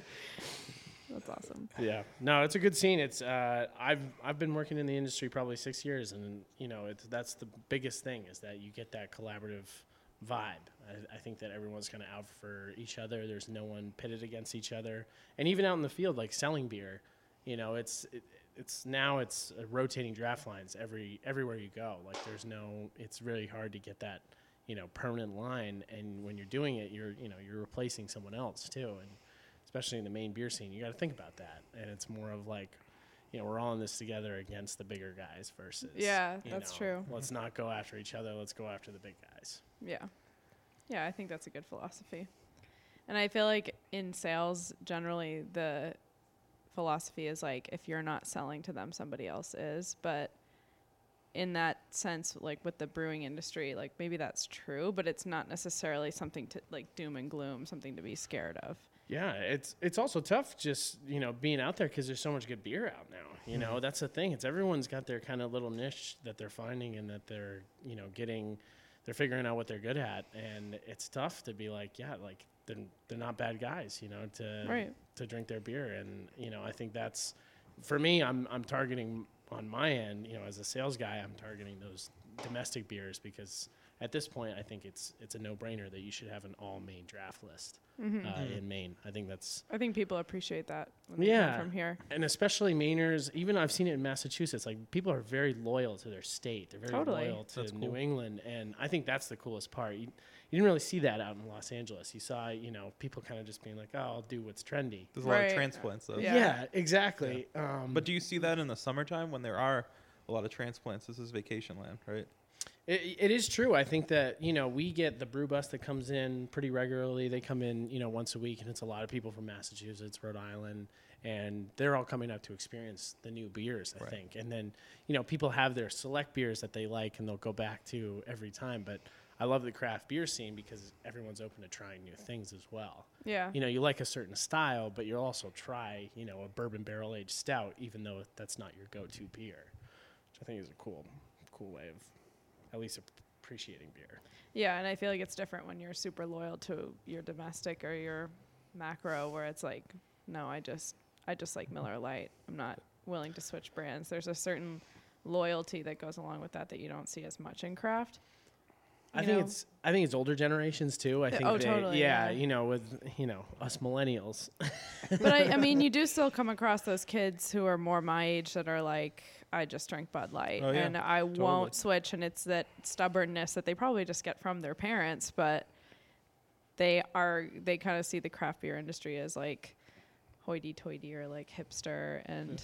Speaker 6: that's awesome
Speaker 7: yeah no it's a good scene it's uh, i've i've been working in the industry probably six years and you know it's that's the biggest thing is that you get that collaborative vibe i, I think that everyone's kind of out for each other there's no one pitted against each other and even out in the field like selling beer you know it's it, it's now it's uh, rotating draft lines every everywhere you go. Like there's no, it's really hard to get that you know permanent line. And when you're doing it, you're you know you're replacing someone else too. And especially in the main beer scene, you got to think about that. And it's more of like. You know, we're all in this together against the bigger guys versus.
Speaker 6: Yeah,
Speaker 7: you
Speaker 6: that's
Speaker 7: know,
Speaker 6: true.
Speaker 7: Let's not go after each other. Let's go after the big guys.
Speaker 6: Yeah. Yeah, I think that's a good philosophy. And I feel like in sales generally the philosophy is like if you're not selling to them somebody else is, but in that sense like with the brewing industry like maybe that's true but it's not necessarily something to like doom and gloom something to be scared of
Speaker 7: Yeah, it's it's also tough just you know being out there because there's so much good beer out now. You know that's the thing. It's everyone's got their kind of little niche that they're finding and that they're you know getting, they're figuring out what they're good at, and it's tough to be like yeah like they're they're not bad guys you know to
Speaker 6: Right.
Speaker 7: to drink their beer and you know I think that's for me I'm I'm targeting on my end you know as a sales guy I'm targeting those domestic beers because at this point I think it's it's a no brainer that you should have an all main draft list uh,
Speaker 6: Mm-hmm.
Speaker 7: in Maine. I think that's
Speaker 6: i think people appreciate that when they come
Speaker 7: Yeah.
Speaker 6: from here
Speaker 7: and especially Mainers. Even I've seen it in Massachusetts. Like people are very loyal to their state. They're very
Speaker 6: Totally.
Speaker 7: loyal to New England, and I think that's the coolest part. You, you didn't really see that out in Los Angeles. You saw you know people kind of just being like, oh, I'll do what's trendy.
Speaker 1: There's a lot
Speaker 6: Right.
Speaker 1: of transplants though.
Speaker 6: Yeah.
Speaker 7: Yeah, exactly. Um,
Speaker 1: But do you see that in the summertime when there are a lot of transplants? This is vacation land, right?
Speaker 7: It, it is true. I think that you know we get the brew bus that comes in pretty regularly. They come in you know once a week, and it's a lot of people from Massachusetts, Rhode Island, and they're all coming up to experience the new beers. I think, and then you know people have their select beers that they like, and they'll go back to every time. But I love the craft beer scene because everyone's open to trying new things as well.
Speaker 6: yeah
Speaker 7: You know, you like a certain style, but you'll also try you know a bourbon barrel aged stout, even though that's not your go to beer, which I think is a cool, cool way of at least ap- appreciating beer.
Speaker 6: Yeah, and I feel like it's different when you're super loyal to your domestic or your macro, where it's like, no, I just I just like Miller Lite. I'm not willing to switch brands. There's a certain loyalty that goes along with that that you don't see as much in craft.
Speaker 7: I
Speaker 6: You
Speaker 7: think
Speaker 6: know?
Speaker 7: it's I think it's older generations too. I think
Speaker 6: oh,
Speaker 7: they,
Speaker 6: totally,
Speaker 7: yeah,
Speaker 6: yeah.
Speaker 7: you know, with you know us millennials. *laughs*
Speaker 6: But I, I mean, you do still come across those kids who are more my age that are like, I just drink Bud Light
Speaker 1: Oh, yeah.
Speaker 6: and I
Speaker 1: Totally.
Speaker 6: won't switch. And it's that stubbornness that they probably just get from their parents, but they are, they kind of see the craft beer industry as like hoity toity or like hipster. And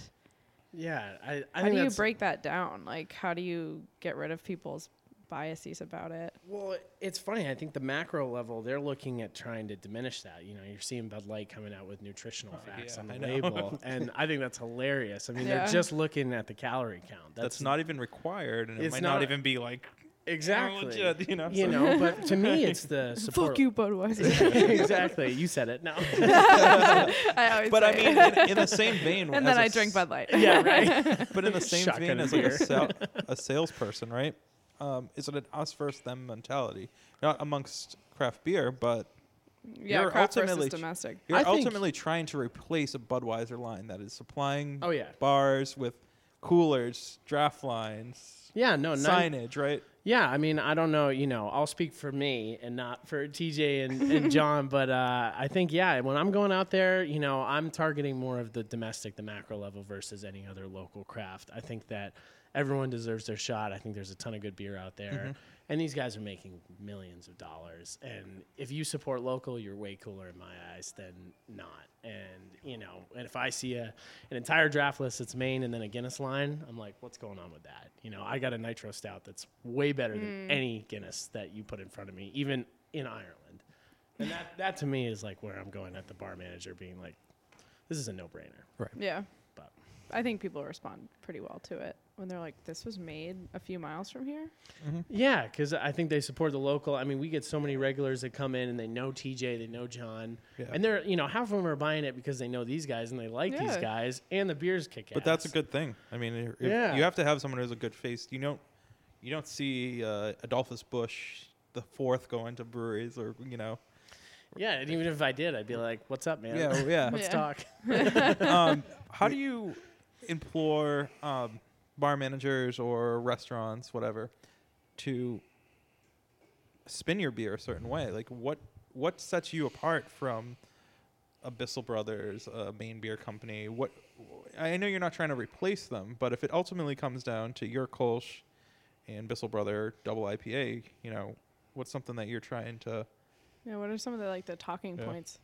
Speaker 7: Yeah, I, I
Speaker 6: how
Speaker 7: think
Speaker 6: do you
Speaker 7: that's-
Speaker 6: break that down? Like, how do you get rid of people's biases about it?
Speaker 7: Well, it's funny. I think the macro level, they're looking at trying to diminish that. You know, you're seeing Bud Light coming out with nutritional facts
Speaker 1: Oh, yeah,
Speaker 7: on the
Speaker 1: I know. *laughs*
Speaker 7: label, and I think that's hilarious. I mean,
Speaker 6: Yeah.
Speaker 7: they're just looking at the calorie count.
Speaker 1: That's, not even required, and it
Speaker 7: It's
Speaker 1: might not,
Speaker 7: not-
Speaker 1: even be like
Speaker 7: exactly.
Speaker 1: legit, you know, so-
Speaker 7: You know,
Speaker 1: *laughs*
Speaker 7: but to me, it's the support.
Speaker 6: Fuck you, Budweiser.
Speaker 7: *laughs* exactly. You said it. *laughs* No.
Speaker 6: *laughs* I always
Speaker 1: But I
Speaker 6: *laughs* say it.
Speaker 1: mean, in, in the same vein,
Speaker 6: and
Speaker 1: as
Speaker 6: then
Speaker 1: a
Speaker 6: I drink
Speaker 1: s- *laughs*
Speaker 6: Bud Light.
Speaker 7: yeah. Right.
Speaker 1: But in the same
Speaker 7: Shotgun
Speaker 1: vein as like
Speaker 7: beer.
Speaker 1: a,
Speaker 7: *laughs*
Speaker 1: sal- a salesperson, right? Um, is it an us versus them mentality? Not amongst craft beer, but
Speaker 6: yeah,
Speaker 1: You're
Speaker 6: craft versus
Speaker 1: ultimately-
Speaker 6: domestic.
Speaker 1: you're
Speaker 7: I think-
Speaker 1: ultimately trying to replace a Budweiser line that is supplying
Speaker 7: Oh, yeah.
Speaker 1: bars with coolers, draft lines,
Speaker 7: Yeah. No. Oh, Nine,
Speaker 1: signage, right?
Speaker 7: Yeah, I mean, I don't know. You know, I'll speak for me and not for TJ and, *laughs* and John, but uh, I think yeah, when I'm going out there, you know, I'm targeting more of the domestic, the macro level versus any other local craft. I think that everyone deserves their shot. I think there's a ton of good beer out there, and these guys are making millions of dollars. And if you support local, you're way cooler in my eyes than not. And you know, and if I see a an entire draft list that's Maine and then a Guinness line, I'm like, what's going on with that? You know, I got a nitro stout that's way better than any Guinness that you put in front of me, even in Ireland. And that, that to me is like where I'm going at the bar manager being like, this is a no brainer.
Speaker 6: Yeah.
Speaker 7: But-
Speaker 6: I think people respond pretty well to it when they're like, "This was made a few miles from here."
Speaker 7: Yeah, because I think they support the local. I mean, we get so many regulars that come in and they know TJ, they know John,
Speaker 1: Yeah.
Speaker 7: and they're you know half of them are buying it because they know these guys and they like these
Speaker 6: Yeah.
Speaker 7: guys and the beers kick ass.
Speaker 1: But that's a good thing. I mean, if- if
Speaker 7: Yeah.
Speaker 1: you have to have someone who's a good face. You don't, you don't see uh, Adolphus Bush the fourth going to breweries or you know,
Speaker 7: yeah. And even if I did, I'd be like, "What's up, man?
Speaker 1: yeah, yeah.
Speaker 7: *laughs* Let's
Speaker 6: Yeah.
Speaker 7: talk."
Speaker 1: um, how do you implore um, bar managers or restaurants, whatever, to spin your beer a certain way? Like, what what sets you apart from
Speaker 4: Abyssal Brothers, a main beer company, what I know you're not trying to replace them, but if it ultimately comes down to your Kolsch and Bissell Brother double IPA, you know, what's something that you're trying to
Speaker 6: Yeah, what are some of the like the talking
Speaker 4: Yeah.
Speaker 6: points?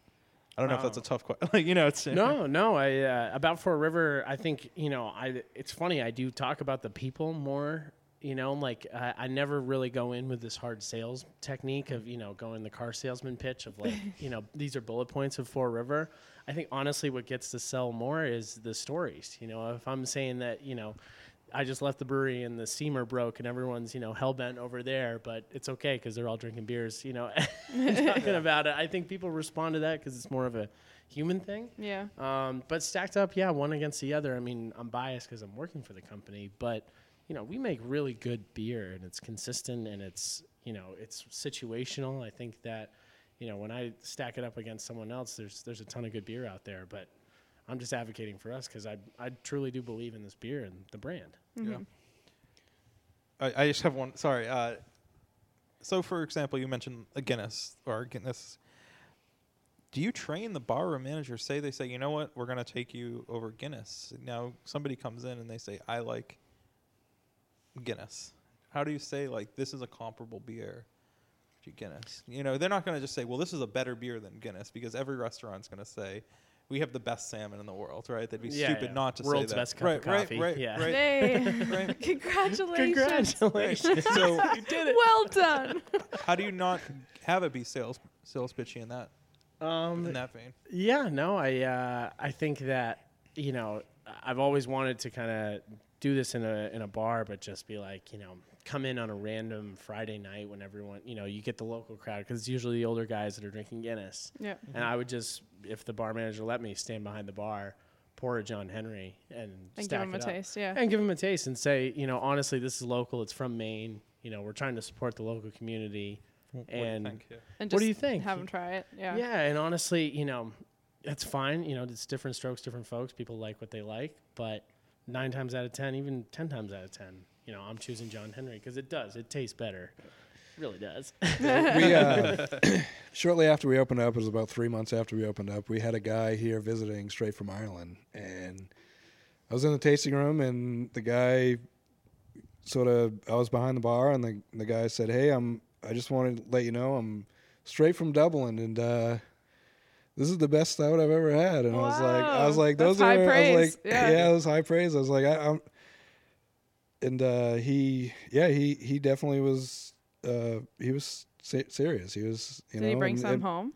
Speaker 4: I don't know if that's a
Speaker 7: Wow.
Speaker 4: tough question. *laughs* like, you know, it's
Speaker 7: No, no. I uh, about Four River. I think you know. I it's funny. I do talk about the people more. You know, like I I never really go in with this hard sales technique of you know going the car salesman pitch of like you know these are bullet points of Four River. I think honestly, what gets to sell more is the stories. You know, if I'm saying that you know. I just left the brewery and the steamer broke and everyone's you know hell bent over there, but it's okay because they're all drinking beers, you know, *laughs* and talking about it. I think people respond to that because it's more of a human thing.
Speaker 6: Yeah.
Speaker 7: Um, but stacked up, yeah, one against the other. I mean, I'm biased because I'm working for the company, but you know, we make really good beer, and it's consistent, and it's you know, it's situational. I think that you know, when I stack it up against someone else, there's there's a ton of good beer out there, but I'm just advocating for us because I I truly do believe in this beer and the brand.
Speaker 4: Yeah. I, I just have one. Sorry. Uh, so, for example, you mentioned a Guinness or a Guinness. Do you train the barroom manager? Say they say, you know what, we're going to take you over Guinness. Now, somebody comes in and they say, I like Guinness. How do you say, like, this is a comparable beer to Guinness? You know, they're not going to just say, well, this is a better beer than Guinness because every restaurant's going to say, we have the best salmon in the world, right? That'd be
Speaker 7: Yeah,
Speaker 4: stupid
Speaker 7: yeah.
Speaker 4: not to say
Speaker 7: World's
Speaker 4: that.
Speaker 7: best cup
Speaker 4: right,
Speaker 7: of
Speaker 4: right,
Speaker 7: coffee.
Speaker 4: right,
Speaker 7: Yeah.
Speaker 4: right,
Speaker 7: *laughs*
Speaker 6: Hey,
Speaker 4: right.
Speaker 6: *laughs* congratulations.
Speaker 7: Congratulations!
Speaker 4: So,
Speaker 7: you did it.
Speaker 6: Well done.
Speaker 4: How do you not have it be sales sales pitchy in that
Speaker 7: Um,
Speaker 4: in that vein?
Speaker 7: Yeah, no, I uh, I think that you know I've always wanted to kind of do this in a in a bar, but just be like you know come in on a random Friday night when everyone you know you get the local crowd because it's usually the older guys that are drinking Guinness, *laughs*
Speaker 6: yeah.
Speaker 7: and I would just if the bar manager let me stand behind the bar, pour a John Henry and,
Speaker 6: And give
Speaker 7: stack
Speaker 6: him a
Speaker 7: it up
Speaker 6: taste. Yeah.
Speaker 7: and give them a taste and say, you know, honestly, this is local. It's from Maine. You know, we're trying to support the local community. And
Speaker 6: And
Speaker 7: what do
Speaker 6: just
Speaker 7: you think?
Speaker 6: Have him try it. Yeah.
Speaker 7: Yeah, and honestly, you know, that's fine. You know, it's different strokes, different folks. People like what they like, but nine times out of ten, even ten times out of ten, you know, I'm choosing John Henry because it does. It tastes better. Really *laughs* does.
Speaker 3: we, uh, *clears throat* shortly after we opened up, it was about three months after we opened up, we had a guy here visiting straight from Ireland. And I was in the tasting room, and the guy sort of, I was behind the bar, and the, the guy said, Hey, I'm, I just wanted to let you know I'm straight from Dublin, and, uh, this is the best stout I've ever had, and I was like, I was
Speaker 6: Wow,
Speaker 3: like,
Speaker 6: that's
Speaker 3: those are,
Speaker 6: high
Speaker 3: I was
Speaker 6: praise.
Speaker 3: like,
Speaker 6: Yeah.
Speaker 3: yeah, that was high praise. I was like, I, I'm, and uh, he, yeah, he, he definitely was uh, he was se- serious. He was, you
Speaker 6: Did
Speaker 3: know,
Speaker 6: he bring
Speaker 3: and-
Speaker 6: some
Speaker 3: and,
Speaker 6: home?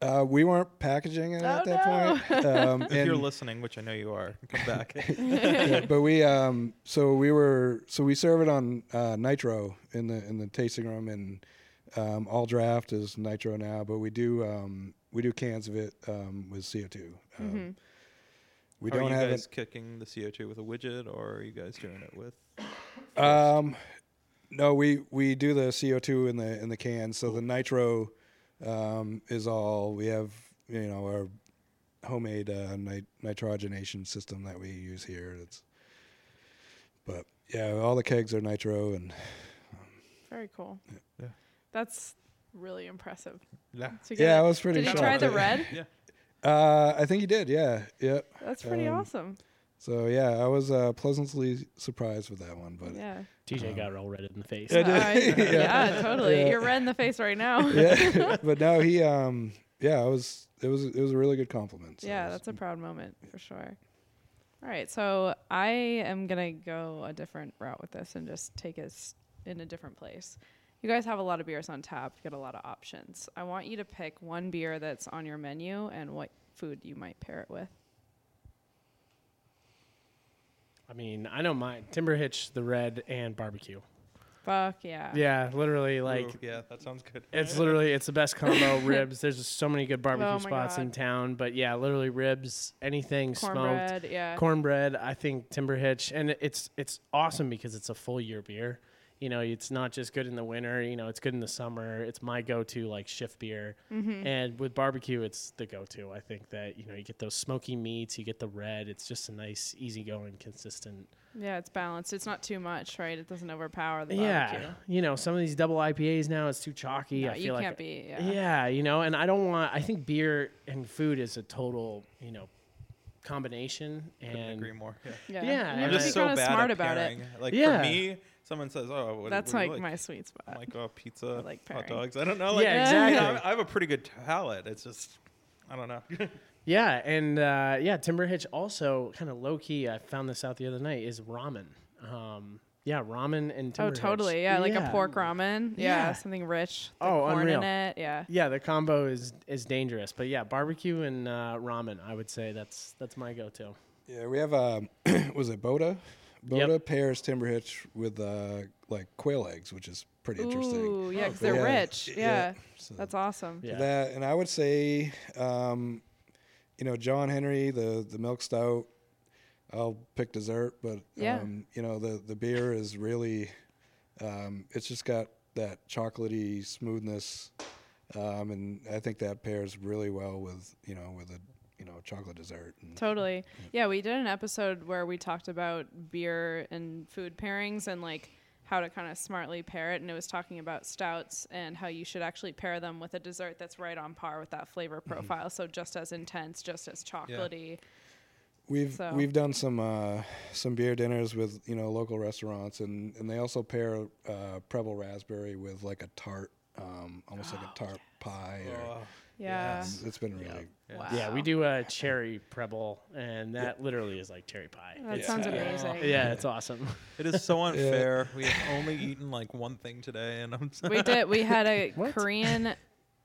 Speaker 3: Uh, we weren't packaging it at
Speaker 6: Oh,
Speaker 3: that point.
Speaker 4: *laughs*
Speaker 3: Um,
Speaker 4: If you're
Speaker 3: and-
Speaker 4: listening, which I know you are,
Speaker 7: *laughs*
Speaker 4: come back.
Speaker 3: yeah, but we, um, so we were, so we serve it on uh, nitro in the in the tasting room, and um, all draft is nitro now. But we do um, we do cans of it um, with CO two. Um,
Speaker 6: Mm-hmm.
Speaker 3: We
Speaker 4: are
Speaker 3: don't
Speaker 4: you
Speaker 3: have
Speaker 4: guys
Speaker 3: it.
Speaker 4: kicking the CO2 with a widget, or are you guys doing it with?
Speaker 3: Um, no, we we do the CO two in the in the can. So the nitro um, is all we have. You know our homemade uh, nit- nitrogenation system that we use here. It's but yeah, all the kegs are nitro and
Speaker 6: Very cool.
Speaker 4: Yeah.
Speaker 6: That's really impressive.
Speaker 4: Yeah.
Speaker 6: to get
Speaker 3: yeah, I
Speaker 6: it.
Speaker 3: was pretty.
Speaker 6: Did he
Speaker 3: shocked.
Speaker 4: *laughs*
Speaker 6: try the red?
Speaker 3: Uh, I think he did. Yeah, yep.
Speaker 6: That's pretty
Speaker 3: Um,
Speaker 6: awesome.
Speaker 3: So yeah, I was uh, pleasantly surprised with that one. But
Speaker 6: Yeah.
Speaker 7: TJ got all red in the face.
Speaker 3: Yeah, I did. *laughs*
Speaker 6: Alright.
Speaker 3: Yeah.
Speaker 6: yeah, totally.
Speaker 3: Yeah.
Speaker 6: You're red in the face right
Speaker 3: *laughs*
Speaker 6: now. Yeah,
Speaker 3: yeah, but no, he um, yeah, I was. It was it was a really good compliment. so I was-
Speaker 6: that's a proud moment for sure. All right, so I am gonna go a different route with this and just take us in a different place. You guys have a lot of beers on tap. You got a lot of options. I want you to pick one beer that's on your menu and what food you might pair it with.
Speaker 7: I mean, I know mine. Timber Hitch, the red, and barbecue.
Speaker 6: Fuck yeah.
Speaker 7: Yeah, literally, *laughs* like
Speaker 4: Ooh, yeah, that sounds good.
Speaker 7: It's literally it's the best *laughs* combo ribs. There's just so many good barbecue
Speaker 6: Oh my
Speaker 7: spots in
Speaker 6: God.
Speaker 7: town, but yeah, literally ribs, anything smoked,
Speaker 6: Cornbread. Yeah.
Speaker 7: cornbread. I think Timber Hitch, and it- it's it's awesome because it's a full year beer. You know, it's not just good in the winter. You know, it's good in the summer. It's my go-to like shift beer,
Speaker 6: Mm-hmm.
Speaker 7: and with barbecue, it's the go-to. I think that you know you get those smoky meats, you get the red. It's just a nice, easygoing, consistent.
Speaker 6: Yeah, it's balanced. It's not too much, right? It doesn't overpower the
Speaker 7: Yeah,
Speaker 6: barbecue.
Speaker 7: you know, some of these double IPAs now it's too chalky.
Speaker 6: No,
Speaker 7: I feel
Speaker 6: you
Speaker 7: like
Speaker 6: can't be. Yeah.
Speaker 7: yeah. you know, and I don't want. I think beer and food is a total, you know, combination.
Speaker 4: Couldn't
Speaker 7: And
Speaker 4: agree more. Yeah.
Speaker 6: Yeah.
Speaker 7: Yeah,
Speaker 6: You
Speaker 4: I'm
Speaker 6: have
Speaker 7: I'm
Speaker 6: to
Speaker 7: just
Speaker 6: be
Speaker 4: just so
Speaker 6: kind of
Speaker 4: bad
Speaker 6: smart
Speaker 4: at
Speaker 6: about it.
Speaker 4: pairing. Like
Speaker 7: Yeah.
Speaker 4: for me, someone says, "Oh, what,
Speaker 6: That's
Speaker 4: what do
Speaker 6: like
Speaker 4: you like?"
Speaker 6: my sweet
Speaker 4: I'm
Speaker 6: spot.
Speaker 4: like, "Oh, pizza,
Speaker 6: like
Speaker 4: hot
Speaker 6: pairing.
Speaker 4: dogs." I don't know. Like,
Speaker 7: Yeah,
Speaker 4: I,
Speaker 7: exactly.
Speaker 4: I have a pretty good palate. It's just, I don't know.
Speaker 7: yeah, and uh, yeah, Timber Hitch also kind of low key. I found this out the other night is ramen. Um, yeah, ramen and
Speaker 6: Oh,
Speaker 7: Timber Hitch.
Speaker 6: totally. Yeah, like a pork ramen. Yeah,
Speaker 7: Yeah.
Speaker 6: something rich. with
Speaker 7: Oh,
Speaker 6: corn
Speaker 7: unreal.
Speaker 6: in it. Yeah.
Speaker 7: Yeah, the combo is is dangerous, but yeah, barbecue and uh, ramen. I would say that's that's my go-to.
Speaker 3: Yeah, we have um, *clears throat* was it Boda?
Speaker 7: Yep.
Speaker 3: Boda pairs timber hitch with uh, like quail eggs, which is pretty interesting.
Speaker 6: Ooh, yeah, 'cause they're
Speaker 3: Yeah.
Speaker 6: rich. Yeah.
Speaker 3: So
Speaker 6: That's awesome.
Speaker 7: Yeah.
Speaker 3: that, and I would say, um, you know, John Henry, the the milk stout. I'll pick dessert, but
Speaker 6: Yeah.
Speaker 3: um, you know the the beer is really, um, it's just got that chocolatey smoothness, um, and I think that pairs really well with you know with a you know chocolate dessert. And,
Speaker 6: Totally. Yeah, we did an episode where we talked about beer and food pairings and like how to kind of smartly pair it. And it was talking about stouts and how you should actually pair them with a dessert that's right on par with that flavor profile. So just as intense, just as chocolatey.
Speaker 3: We've
Speaker 6: So-
Speaker 3: we've done some uh, some beer dinners with you know local restaurants, and, and they also pair uh, Preble raspberry with like a tart, um, almost like a tart pie. Or,
Speaker 4: Oh,
Speaker 6: Yeah.
Speaker 3: it's, it's been really
Speaker 6: Wow.
Speaker 7: Yeah, we do a cherry preble, and that literally is like cherry pie.
Speaker 6: That
Speaker 7: It's-
Speaker 6: sounds
Speaker 7: yeah.
Speaker 6: amazing.
Speaker 7: Yeah,
Speaker 6: *laughs*
Speaker 7: it's awesome.
Speaker 4: it is so unfair. We have only eaten like one thing today, and I'm.
Speaker 6: *laughs*
Speaker 4: So
Speaker 6: We did. We had a
Speaker 4: *laughs*
Speaker 6: Korean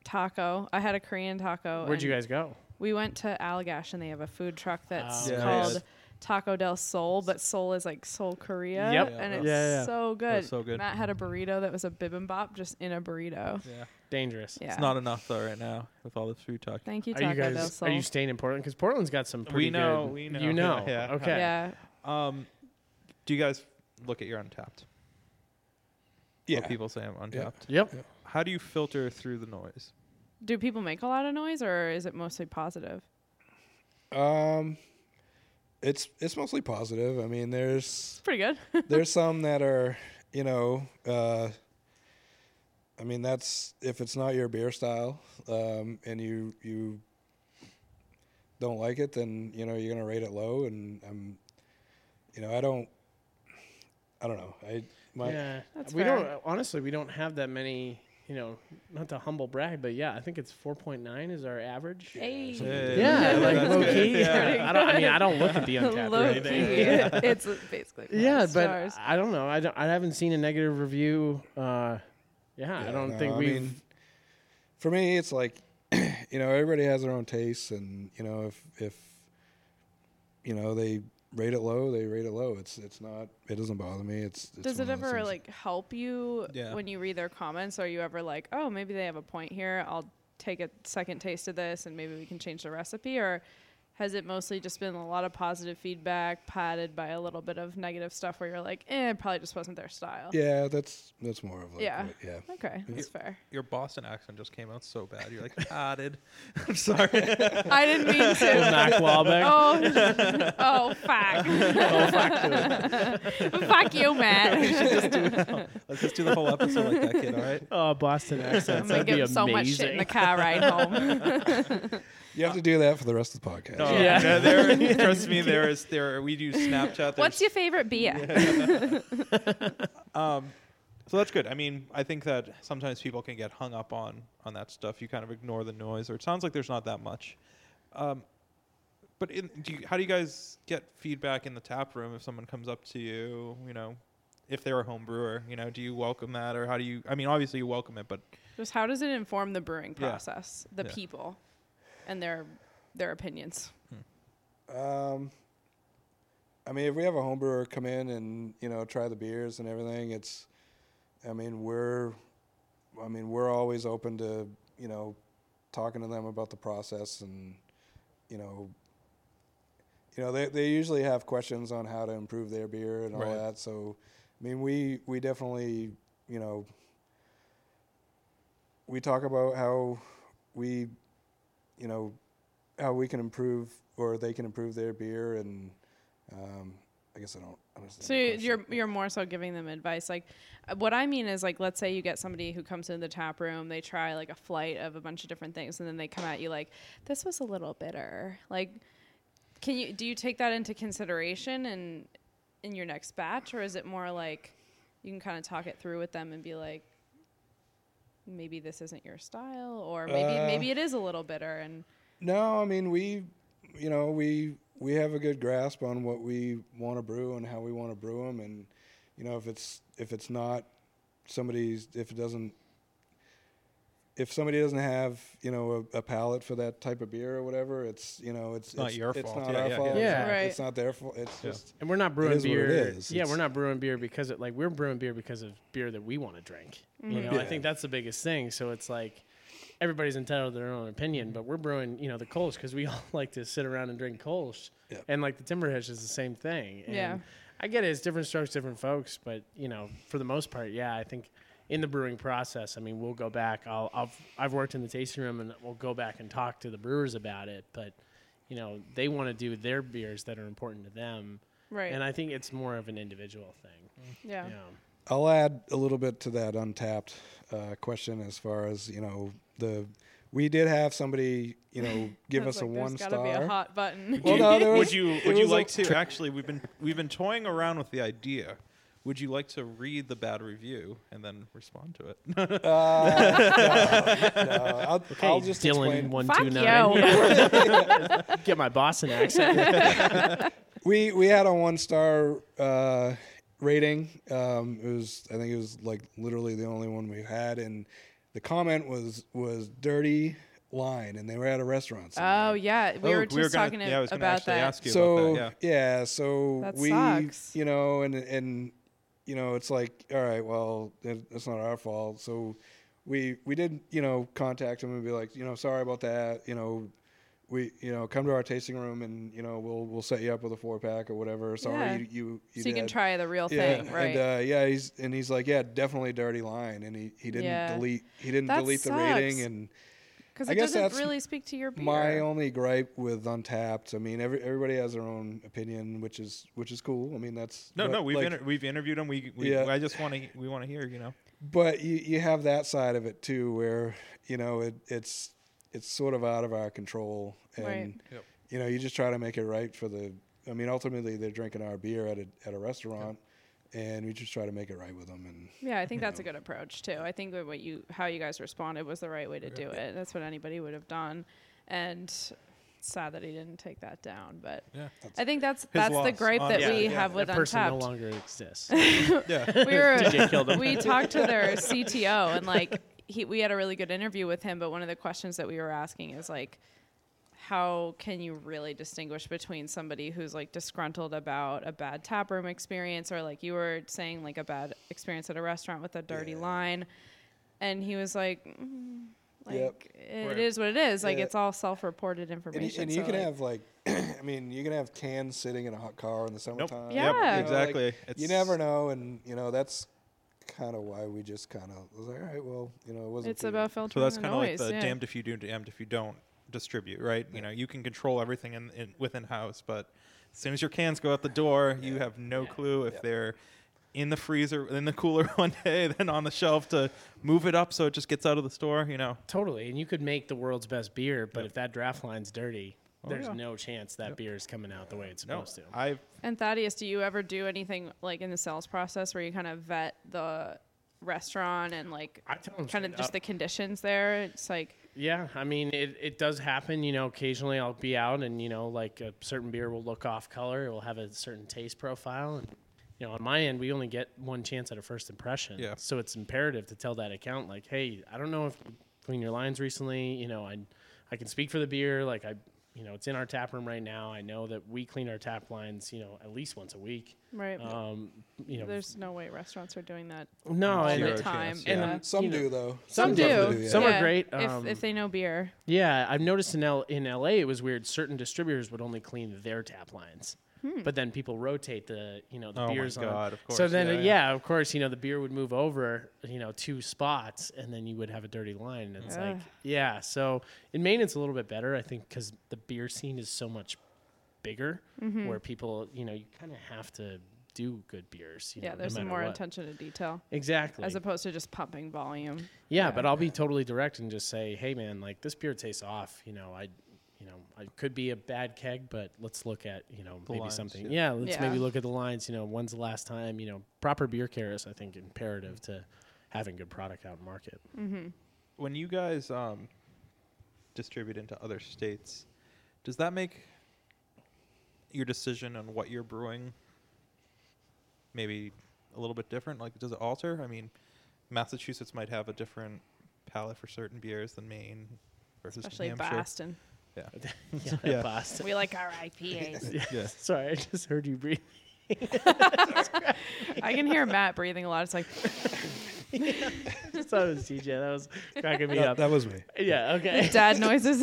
Speaker 6: taco. I had a Korean taco.
Speaker 7: Where'd you
Speaker 6: and
Speaker 7: guys go?
Speaker 6: We went to Allagash and they have a food truck that's
Speaker 7: Oh, Yeah,
Speaker 6: called
Speaker 4: nice.
Speaker 6: Taco del Sol, but Sol is like Seoul, Korea.
Speaker 7: Yep.
Speaker 6: And
Speaker 4: Yeah,
Speaker 6: it's
Speaker 7: yeah.
Speaker 6: so
Speaker 4: That
Speaker 6: good.
Speaker 4: was so good.
Speaker 6: Matt had a burrito that was a bibimbap just in a burrito.
Speaker 4: yeah.
Speaker 7: Dangerous.
Speaker 6: Yeah.
Speaker 4: It's not enough though right now with all this food talk.
Speaker 6: Thank you,
Speaker 7: Are
Speaker 6: Taco
Speaker 7: you
Speaker 6: del
Speaker 7: guys?
Speaker 6: Sol.
Speaker 7: Are you staying in Portland? Because Portland's got some.
Speaker 4: We
Speaker 7: Pretty
Speaker 4: know,
Speaker 7: good-
Speaker 4: we know.
Speaker 7: You know.
Speaker 4: *laughs* Yeah, yeah.
Speaker 7: Okay.
Speaker 6: Yeah.
Speaker 4: Um, do you guys look at your Untapped?
Speaker 3: yeah.
Speaker 4: What people say I'm Untapped.
Speaker 7: Yep.
Speaker 4: How do you filter through the noise?
Speaker 6: Do people make a lot of noise or is it mostly positive?
Speaker 3: Um, it's it's mostly positive. I mean, there's
Speaker 6: It's pretty *laughs* good.
Speaker 3: there's some that are you know, uh, I mean that's if it's not your beer style, um, and you you don't like it, then you know you're gonna rate it low, and I'm, you know, I don't, I don't know, I my
Speaker 7: yeah.
Speaker 6: That's
Speaker 7: we
Speaker 6: fair.
Speaker 7: don't. Honestly, we don't have that many. You know, not to humble brag, but yeah, I think it's 4.9 is our average.
Speaker 6: Hey.
Speaker 7: Yeah,
Speaker 4: Yeah,
Speaker 7: like
Speaker 4: that's
Speaker 7: low
Speaker 4: good.
Speaker 6: *laughs*
Speaker 7: key.
Speaker 6: Yeah.
Speaker 7: I, don't, I mean, I don't look
Speaker 6: *laughs*
Speaker 7: at the untapped or
Speaker 6: Low key.
Speaker 7: anything.
Speaker 6: *laughs* It's basically. five
Speaker 7: Yeah, but
Speaker 6: stars.
Speaker 7: I don't know. I, don't, I haven't seen a negative review. Uh, yeah, I
Speaker 3: Yeah,
Speaker 7: don't
Speaker 3: no,
Speaker 7: think
Speaker 3: I
Speaker 7: we've.
Speaker 3: mean, for me, it's like, *clears throat* you know, everybody has their own tastes, and you know, if if you know they rate it low, they rate it low. It's it's not. It doesn't bother me. It's. it's
Speaker 6: Does
Speaker 3: one
Speaker 6: it
Speaker 3: of those
Speaker 6: ever
Speaker 3: things-
Speaker 6: like help you
Speaker 4: Yeah.
Speaker 6: when you read their comments? Are you ever like, oh, maybe they have a point here. I'll take a second taste of this, and maybe we can change the recipe? Or has it mostly just been a lot of positive feedback, padded by a little bit of negative stuff, where you're like, eh, it probably just wasn't their style.
Speaker 3: Yeah, that's that's more of like.
Speaker 6: Yeah.
Speaker 3: what- yeah.
Speaker 6: Okay, that's fair.
Speaker 4: Your Boston accent just came out so bad. You're like padded. *laughs* I'm sorry.
Speaker 6: I didn't mean to.
Speaker 7: Mac Wahlbeck.
Speaker 6: *laughs* Oh, *laughs* oh, fuck.
Speaker 7: Oh, fuck to
Speaker 6: *laughs*
Speaker 7: it.
Speaker 6: fuck you, Matt.
Speaker 4: Let's just do the whole episode like that, kid. All right.
Speaker 7: Oh, Boston accents.
Speaker 6: I'm going
Speaker 7: That'd
Speaker 6: to
Speaker 7: be
Speaker 6: give him so
Speaker 7: amazing.
Speaker 6: much shit in the car ride home.
Speaker 3: You
Speaker 6: Uh,
Speaker 3: have to do that for the rest of the podcast.
Speaker 4: No,
Speaker 7: Yeah.
Speaker 4: no, there, trust me, there is there. We do Snapchat.
Speaker 6: What's
Speaker 4: there's-
Speaker 6: your favorite beer?
Speaker 4: Um, so that's good. I mean, I think that sometimes people can get hung up on on that stuff. You kind of ignore the noise, or it sounds like there's not that much. Um, but in, do you, how do you guys get feedback in the tap room if someone comes up to you? You know, if they're a home brewer, you know, do you welcome that, or how do you? I mean, obviously you welcome it, but
Speaker 6: Just how does it inform the brewing
Speaker 4: Yeah.
Speaker 6: process, the
Speaker 4: Yeah.
Speaker 6: people, and their their opinions?
Speaker 3: Um, I mean, if we have a home brewer come in and you know try the beers and everything, it's, I mean, we're, I mean, we're always open to you know, talking to them about the process and, you know. You know, they they usually have questions on how to improve their beer and all
Speaker 4: Right.
Speaker 3: that, so. I mean, we we definitely, you know, we talk about how we, you know, how we can improve or they can improve their beer, and um, I guess I don't understand.
Speaker 6: So
Speaker 3: the
Speaker 6: you-
Speaker 3: question.
Speaker 6: you're you're more so giving them advice. Like, uh, what I mean is like, let's say you get somebody who comes into the tap room, they try like a flight of a bunch of different things, and then they come at you like, this was a little bitter. Like, can you do you take that into consideration in in your next batch, or is it more like you can kind of talk it through with them and be like, maybe this isn't your style, or maybe
Speaker 3: Uh,
Speaker 6: maybe it is a little bitter, and
Speaker 3: No, I mean we, you know, we we have a good grasp on what we want to brew and how we want to brew them, and you know if it's if it's not somebody's if it doesn't if somebody doesn't have you know a, a palate for that type of beer or whatever, it's you know it's,
Speaker 1: not your
Speaker 3: it's
Speaker 1: fault.
Speaker 3: not
Speaker 1: Yeah,
Speaker 3: our
Speaker 1: yeah,
Speaker 3: fault.
Speaker 1: yeah.
Speaker 3: It's
Speaker 7: Yeah.
Speaker 3: not-
Speaker 6: Right.
Speaker 3: it's not their fault. It's
Speaker 1: Yeah.
Speaker 3: just
Speaker 7: And we're not brewing
Speaker 3: is what it
Speaker 7: beer.
Speaker 3: is.
Speaker 7: Yeah,
Speaker 3: It's-
Speaker 7: we're not brewing beer because it like we're brewing beer because of beer that we want to drink. You know, I
Speaker 3: Yeah.
Speaker 7: think that's the biggest thing. So it's like everybody's entitled to their own opinion, but we're brewing, you know, the Kolsch because we *laughs* all like to sit around and drink Kolsch.
Speaker 3: Yep.
Speaker 7: And like the Timber Hitch is the same thing. And
Speaker 6: Yeah.
Speaker 7: I get it, it's different strokes, different folks, but you know, for the most part, yeah, I think in the brewing process, I mean, we'll go back. I'll, I've I've worked in the tasting room, and we'll go back and talk to the brewers about it. But you know, they want to do their beers that are important to them,
Speaker 6: right, Mm-hmm.
Speaker 7: and I think it's more of an individual thing.
Speaker 6: yeah.
Speaker 7: Yeah.
Speaker 3: I'll add a little bit to that untapped uh, question as far as you know the we did have somebody you
Speaker 6: *laughs*
Speaker 3: know give
Speaker 6: Sounds
Speaker 3: us a
Speaker 6: like
Speaker 3: one
Speaker 6: there's gotta
Speaker 3: star.
Speaker 6: be a hot button.
Speaker 3: Well, no,
Speaker 6: *laughs*
Speaker 3: there
Speaker 1: would
Speaker 3: was-
Speaker 1: you
Speaker 3: it
Speaker 1: would you
Speaker 3: was a-
Speaker 1: like to actually? We've been we've been toying around with the idea. Would you like to read the bad review and then respond to
Speaker 4: *laughs*
Speaker 1: it?
Speaker 3: Uh, *laughs* no, no,
Speaker 1: *laughs*
Speaker 3: I'll, I'll just
Speaker 7: Dylan
Speaker 3: explain.
Speaker 7: one
Speaker 6: Fuck
Speaker 7: two nine.
Speaker 6: you.
Speaker 7: *laughs* Get my
Speaker 6: *laughs*
Speaker 7: Boston accent.
Speaker 3: We we had a one star uh, rating. Um, it was I think it was like literally the only one we had, and the comment was was dirty line, and they were at a restaurant. somewhere.
Speaker 6: Oh yeah, we
Speaker 1: Oh,
Speaker 6: were just
Speaker 1: gonna-
Speaker 6: talking
Speaker 1: yeah, I was gonna
Speaker 6: about
Speaker 1: actually
Speaker 6: that.
Speaker 1: ask you
Speaker 3: so
Speaker 1: about that. Yeah.
Speaker 3: yeah. so
Speaker 6: That
Speaker 3: we
Speaker 6: sucks.
Speaker 3: you know and and you know it's like all right, well it, it's not our fault. So we we did you know contact them and be like you know sorry about that. You know we you know come to our tasting room and you know we'll we'll set you up with a four pack or whatever. Sorry
Speaker 6: Yeah.
Speaker 3: you you, you
Speaker 6: so you can
Speaker 3: did."
Speaker 6: try the real
Speaker 3: Yeah,
Speaker 6: thing, right?
Speaker 3: And uh, yeah, he's and he's like, yeah, definitely dirty line, and he, he didn't
Speaker 6: Yeah.
Speaker 3: delete he didn't
Speaker 6: That
Speaker 3: delete the
Speaker 6: sucks.
Speaker 3: rating, and
Speaker 6: Because
Speaker 3: I
Speaker 6: it
Speaker 3: guess
Speaker 6: doesn't
Speaker 3: that's
Speaker 6: really speak to your beer.
Speaker 3: my only gripe with Untapped, I mean, every, everybody has their own opinion, which is which is cool. I mean, that's
Speaker 1: No,
Speaker 3: but,
Speaker 1: no, we've
Speaker 3: like,
Speaker 1: inter- we've interviewed him. We, we
Speaker 3: Yeah.
Speaker 1: I just want to we want to hear. You know,
Speaker 3: but you, you have that side of it too, where you know it it's it's sort of out of our control, and
Speaker 6: Right.
Speaker 1: Yep.
Speaker 3: you know you just try to make it right for the. I mean, ultimately, they're drinking our beer at a at a restaurant, and we just try to make it right with them, and
Speaker 6: yeah, I think that's a good approach too. I think that what you how you guys responded was the right way to do it. That's what anybody would have done, and it's sad that he didn't take that down. But
Speaker 1: Yeah.
Speaker 6: I think that's
Speaker 1: His
Speaker 6: that's the
Speaker 1: loss.
Speaker 6: gripe
Speaker 1: Um,
Speaker 6: that
Speaker 1: yeah,
Speaker 6: we
Speaker 1: yeah,
Speaker 6: have with
Speaker 7: that person
Speaker 6: Untapped.
Speaker 7: no longer
Speaker 6: *laughs*
Speaker 7: exists.
Speaker 1: yeah.
Speaker 6: we
Speaker 7: *laughs*
Speaker 6: were
Speaker 7: DJ killed him.
Speaker 6: we talked to their CTO and like he we had a really good interview with him, but one of the questions that we were asking is like how can you really distinguish between somebody who's like disgruntled about a bad taproom experience or like you were saying like a bad experience at a restaurant with a dirty line and he was like mm, like
Speaker 3: Yep.
Speaker 6: it
Speaker 1: Right.
Speaker 6: is what it is like
Speaker 3: Yeah.
Speaker 6: it's all
Speaker 3: and,
Speaker 6: self-reported
Speaker 3: you-
Speaker 6: information
Speaker 3: and you
Speaker 6: so,
Speaker 3: can
Speaker 6: like-
Speaker 3: have like, *clears throat* I mean, you can have cans sitting in a hot car in the summertime.
Speaker 6: Yeah.
Speaker 1: Yep,
Speaker 3: You know, like,
Speaker 1: exactly.
Speaker 3: you never know, and you know that's kind of why we just kind of was like, all right, well, you know, it wasn't.
Speaker 6: it's
Speaker 3: for you."
Speaker 6: about filtering
Speaker 1: So that's
Speaker 6: the
Speaker 1: kind of like
Speaker 6: noise
Speaker 1: the
Speaker 6: yeah.
Speaker 1: damned if you do, damned if you don't distribute, right? You know, you can control everything in, in within house, but as soon as your cans go out the door, you have no clue if they're in the freezer, in the cooler *laughs* one day, then on the shelf to move it up so it just gets out of the store. You know,
Speaker 7: Totally, and you could make the world's best beer, but if that draft line's dirty, there's
Speaker 1: yeah.
Speaker 7: no chance that beer is coming out the way it's
Speaker 1: no,
Speaker 7: supposed to.
Speaker 1: I
Speaker 6: And Thaddeus, do you ever do anything like in the sales process where you kind of vet the restaurant and like
Speaker 7: I tell 'em
Speaker 6: kind of
Speaker 7: straight
Speaker 6: just
Speaker 7: up.
Speaker 6: the conditions there? It's like
Speaker 7: Yeah, I mean, it, it does happen. You know, occasionally I'll be out and, you know, like a certain beer will look off color. It will have a certain taste profile. And, you know, on my end, we only get one chance at a first impression.
Speaker 1: Yeah.
Speaker 7: So it's imperative to tell that account, like, hey, I don't know if you cleaned your lines recently. You know, I, I can speak for the beer. Like, I, you know, it's in our tap room right now. I know that we clean our tap lines, you know, at least once a week.
Speaker 6: right.
Speaker 7: Um, you know,
Speaker 6: There's no way restaurants are doing that
Speaker 7: no,
Speaker 6: all
Speaker 7: and
Speaker 1: Zero
Speaker 6: the time.
Speaker 1: chance,
Speaker 6: and,
Speaker 1: yeah.
Speaker 6: uh,
Speaker 3: Some
Speaker 7: you know,
Speaker 3: do though.
Speaker 6: Some do.
Speaker 3: yeah.
Speaker 7: Some are
Speaker 6: Yeah,
Speaker 7: great,
Speaker 6: if,
Speaker 7: um,
Speaker 6: if they know beer.
Speaker 7: Yeah, I've noticed in L- in LA it was weird. Certain distributors would only clean their tap lines.
Speaker 6: Hmm.
Speaker 7: But then people rotate the you know the
Speaker 4: Oh my
Speaker 7: beers on.
Speaker 4: God, of
Speaker 7: So
Speaker 4: course,
Speaker 7: then
Speaker 4: yeah,
Speaker 7: yeah,
Speaker 4: yeah.
Speaker 7: of course you know the beer would move over you know two spots and then you would have a dirty line and it's like
Speaker 6: Ugh.
Speaker 7: yeah. So in Maine it's a little bit better I think because the beer scene is so much bigger
Speaker 6: Mm-hmm.
Speaker 7: where people you know you kind of have to do good beers. You
Speaker 6: yeah,
Speaker 7: know, no
Speaker 6: there's some
Speaker 7: matter
Speaker 6: more
Speaker 7: what.
Speaker 6: attention to detail
Speaker 7: Exactly.
Speaker 6: as opposed to just pumping volume.
Speaker 7: Yeah, but I'll be totally direct and just say, "Hey, man, like this beer tastes off. You know, I, you know, I could be a bad keg, but let's look at you know maybe
Speaker 4: lines,
Speaker 7: something.
Speaker 4: yeah.
Speaker 7: Yeah, let's
Speaker 6: Yeah.
Speaker 7: maybe look at the lines. You know, when's the last time? You know, proper beer care is, I think, imperative to having good product out in market.
Speaker 4: when you guys um, distribute into other states, does that make your decision on what you're brewing maybe a little bit different? Like, does it alter? I mean, Massachusetts might have a different palate for certain beers than Maine versus
Speaker 6: Especially
Speaker 4: New Hampshire.
Speaker 6: Boston.
Speaker 7: *laughs* yeah,
Speaker 4: Yeah.
Speaker 7: Boston.
Speaker 6: We like our IPAs.
Speaker 4: Yeah.
Speaker 7: Sorry, I just heard you breathe. *laughs*
Speaker 6: I can hear Matt breathing a lot. It's like,
Speaker 7: I thought it was DJ. That was cracking me
Speaker 3: That-
Speaker 7: up.
Speaker 3: that was me.
Speaker 7: Yeah. Okay.
Speaker 6: dad noises.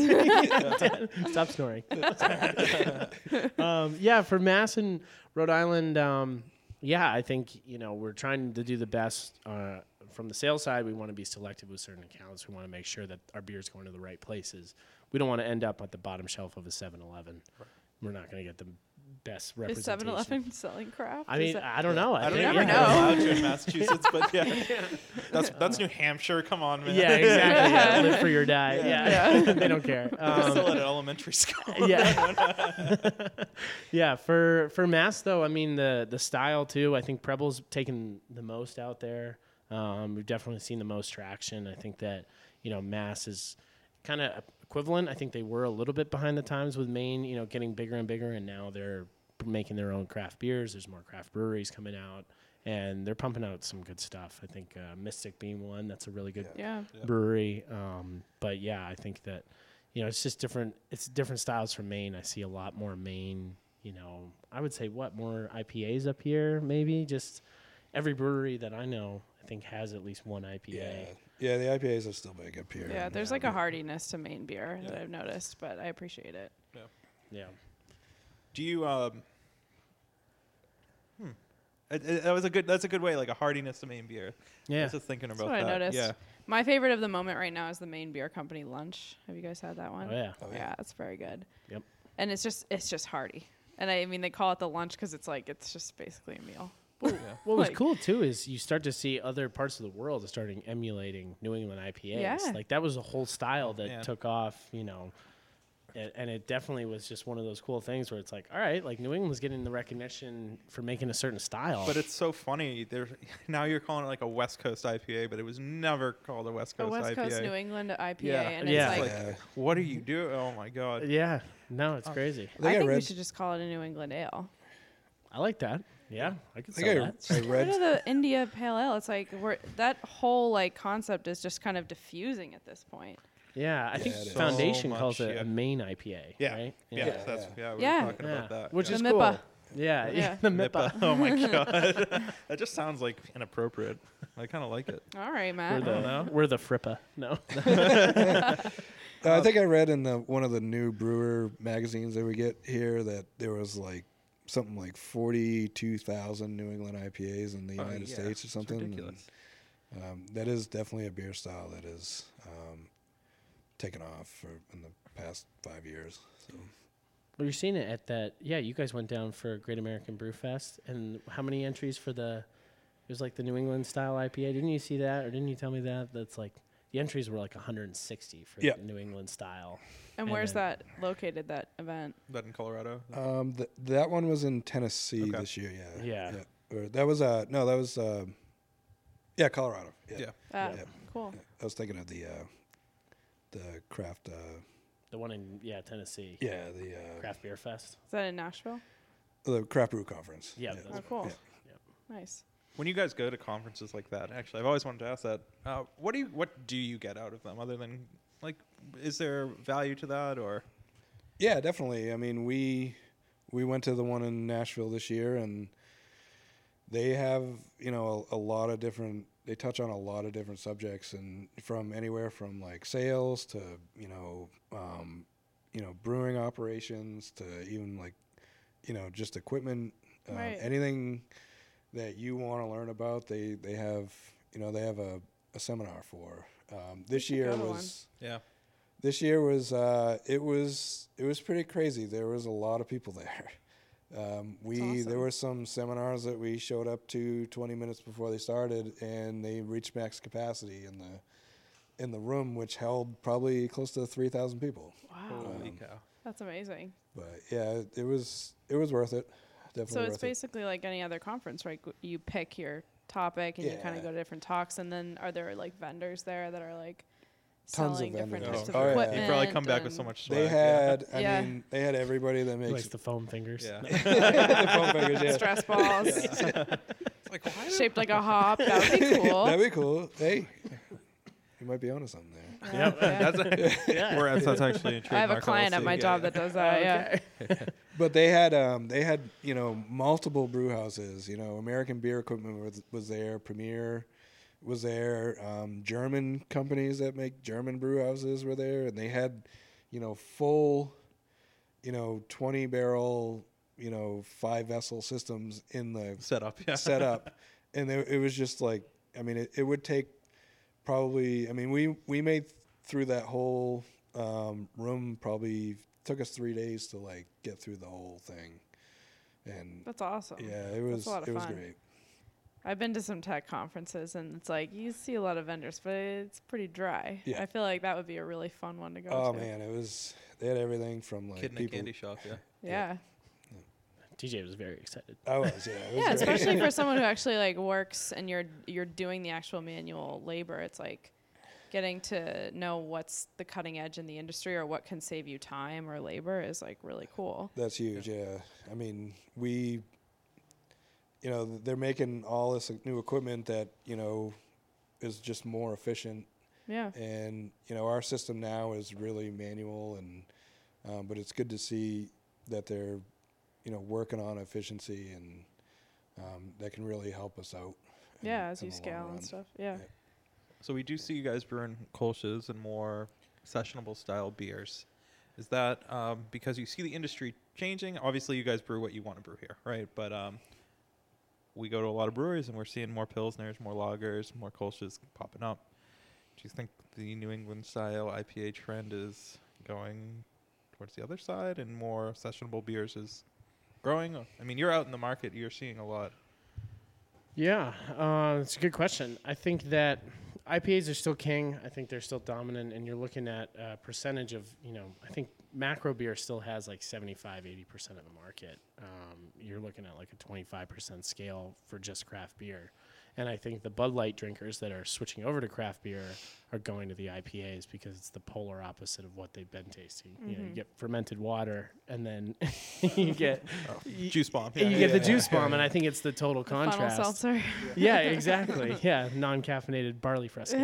Speaker 6: *laughs*
Speaker 7: Stop snoring. *laughs* um, yeah, for Mass and Rhode Island, um, yeah, I think you know we're trying to do the best uh, from the sales side. We want to be selective with certain accounts. We want to make sure that our beer's going to the right places. We don't want to end up at the bottom shelf of a 7-Eleven. We're not going to get the best
Speaker 6: Is
Speaker 7: representation.
Speaker 6: 7 Eleven selling crap?
Speaker 7: I
Speaker 6: Is
Speaker 7: mean,
Speaker 6: that-
Speaker 7: I don't know. I,
Speaker 4: I don't
Speaker 7: think,
Speaker 4: even
Speaker 6: never
Speaker 4: know
Speaker 7: yeah.
Speaker 4: if
Speaker 6: *laughs*
Speaker 4: they're allowed to in Massachusetts, but
Speaker 7: *laughs*
Speaker 4: yeah, that's that's New Hampshire. Come on, man. *laughs*
Speaker 7: Yeah, exactly. Yeah, live for your die. Yeah, *laughs* they don't
Speaker 6: *laughs*
Speaker 7: care.
Speaker 4: They're
Speaker 7: Um,
Speaker 4: still at elementary school.
Speaker 7: yeah. *laughs* yeah, for for Mass though, I mean the the style too. I think Preble's taken the most out there. Um, we've definitely seen the most traction. I think that you know Mass is kind of equivalent. I think they were a little bit behind the times with Maine. You know, getting bigger and bigger, and now they're making their own craft beers. There's more craft breweries coming out. And they're pumping out some good stuff. I think uh, Mystic being one, that's a really good
Speaker 6: yeah.
Speaker 7: brewery. Um, but yeah, I think that you know it's just different. It's different styles from Maine. I see a lot more Maine. You know, I would say what more IPAs up here. Maybe just every brewery that I know, I think has at least one IPA.
Speaker 3: Yeah, yeah. The IPAs are still big up here.
Speaker 6: Yeah, there's like a hardiness to Maine beer that I've noticed, but I appreciate it.
Speaker 7: yeah.
Speaker 4: Do you um? hmm. Uh, uh, That was a good. That's a good way, like a hardiness to main beer. I
Speaker 7: Yeah.
Speaker 4: was just thinking
Speaker 6: That's
Speaker 4: about
Speaker 6: what
Speaker 4: that.
Speaker 6: I noticed.
Speaker 4: Yeah,
Speaker 6: My favorite of the moment right now is the Maine Beer Company lunch. Have you guys had that one?
Speaker 7: Oh yeah.
Speaker 6: yeah. it's very good.
Speaker 7: Yep.
Speaker 6: And it's just it's just hearty. And I mean they call it the lunch because it's like it's just basically a meal.
Speaker 7: What was
Speaker 6: Like-
Speaker 7: cool too is you start to see other parts of the world starting emulating New England IPAs.
Speaker 6: Yeah.
Speaker 7: Like that was a whole style that
Speaker 4: Yeah.
Speaker 7: took off, you know. And, and it definitely was just one of those cool things where it's like, all right, like New England's getting the recognition for making a certain style.
Speaker 4: but it's so funny. There's *laughs* now you're calling it like a West Coast IPA, but it was never called a West
Speaker 6: A
Speaker 4: Coast
Speaker 6: West
Speaker 4: IPA.
Speaker 6: Coast New England IPA,
Speaker 4: Yeah.
Speaker 6: and
Speaker 7: Yeah.
Speaker 6: it's like
Speaker 4: Like, what are you doing? Oh my god.
Speaker 7: yeah, no,
Speaker 4: Oh.
Speaker 7: it's crazy.
Speaker 3: I think I,
Speaker 6: I think we
Speaker 3: read.
Speaker 6: should just call it a New England ale.
Speaker 7: I like that. Yeah, I could
Speaker 3: I
Speaker 7: sell
Speaker 3: think I,
Speaker 7: that.
Speaker 3: I
Speaker 6: *laughs* What
Speaker 3: read.
Speaker 6: are the India Pale Ale? It's like we're, that whole like concept is just kind of diffusing at this point.
Speaker 7: Yeah, I think
Speaker 3: it is.
Speaker 7: Foundation
Speaker 4: So
Speaker 7: calls
Speaker 4: much,
Speaker 7: it
Speaker 4: yeah.
Speaker 7: a main IPA.
Speaker 4: Yeah.
Speaker 7: Right?
Speaker 4: Yeah, that's yeah. We
Speaker 6: Yeah.
Speaker 4: were talking about
Speaker 7: Yeah,
Speaker 4: that. *laughs*
Speaker 7: Which
Speaker 4: yeah.
Speaker 7: is
Speaker 6: The
Speaker 7: cool.
Speaker 6: MIPA.
Speaker 7: Yeah, yeah,
Speaker 6: Yeah.
Speaker 7: the MIPA.
Speaker 4: Oh
Speaker 6: *laughs*
Speaker 4: my god. *laughs* that just sounds like inappropriate. I kind of like it.
Speaker 6: All right,
Speaker 7: We're
Speaker 6: Matt.
Speaker 7: the we're the Frippa. No,
Speaker 3: Uh, I think I read in the one of the new brewer magazines that we get here that there was like something like forty-two thousand New England IPAs in the United
Speaker 4: Oh, Uh, yeah,
Speaker 3: States or something. and,
Speaker 4: ridiculous.
Speaker 3: um, that is definitely a beer style that is um, taken off for in the past five years. So.
Speaker 7: Well, you're seeing it at that. Yeah, you guys went down for Great American Brew Fest, and how many entries for the? It was like the New England style IPA. Didn't you see that, or didn't you tell me that? That's like the entries were like 160 for
Speaker 3: Yeah.
Speaker 7: the New England style.
Speaker 6: And
Speaker 7: And
Speaker 6: where's
Speaker 7: then-
Speaker 6: that located? That event?
Speaker 4: That in Colorado.
Speaker 3: Um, th- that one was in Tennessee
Speaker 4: Okay.
Speaker 3: this year. Yeah.
Speaker 7: Yeah.
Speaker 3: Or that was uh no, that was uh, yeah, Colorado. Yeah.
Speaker 4: Yeah.
Speaker 6: Ah,
Speaker 3: Yeah.
Speaker 6: Cool.
Speaker 3: I was thinking of the uh, the craft. Uh,
Speaker 7: The one in yeah Tennessee,
Speaker 3: yeah, the uh,
Speaker 7: Craft Beer Fest.
Speaker 6: Is that in Nashville?
Speaker 3: the craft brew conference.
Speaker 7: Yeah, that's
Speaker 6: Oh,
Speaker 7: right.
Speaker 6: cool.
Speaker 7: Yeah.
Speaker 6: Nice.
Speaker 4: When you guys go to conferences like that, actually, I've always wanted to ask that. Uh, what do you what do you get out of them other than like is there value to that or
Speaker 3: Yeah, definitely. I mean, we we went to the one in Nashville this year, and they have you know a, a lot of different. They touch on a lot of different subjects, and from anywhere from like sales to you know um, you know brewing operations to even like you know, just equipment, um,
Speaker 6: Right.
Speaker 3: anything that you want to learn about, they they have you know they have a, a seminar for. Um, this
Speaker 6: should go
Speaker 3: year
Speaker 6: to one.
Speaker 3: was
Speaker 1: Yeah.
Speaker 3: this year was uh, it was it was pretty crazy. There was a lot of people there. *laughs* Um, we there
Speaker 6: awesome.
Speaker 3: were some seminars that we showed up to 20 minutes before they started, and they reached max capacity in the in the room, which held probably close to 3,000 people.
Speaker 6: Wow,
Speaker 1: Holy cow.
Speaker 6: that's amazing.
Speaker 3: But yeah, it, it was it was worth it. Definitely
Speaker 6: So it's
Speaker 3: worth it.
Speaker 6: basically like any other conference, right? G- You pick your topic and you kind
Speaker 3: Yeah.
Speaker 6: of go to different talks, and then are there like vendors there that are like
Speaker 3: Tons of
Speaker 6: selling different
Speaker 3: vendors.
Speaker 6: types of
Speaker 3: Oh, yeah. You'd
Speaker 6: equipment?
Speaker 1: You probably come back with so
Speaker 6: and-
Speaker 1: much.
Speaker 3: They
Speaker 1: swag,
Speaker 3: had, I
Speaker 6: Yeah.
Speaker 3: mean, they had everybody that *laughs*
Speaker 7: Like
Speaker 3: makes
Speaker 7: the foam fingers.
Speaker 1: Yeah.
Speaker 7: No.
Speaker 4: *laughs*
Speaker 1: yeah.
Speaker 3: the foam fingers, *laughs* yeah.
Speaker 6: stress balls *laughs*
Speaker 1: It's like why? do-
Speaker 6: shaped like a hop.
Speaker 3: *laughs*
Speaker 6: That would be cool.
Speaker 3: That'd be cool. Hey, *laughs* you might be onto something there.
Speaker 6: Yeah,
Speaker 1: *laughs*
Speaker 6: yeah.
Speaker 1: We're- that's, that's actually.
Speaker 6: I have a client at my job that
Speaker 3: *laughs*
Speaker 6: does that.
Speaker 7: *laughs*
Speaker 6: Yeah.
Speaker 3: But they had um, they had you know multiple brew houses. You know, American Beer Equipment was, was there, Premier was there, um, German companies that make German brew houses were there, and they had you know full you know twenty barrel you know five vessel systems in the
Speaker 1: set up. Yeah.
Speaker 3: set up, and they, it was just like I mean it, it would take probably I mean we we made through that whole um, room probably took us three days to like get through the whole thing, and
Speaker 6: That's awesome.
Speaker 3: yeah it was
Speaker 6: a lot of
Speaker 3: it was
Speaker 6: fun.
Speaker 3: great.
Speaker 6: I've been to some tech conferences and it's like you see a lot of vendors, but it's pretty dry.
Speaker 3: Yeah.
Speaker 6: I feel like that would be a really fun one to go
Speaker 3: Oh
Speaker 6: to.
Speaker 3: man, it was they had everything from like
Speaker 1: Kid in a
Speaker 3: people.
Speaker 1: candy shop. Yeah.
Speaker 6: Yeah.
Speaker 7: TJ was very excited.
Speaker 3: I was yeah Oh,
Speaker 6: *laughs*
Speaker 3: it was
Speaker 6: Yeah,
Speaker 3: great. *laughs*
Speaker 6: especially for someone who actually like works and you're you're doing the actual manual labor. It's like getting to know what's the cutting edge in the industry or what can save you time or labor is like really cool.
Speaker 3: That's huge. Yeah. I mean, we, you know, th- they're making all this like, new equipment that you know is just more efficient,
Speaker 6: Yeah.
Speaker 3: and you know, our system now is really manual, and um, but it's good to see that they're, you know, working on efficiency and. Um, that can really help us out. in-
Speaker 6: Yeah, as
Speaker 3: in
Speaker 6: you
Speaker 3: the long
Speaker 6: scale
Speaker 3: run.
Speaker 6: and stuff. Yeah.
Speaker 1: So we do see you guys brewing kolsches and more sessionable style beers. Is that um, because you see the industry changing? Obviously, you guys brew what you want to brew here, right? But um, we go to a lot of breweries and we're seeing more pilsners, more lagers, more kolsches popping up. Do you think the New England style IPA trend is going towards the other side and more sessionable beers is growing? I mean, you're out in the market, you're seeing a lot.
Speaker 7: Yeah, uh, it's a good question. I think that IPAs are still king. I think they're still dominant, and you're looking at a percentage of, you know, I think macro beer still has like 75, 80% of the market. Um, you're looking at like a 25% scale for just craft beer. And I think the Bud Light drinkers that are switching over to craft beer are going to the IPAs because it's the polar opposite of what they've been tasting. You know, you get fermented water, and then *laughs* you get
Speaker 1: Juice bomb.
Speaker 7: you get the juice
Speaker 4: *laughs*
Speaker 7: bomb, and I think it's the total
Speaker 6: Funnel
Speaker 7: contrast.
Speaker 6: seltzer.
Speaker 3: *laughs*
Speaker 7: Yeah, exactly. Yeah, non-caffeinated barley *laughs* fresco.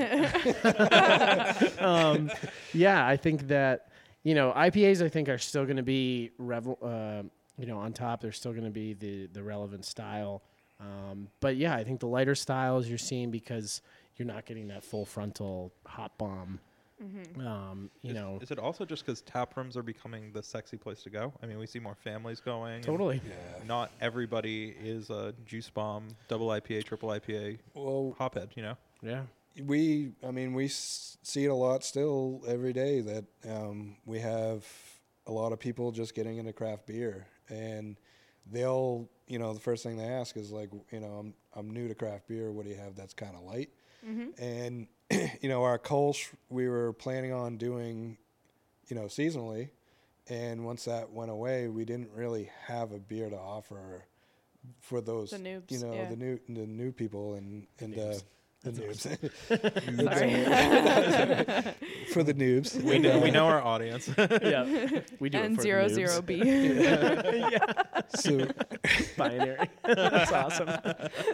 Speaker 7: um, yeah, I think that you know IPAs. I think are still going to be revel. Uh, you know, on top, they're still going to be the the relevant style. Um, but yeah, I think the lighter styles you're seeing because you're not getting that full frontal hot bomb.
Speaker 6: Mm-hmm.
Speaker 7: Um, you
Speaker 1: is,
Speaker 7: know,
Speaker 1: is it also just because tap rooms are becoming the sexy place to go? I mean, we see more families going. and
Speaker 7: totally.
Speaker 1: Not everybody is a juice bomb, double IPA, triple IPA,
Speaker 3: Well,
Speaker 1: hophead. You know,
Speaker 7: Yeah.
Speaker 3: we i mean we s- see it a lot still every day that um, we have a lot of people just getting into craft beer and they'll you know the first thing they ask is like you know i'm, I'm new to craft beer what do you have that's kind of light
Speaker 6: Mm-hmm.
Speaker 3: and *clears throat* you know our kolsch we were planning on doing you know seasonally and once that went away we didn't really have a beer to offer for those
Speaker 6: The
Speaker 3: you
Speaker 6: noobs,
Speaker 3: know
Speaker 6: yeah.
Speaker 3: the new the new people and and uh, the noobs
Speaker 6: *laughs*
Speaker 3: *laughs*
Speaker 6: Sorry.
Speaker 3: for the noobs.
Speaker 1: *laughs* we know, we know our *laughs* audience.
Speaker 7: *laughs* Yeah, we do.
Speaker 6: and
Speaker 7: it for
Speaker 6: zero
Speaker 7: the noobs.
Speaker 6: zero B.
Speaker 3: *laughs* *laughs* So,
Speaker 7: binary. That's awesome.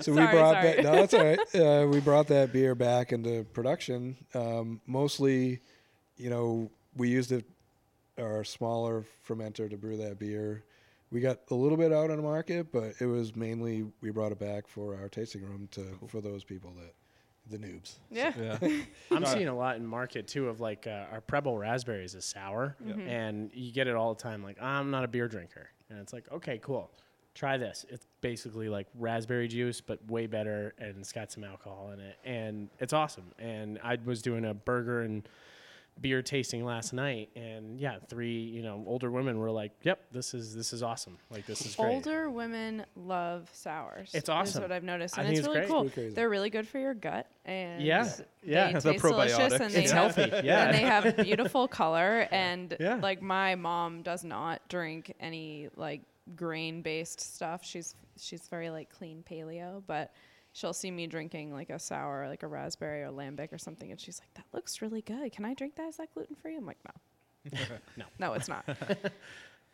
Speaker 3: so we
Speaker 6: Sorry,
Speaker 3: brought
Speaker 6: sorry.
Speaker 3: that. No, that's all
Speaker 6: *laughs*
Speaker 3: right. Uh, we brought that beer back into production. Um, mostly, you know, we used it, our smaller fermenter to brew that beer. We got a little bit out on the market, but it was mainly we brought it back for our tasting room to for those people that the noobs.
Speaker 6: yeah.
Speaker 1: yeah.
Speaker 7: I'm seeing a lot in market too of like uh, our Preble raspberries is sour, and you get it all the time. Like I'm not a beer drinker, and it's like, okay, cool. Try this. It's basically like raspberry juice, but way better, and it's got some alcohol in it, and it's awesome. And I was doing a burger and beer tasting last night, and yeah, three you know older women were like, "Yep, this is this is awesome. Like this is great."
Speaker 6: Older women love sours.
Speaker 7: It's
Speaker 6: Is
Speaker 7: awesome.
Speaker 6: what I've noticed,
Speaker 7: I
Speaker 6: and
Speaker 7: think
Speaker 6: it's,
Speaker 7: it's
Speaker 6: really
Speaker 7: great.
Speaker 6: cool.
Speaker 3: Pretty crazy.
Speaker 6: They're really good for your gut, and
Speaker 7: Yeah. Yeah.
Speaker 6: they
Speaker 1: The
Speaker 6: taste delicious,
Speaker 1: probiotics.
Speaker 6: and they
Speaker 7: it's
Speaker 6: have-
Speaker 7: healthy. Yeah,
Speaker 6: And they
Speaker 7: *laughs*
Speaker 6: have beautiful color. And
Speaker 7: Yeah.
Speaker 6: like my mom does not drink any like grain based stuff. She's she's very like clean paleo, but she'll see me drinking like a sour, like a raspberry or lambic or something, and she's like, "That looks really good. Can I drink that? Is that gluten free?" I'm like, "No,
Speaker 7: *laughs*
Speaker 6: no, it's not."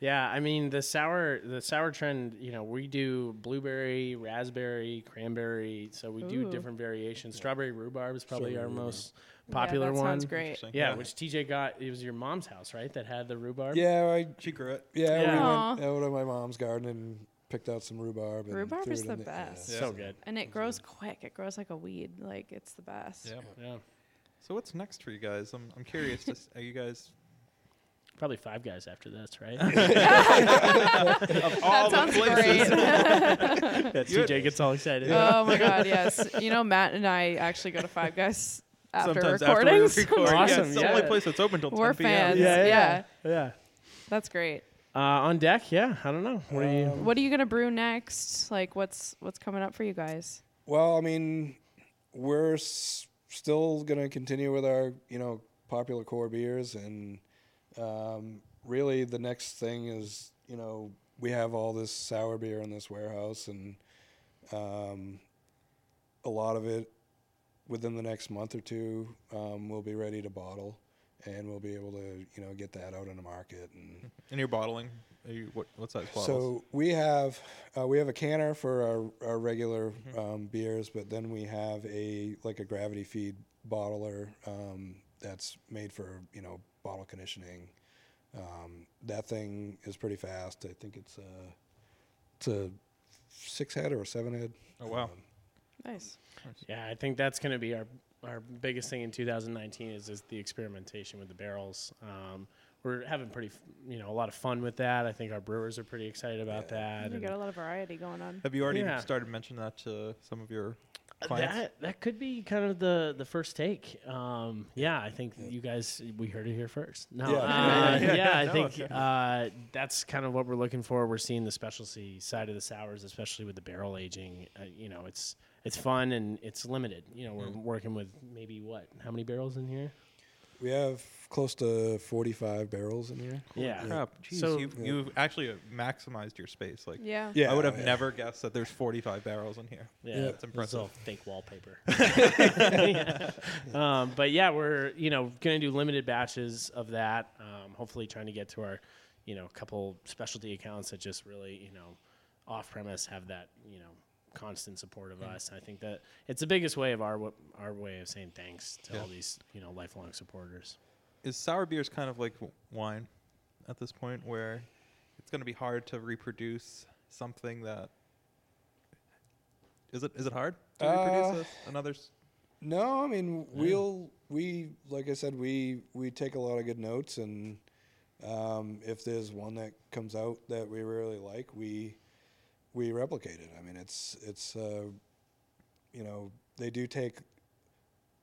Speaker 7: Yeah, I mean the sour the sour trend, you know, we do blueberry, raspberry, cranberry, so we do
Speaker 6: Ooh.
Speaker 7: different variations. Strawberry rhubarb is probably our most
Speaker 6: yeah,
Speaker 7: popular
Speaker 6: that
Speaker 7: one.
Speaker 6: sounds great.
Speaker 7: Yeah, which TJ got it was your mom's house, right? That had the rhubarb.
Speaker 3: Yeah, I
Speaker 1: She grew it.
Speaker 3: yeah,
Speaker 6: Yeah.
Speaker 3: we went out to my mom's garden and picked out some rhubarb. And
Speaker 6: Rhubarb
Speaker 3: threw
Speaker 6: is
Speaker 3: it
Speaker 6: the
Speaker 3: in yeah.
Speaker 6: best.
Speaker 7: So good.
Speaker 6: And it grows quick. It grows like a weed. Like it's the best.
Speaker 1: Yeah.
Speaker 7: Yeah.
Speaker 1: So what's next for you guys? I'm I'm curious. to s- are you guys *laughs*
Speaker 7: Probably five guys after this, right? *laughs*
Speaker 1: of all the
Speaker 6: sounds
Speaker 1: places?
Speaker 6: great.
Speaker 7: that TJ gets all excited.
Speaker 6: *laughs* Oh my god, yes. You know, Matt and I actually go to Five Guys after
Speaker 1: Sometimes
Speaker 6: recordings.
Speaker 1: after we record. yeah,
Speaker 7: Awesome,
Speaker 1: it's the
Speaker 7: yeah.
Speaker 1: only place that's open till
Speaker 6: We're
Speaker 1: 10 p.m.
Speaker 6: fans.
Speaker 7: Yeah,
Speaker 6: Yeah,
Speaker 7: yeah. Yeah.
Speaker 6: that's great.
Speaker 7: Uh, on deck, yeah. I don't know. What are you
Speaker 6: What are you gonna brew next? Like, what's what's coming up for you guys?
Speaker 3: Well, I mean, we're s- still going to continue with our, you know, popular core beers. And um, really, the next thing is, you know, we have all this sour beer in this warehouse, and um, a lot of it within the next month or two um, will be ready to bottle. And we'll be able to, you know, get that out in the market and
Speaker 1: And you're bottling. Are you, what, what's that?
Speaker 3: so we have uh, we have a canner for our, our regular
Speaker 1: Mm-hmm.
Speaker 3: um, beers, but then we have a like a gravity feed bottler um, that's made for you know bottle conditioning. Um, that thing is pretty fast. I think it's a it's a six head or a seven head.
Speaker 1: Oh, wow.
Speaker 3: Um,
Speaker 6: Nice.
Speaker 7: Yeah, I think that's going to be our our biggest thing in 2019 is is the experimentation with the barrels. Um, we're having pretty, f- you know, a lot of fun with that. I think our brewers are pretty excited about that.
Speaker 6: You
Speaker 7: and
Speaker 6: got a lot of variety going on.
Speaker 1: Have you already
Speaker 7: Yeah.
Speaker 1: started mentioning that to some of your clients?
Speaker 7: that that could be kind of the the first take. Um, yeah, I think you guys we heard it here first. No,
Speaker 3: Yeah.
Speaker 7: yeah, uh, *laughs* yeah I
Speaker 1: No,
Speaker 7: think
Speaker 1: okay.
Speaker 7: uh, that's kind of what we're looking for. We're seeing the specialty side of the sours, especially with the barrel aging. Uh, you know, it's it's fun and it's limited. You know, we're working with maybe what? How many barrels in here?
Speaker 3: We have close to forty five barrels in here.
Speaker 7: Yeah.
Speaker 1: Crap. Jeez,
Speaker 7: So-
Speaker 1: you you actually uh, maximized your space. Like,
Speaker 6: Yeah.
Speaker 3: Yeah,
Speaker 1: I would have
Speaker 3: yeah.
Speaker 1: never guessed that there's 45 barrels in here.
Speaker 7: Yeah,
Speaker 1: That's
Speaker 7: it's
Speaker 1: impressive.
Speaker 7: all fake wallpaper. *laughs* um, but yeah, we're you know going to do limited batches of that. Um, hopefully, trying to get to our you know couple specialty accounts that just really you know off premise have that you know constant support of us. I think that it's the biggest way of our wa- our way of saying thanks to all these you know lifelong supporters.
Speaker 1: Is sour beers kind of like w- wine at this point, where it's going to be hard to reproduce something that is it? Is it hard to
Speaker 4: Uh,
Speaker 1: reproduce a, another? s-
Speaker 3: No, I mean we'll we like I said we we take a lot of good notes, and um, if there's one that comes out that we really like, we we replicate it. I mean, it's it's uh, you know they do take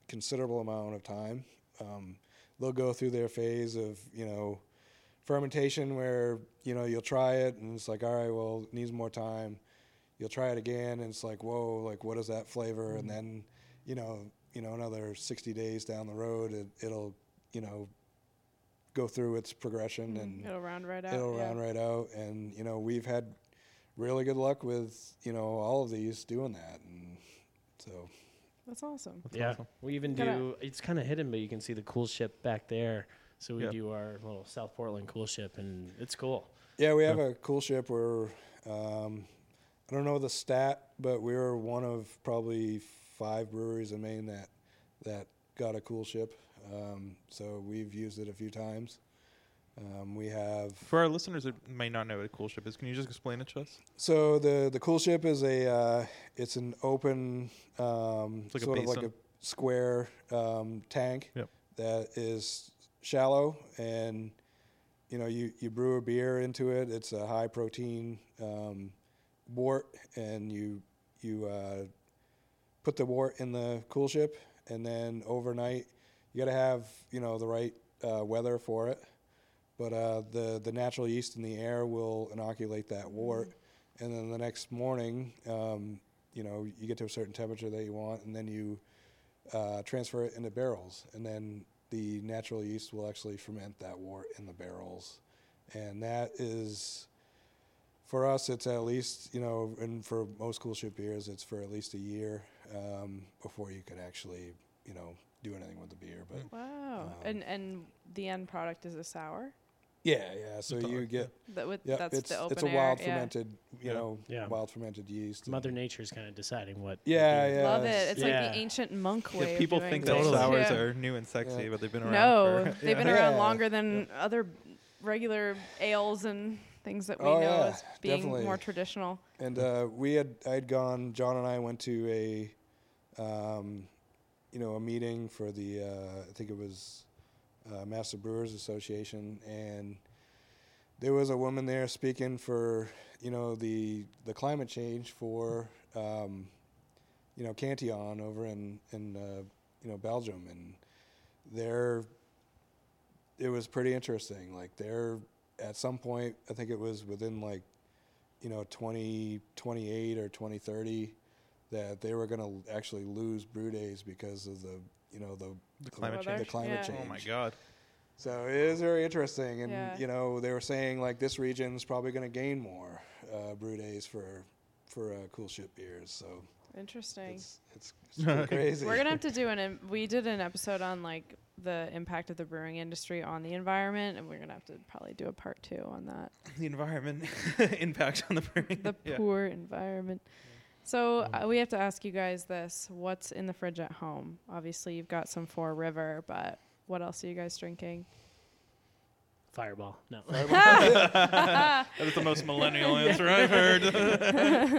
Speaker 3: considerable amount of time. Um, they'll go through their phase of you know fermentation where you know you'll try it and it's like all right, well it needs more time. You'll try it again and it's like whoa, like what is that flavor? And then you know you know another 60 days down the road it, it'll you know go through its progression and
Speaker 6: It'll round right out.
Speaker 3: it'll
Speaker 6: yeah.
Speaker 3: round right out and you know we've had really good luck with you know all of these doing that and so
Speaker 6: That's awesome.
Speaker 7: yeah, we even
Speaker 6: Gotta-
Speaker 7: do. It's kind of hidden, but you can see the cool ship back there. So we
Speaker 1: Yeah.
Speaker 7: do our little South Portland cool ship, and it's cool.
Speaker 3: yeah we have a cool ship where um, i don't know the stat but we were one of probably five breweries in maine that that got a cool ship um, so we've used it a few times um, we have
Speaker 1: For our listeners that may not know what a cool ship is, can you just explain it to us?
Speaker 3: So the the cool ship is a uh, it's an open um,
Speaker 1: like a
Speaker 3: sort of like a
Speaker 1: basin.
Speaker 3: square um, tank
Speaker 1: Yep.
Speaker 3: that is shallow and you know, you, you brew a beer into it. It's a high protein um, wort, and you you uh, put the wort in the cool ship, and then overnight you got to have you know the right uh, weather for it. But uh, the the natural yeast in the air will inoculate that wort, and then the next morning, um, you know, you get to a certain temperature that you want, and then you uh, transfer it into barrels, and then the natural yeast will actually ferment that wort in the barrels, and that is for us, it's at least you know, and for most cool ship beers, it's for at least a year um, before you could actually you know do anything with the beer. But
Speaker 6: Wow. and and the end product is a sour.
Speaker 3: yeah, yeah. So you get
Speaker 6: That with
Speaker 3: yeah,
Speaker 6: that's
Speaker 3: it's
Speaker 6: the open
Speaker 3: it's a
Speaker 6: air.
Speaker 3: wild
Speaker 6: yeah.
Speaker 3: fermented you
Speaker 4: Yeah.
Speaker 3: know
Speaker 7: Yeah.
Speaker 3: wild fermented yeast. and-
Speaker 7: Mother Nature's kind of deciding what.
Speaker 3: Yeah,
Speaker 7: what
Speaker 3: yeah.
Speaker 6: Love it. It's like
Speaker 7: Yeah.
Speaker 6: the ancient monk way.
Speaker 4: Yeah,
Speaker 6: of
Speaker 4: people
Speaker 6: doing
Speaker 4: think that
Speaker 6: things.
Speaker 8: Totally.
Speaker 4: sours
Speaker 6: Yeah.
Speaker 4: are new and sexy,
Speaker 3: Yeah.
Speaker 4: but they've been around.
Speaker 6: No,
Speaker 4: for- *laughs*
Speaker 6: they've been
Speaker 3: Yeah.
Speaker 6: around
Speaker 3: Yeah.
Speaker 6: longer than other regular ales and things that we
Speaker 3: Oh,
Speaker 6: know
Speaker 3: yeah,
Speaker 6: as being more
Speaker 3: definitely.
Speaker 6: traditional.
Speaker 3: And uh, we had I had gone. John and I went to a, um, you know, a meeting for the uh, I think it was uh, Master Brewers Association, and there was a woman there speaking for you know the the climate change for um, you know Cantillon over in in uh, you know Belgium, and they're it was pretty interesting. Like they're at some point, I think it was within like you know 2028 or 2030 that they were going to actually lose brew days because of the you know the the
Speaker 4: climate
Speaker 6: change.
Speaker 3: the climate
Speaker 6: *laughs* Yeah.
Speaker 3: change
Speaker 4: Oh my god.
Speaker 3: so it is very interesting, and
Speaker 6: Yeah.
Speaker 3: you know they were saying like this region's probably going to gain more uh, brew days for for uh, cool ship beers. So
Speaker 6: Interesting.
Speaker 3: it's it's,
Speaker 4: *laughs*
Speaker 3: it's pretty crazy. *laughs*
Speaker 6: We're gonna have to do an. im- We did an episode on like the impact of the brewing industry on the environment, and we're gonna have to probably do a part two
Speaker 4: *laughs*
Speaker 6: on that.
Speaker 4: The environment impact on the brain.
Speaker 6: The
Speaker 4: yeah.
Speaker 6: poor environment. So
Speaker 3: Mm.
Speaker 6: uh, we have to ask you guys this: What's in the fridge at home? Obviously, you've got some Four River, but what else are you guys drinking?
Speaker 7: Fireball. No. *laughs*
Speaker 4: That is the *laughs* most millennial answer I've heard. *laughs*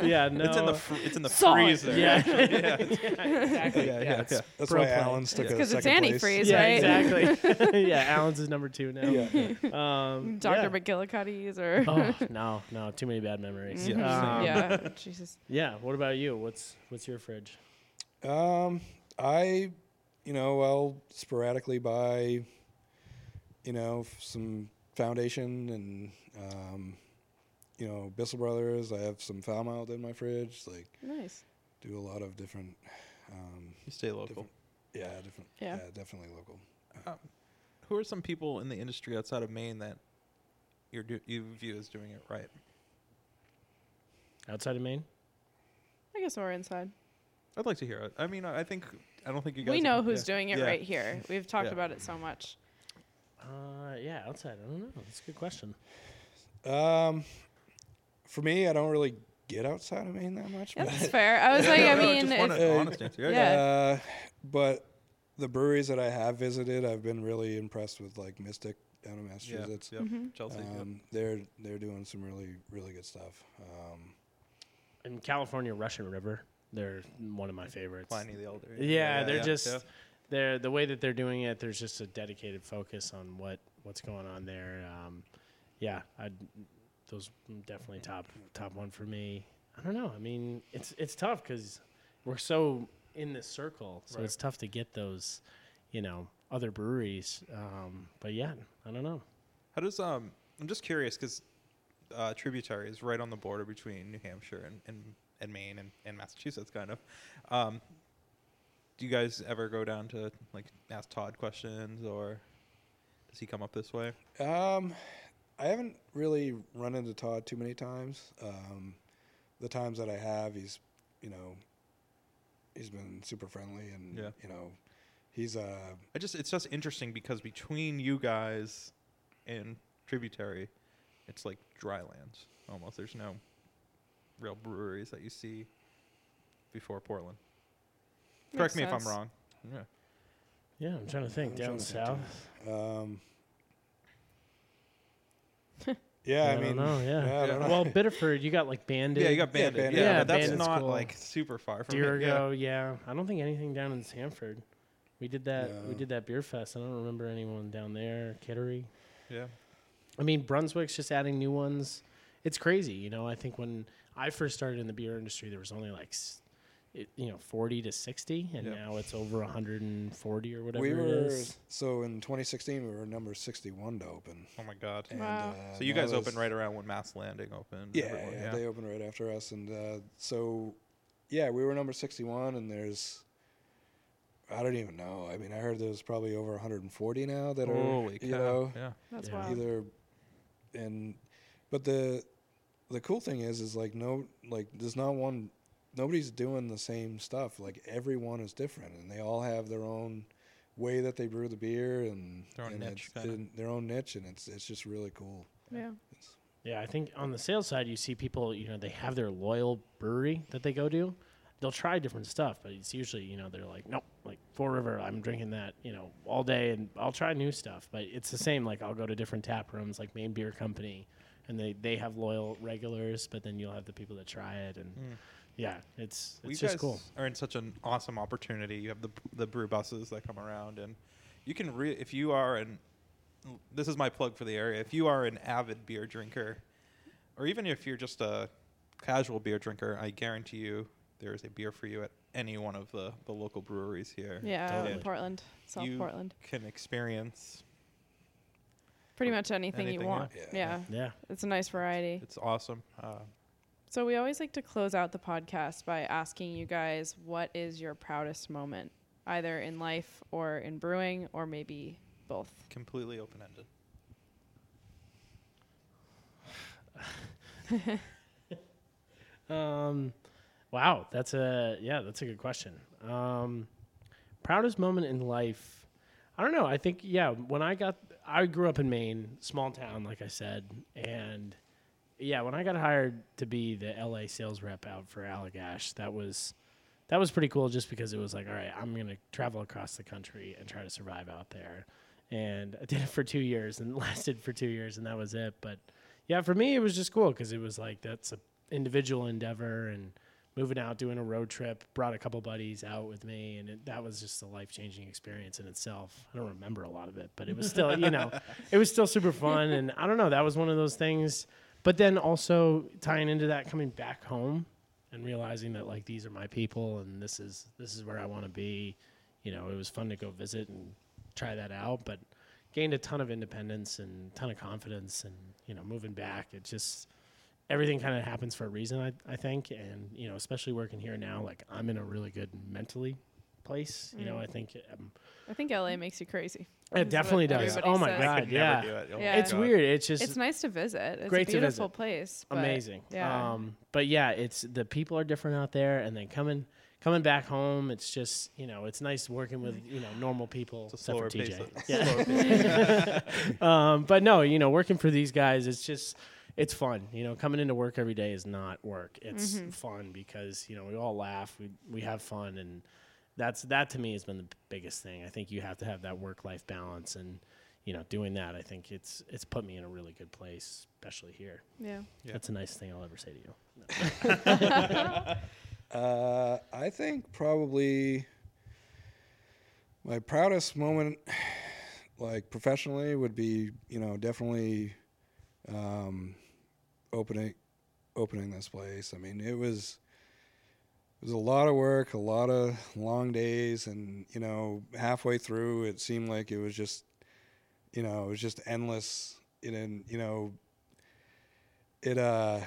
Speaker 7: yeah. No.
Speaker 4: It's in the fr- it's in the
Speaker 6: Solid.
Speaker 4: freezer.
Speaker 7: Yeah.
Speaker 4: *laughs* yeah.
Speaker 7: exactly.
Speaker 4: *laughs* Yeah, yeah,
Speaker 7: it's
Speaker 4: yeah.
Speaker 3: That's
Speaker 7: pro
Speaker 3: why
Speaker 7: plan.
Speaker 3: Alan's took
Speaker 4: Yeah.
Speaker 3: a
Speaker 6: Because it's
Speaker 3: second place.
Speaker 6: antifreeze,
Speaker 7: yeah,
Speaker 4: *laughs*
Speaker 6: right?
Speaker 7: exactly. *laughs* yeah, Alan's is number two now.
Speaker 3: Yeah, *laughs* yeah.
Speaker 4: Mm,
Speaker 7: Um,
Speaker 6: Dr.
Speaker 7: yeah.
Speaker 6: McGillicuddy's or
Speaker 7: *laughs*
Speaker 6: Mm-hmm.
Speaker 7: oh no, no, too many bad memories.
Speaker 4: Mhm. Yeah. Mm-hmm.
Speaker 7: Um,
Speaker 6: yeah, Jesus.
Speaker 7: yeah. What about you? What's what's your fridge?
Speaker 3: Um, I, you know, I'll sporadically buy, you know, f- some foundation and, um, you know, Bissell Brothers. I have some foul mouth in my fridge. Like,
Speaker 6: Nice.
Speaker 3: do a lot of different, um,
Speaker 4: You stay local.
Speaker 3: Different. yeah, different,
Speaker 6: Yeah.
Speaker 3: definitely local.
Speaker 4: Who are some people in the industry outside of Maine that you're do- you view as doing it right?
Speaker 7: Outside of Maine?
Speaker 6: I guess we're inside.
Speaker 4: I'd like to hear it. I mean, I I think I don't think you guys.
Speaker 6: We know
Speaker 4: have-
Speaker 6: who's
Speaker 4: yeah.
Speaker 6: doing it
Speaker 4: Yeah.
Speaker 6: right here. We've talked
Speaker 4: Yeah.
Speaker 6: about it so much.
Speaker 7: Uh, yeah, outside. I don't know. That's a good question.
Speaker 3: Um, for me, I don't really get outside of Maine that much.
Speaker 6: Yeah,
Speaker 3: but-
Speaker 6: that's fair. I
Speaker 4: *laughs*
Speaker 6: was like, I
Speaker 4: No,
Speaker 6: mean,
Speaker 4: just want
Speaker 6: if,
Speaker 4: an honest
Speaker 6: *laughs*
Speaker 4: answer. Yeah,
Speaker 6: yeah.
Speaker 3: Uh, but the breweries that I have visited, I've been really impressed with, like Mystic out of
Speaker 4: yeah, yeah,
Speaker 3: Massachusetts.
Speaker 4: yep, Chelsea. yep.
Speaker 3: Um, they're they're doing some really really good stuff. Um,
Speaker 7: In California, Russian River. They're one of my favorites.
Speaker 4: Pliny the Elder.
Speaker 7: Yeah, they're just they're the way that they're doing it. There's just a dedicated focus on what what's going on there. Um, yeah, I those definitely top top one for me. I don't know. I mean, it's it's tough because we're so in this circle, so
Speaker 4: Right.
Speaker 7: it's tough to get those, you know, other breweries. Um, but yeah, I don't know.
Speaker 4: How does um? I'm just curious because uh, Tributary is right on the border between New Hampshire and and, and Maine and, and Massachusetts, kind of. Um, do you guys ever go down to like ask Todd questions, or does he come up this way?
Speaker 3: um, I haven't really run into Todd too many times. Um, the times that I have, he's you know he's been super friendly and
Speaker 4: Yeah.
Speaker 3: you know he's uh
Speaker 4: I just it's just interesting because between you guys and Tributary, it's like dry lands almost. There's no real breweries that you see before Portland. Correct
Speaker 6: Makes
Speaker 4: me if
Speaker 6: sense.
Speaker 4: I'm wrong. Yeah.
Speaker 7: Yeah, I'm trying to think
Speaker 3: I'm trying
Speaker 7: down
Speaker 3: to think,
Speaker 7: south.
Speaker 3: um. Yeah, I,
Speaker 7: don't
Speaker 3: mean,
Speaker 7: know, yeah.
Speaker 3: I don't know.
Speaker 7: Well, Bitterford, you got like Bandit.
Speaker 4: Yeah, you got
Speaker 3: Yeah,
Speaker 4: banded. Yeah,
Speaker 3: Bandit.
Speaker 7: Yeah,
Speaker 4: but that's
Speaker 7: Bandit's
Speaker 4: not
Speaker 7: cool.
Speaker 4: like super far from
Speaker 7: year
Speaker 4: here. Yeah.
Speaker 7: ago. Yeah. I don't think anything down in Sanford. We did that. We
Speaker 3: No.
Speaker 7: did that beer fest. I don't remember anyone down there. Kittery.
Speaker 4: Yeah.
Speaker 7: I mean, Brunswick's just adding new ones. It's crazy, you know. I think when I first started in the beer industry, there was only like, s- it, you know, forty to sixty, and
Speaker 1: Yep.
Speaker 7: now it's over hundred and forty or
Speaker 3: *laughs*
Speaker 7: whatever
Speaker 3: we
Speaker 7: it
Speaker 3: were
Speaker 7: is.
Speaker 3: so in 2016 we were number 61 to open.
Speaker 1: Oh my god.
Speaker 3: And,
Speaker 6: Wow.
Speaker 3: uh,
Speaker 1: So you
Speaker 3: that
Speaker 1: guys
Speaker 3: was-
Speaker 1: opened right around when Mass Landing opened.
Speaker 3: Yeah,
Speaker 1: everyone,
Speaker 3: yeah, they opened right after us, and uh, so yeah, we were number 61, and there's. I don't even know. I mean, I heard there's probably over 140 now that
Speaker 1: Holy
Speaker 3: are,
Speaker 1: cow!
Speaker 3: you know,
Speaker 1: yeah.
Speaker 6: That's
Speaker 7: Yeah.
Speaker 6: wild.
Speaker 3: either and but the the cool thing is is like no like there's not one nobody's doing the same stuff like everyone is different and they all have their own way that they brew the beer and
Speaker 1: Their own
Speaker 3: and
Speaker 1: niche,
Speaker 3: it's
Speaker 1: kinda.
Speaker 3: in their own niche and it's it's just really cool
Speaker 6: Yeah.
Speaker 7: Yeah, I think on the sales side, you see people, you know, they have their loyal brewery that they go to. They'll try different stuff, but it's usually, you know, they're like, nope, like Four River, I'm drinking that, you know, all day and I'll try new stuff. But it's the same. Like, I'll go to different tap rooms, like Main Beer Company, and they, they have loyal regulars, but then you'll have the people that try it. And yeah, it's, it's
Speaker 1: you
Speaker 7: just
Speaker 1: guys
Speaker 7: cool.
Speaker 1: are in such an awesome opportunity. You have the the brew buses that come around, and you can re- if you are an this is my plug for the area. If you are an avid beer drinker, or even if you're just a casual beer drinker, I guarantee you there is a beer for you at any one of the the local breweries here.
Speaker 6: Yeah. out in
Speaker 1: Totally.
Speaker 6: Portland, South
Speaker 1: You
Speaker 6: Portland.
Speaker 1: can experience.
Speaker 6: Pretty much anything,
Speaker 1: anything,
Speaker 6: you want.
Speaker 3: yeah.
Speaker 6: Yeah.
Speaker 7: Yeah.
Speaker 6: It's a nice variety.
Speaker 1: It's awesome. Uh,
Speaker 6: So we always like to close out the podcast by asking you guys what is your proudest moment, either in life or in brewing or maybe both.
Speaker 1: completely open ended.
Speaker 7: Um, wow, that's a yeah, that's a good question. Um, proudest moment in life. I don't know. I think yeah. When I got, I grew up in Maine, small town, like I said, and yeah, when I got hired to be the LA sales rep out for Allagash, that was that was pretty cool. Just because it was like, all right, I'm gonna travel across the country and try to survive out there. And I did it for two years and *laughs* lasted for two years, and that was it. But yeah, for me, it was just cool because it was like that's a individual endeavor and moving out, doing a road trip. Brought a couple buddies out with me, and it, that was just a life changing experience in itself. I don't remember a lot of it, but it was still, you know, it was still super fun. And I don't know, that was one of those things. But then also tying into that, coming back home and realizing that like these are my people and this is this is where I want to be. You know, it was fun to go visit and try that out, but gained a ton of independence and ton of confidence and you know moving back it just everything kind of happens for a reason I, I think and you know especially working here now like i'm in a really good mentally place you know
Speaker 6: Mm.
Speaker 7: i think um,
Speaker 6: I think LA makes you crazy.
Speaker 7: it
Speaker 6: what
Speaker 7: definitely does
Speaker 6: everybody
Speaker 7: oh my
Speaker 6: says. I
Speaker 7: god
Speaker 1: Could
Speaker 7: yeah
Speaker 1: never do it. Oh my
Speaker 6: Yeah.
Speaker 7: it's
Speaker 1: God.
Speaker 7: weird it's just
Speaker 6: It's nice to visit. It's
Speaker 7: great
Speaker 6: a
Speaker 7: to visit.
Speaker 6: beautiful place. but-
Speaker 7: amazing.
Speaker 6: Yeah.
Speaker 7: Um, but yeah, it's the people are different out there, and then coming coming back home, it's just you know, it's nice working with you know normal people.
Speaker 1: It's a
Speaker 7: except
Speaker 1: slower
Speaker 7: for
Speaker 1: pace.
Speaker 7: TJ.
Speaker 1: It's a
Speaker 7: Yeah.
Speaker 1: slower pace.
Speaker 7: um, but no, you know, working for these guys, it's just it's fun. You know, coming into work every day is not work. It's
Speaker 6: Mm-hmm.
Speaker 7: fun because you know we all laugh, we we have fun, and that's that to me has been the biggest thing. I think you have to have that work life balance, and you know, doing that, I think it's it's put me in a really good place, especially here.
Speaker 6: yeah.
Speaker 1: Yeah.
Speaker 7: That's the nicest thing I'll ever say to you.
Speaker 3: Uh, I think probably my proudest moment, like professionally, would be you know definitely um, opening opening this place. I mean, it was it was a lot of work, a lot of long days, and you know halfway through, it seemed like it was just you know it was just endless. And then, you know it uh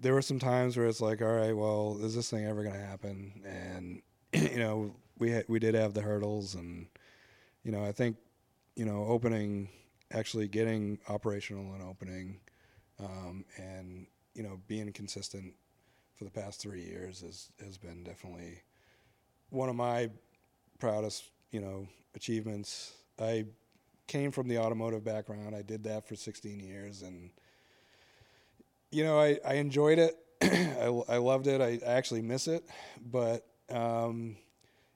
Speaker 3: there were some times where it's like all right well is this thing ever going to happen and *clears throat* you know we ha- we did have the hurdles and you know i think you know opening actually getting operational and opening um, and you know being consistent for the past 3 years has has been definitely one of my proudest you know achievements i came from the automotive background i did that for 16 years and you know, I, I enjoyed it. *clears throat* I, I loved it. I, I actually miss it. But um,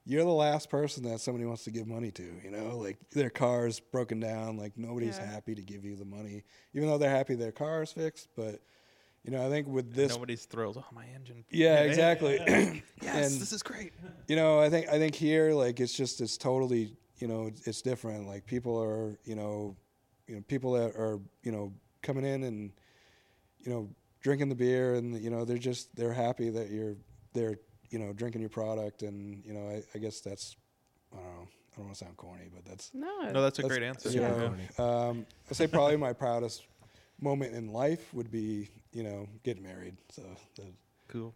Speaker 3: you're the last person that somebody wants to give money to, you know, like their car's broken down. Like nobody's
Speaker 6: Yeah.
Speaker 3: happy to give you the money, even though they're happy their car is fixed. But, you know, I think with this.
Speaker 1: Nobody's thrilled. Oh, my engine.
Speaker 3: yeah, exactly. *clears throat*
Speaker 1: Yes,
Speaker 3: And-
Speaker 1: this is great.
Speaker 3: you know i think i think here like it's just it's totally you know it's, it's different like people are you know you know people that are you know coming in and you know drinking the beer and you know they're just they're happy that you're they're you know drinking your product and you know I, I guess that's I don't know I don't want to sound corny but that's
Speaker 6: No,
Speaker 1: No, that's a
Speaker 3: that's-
Speaker 1: great answer.
Speaker 3: you
Speaker 1: Yeah.
Speaker 3: know, um, I say probably my proudest moment in life would be you know getting married so the,
Speaker 1: Cool.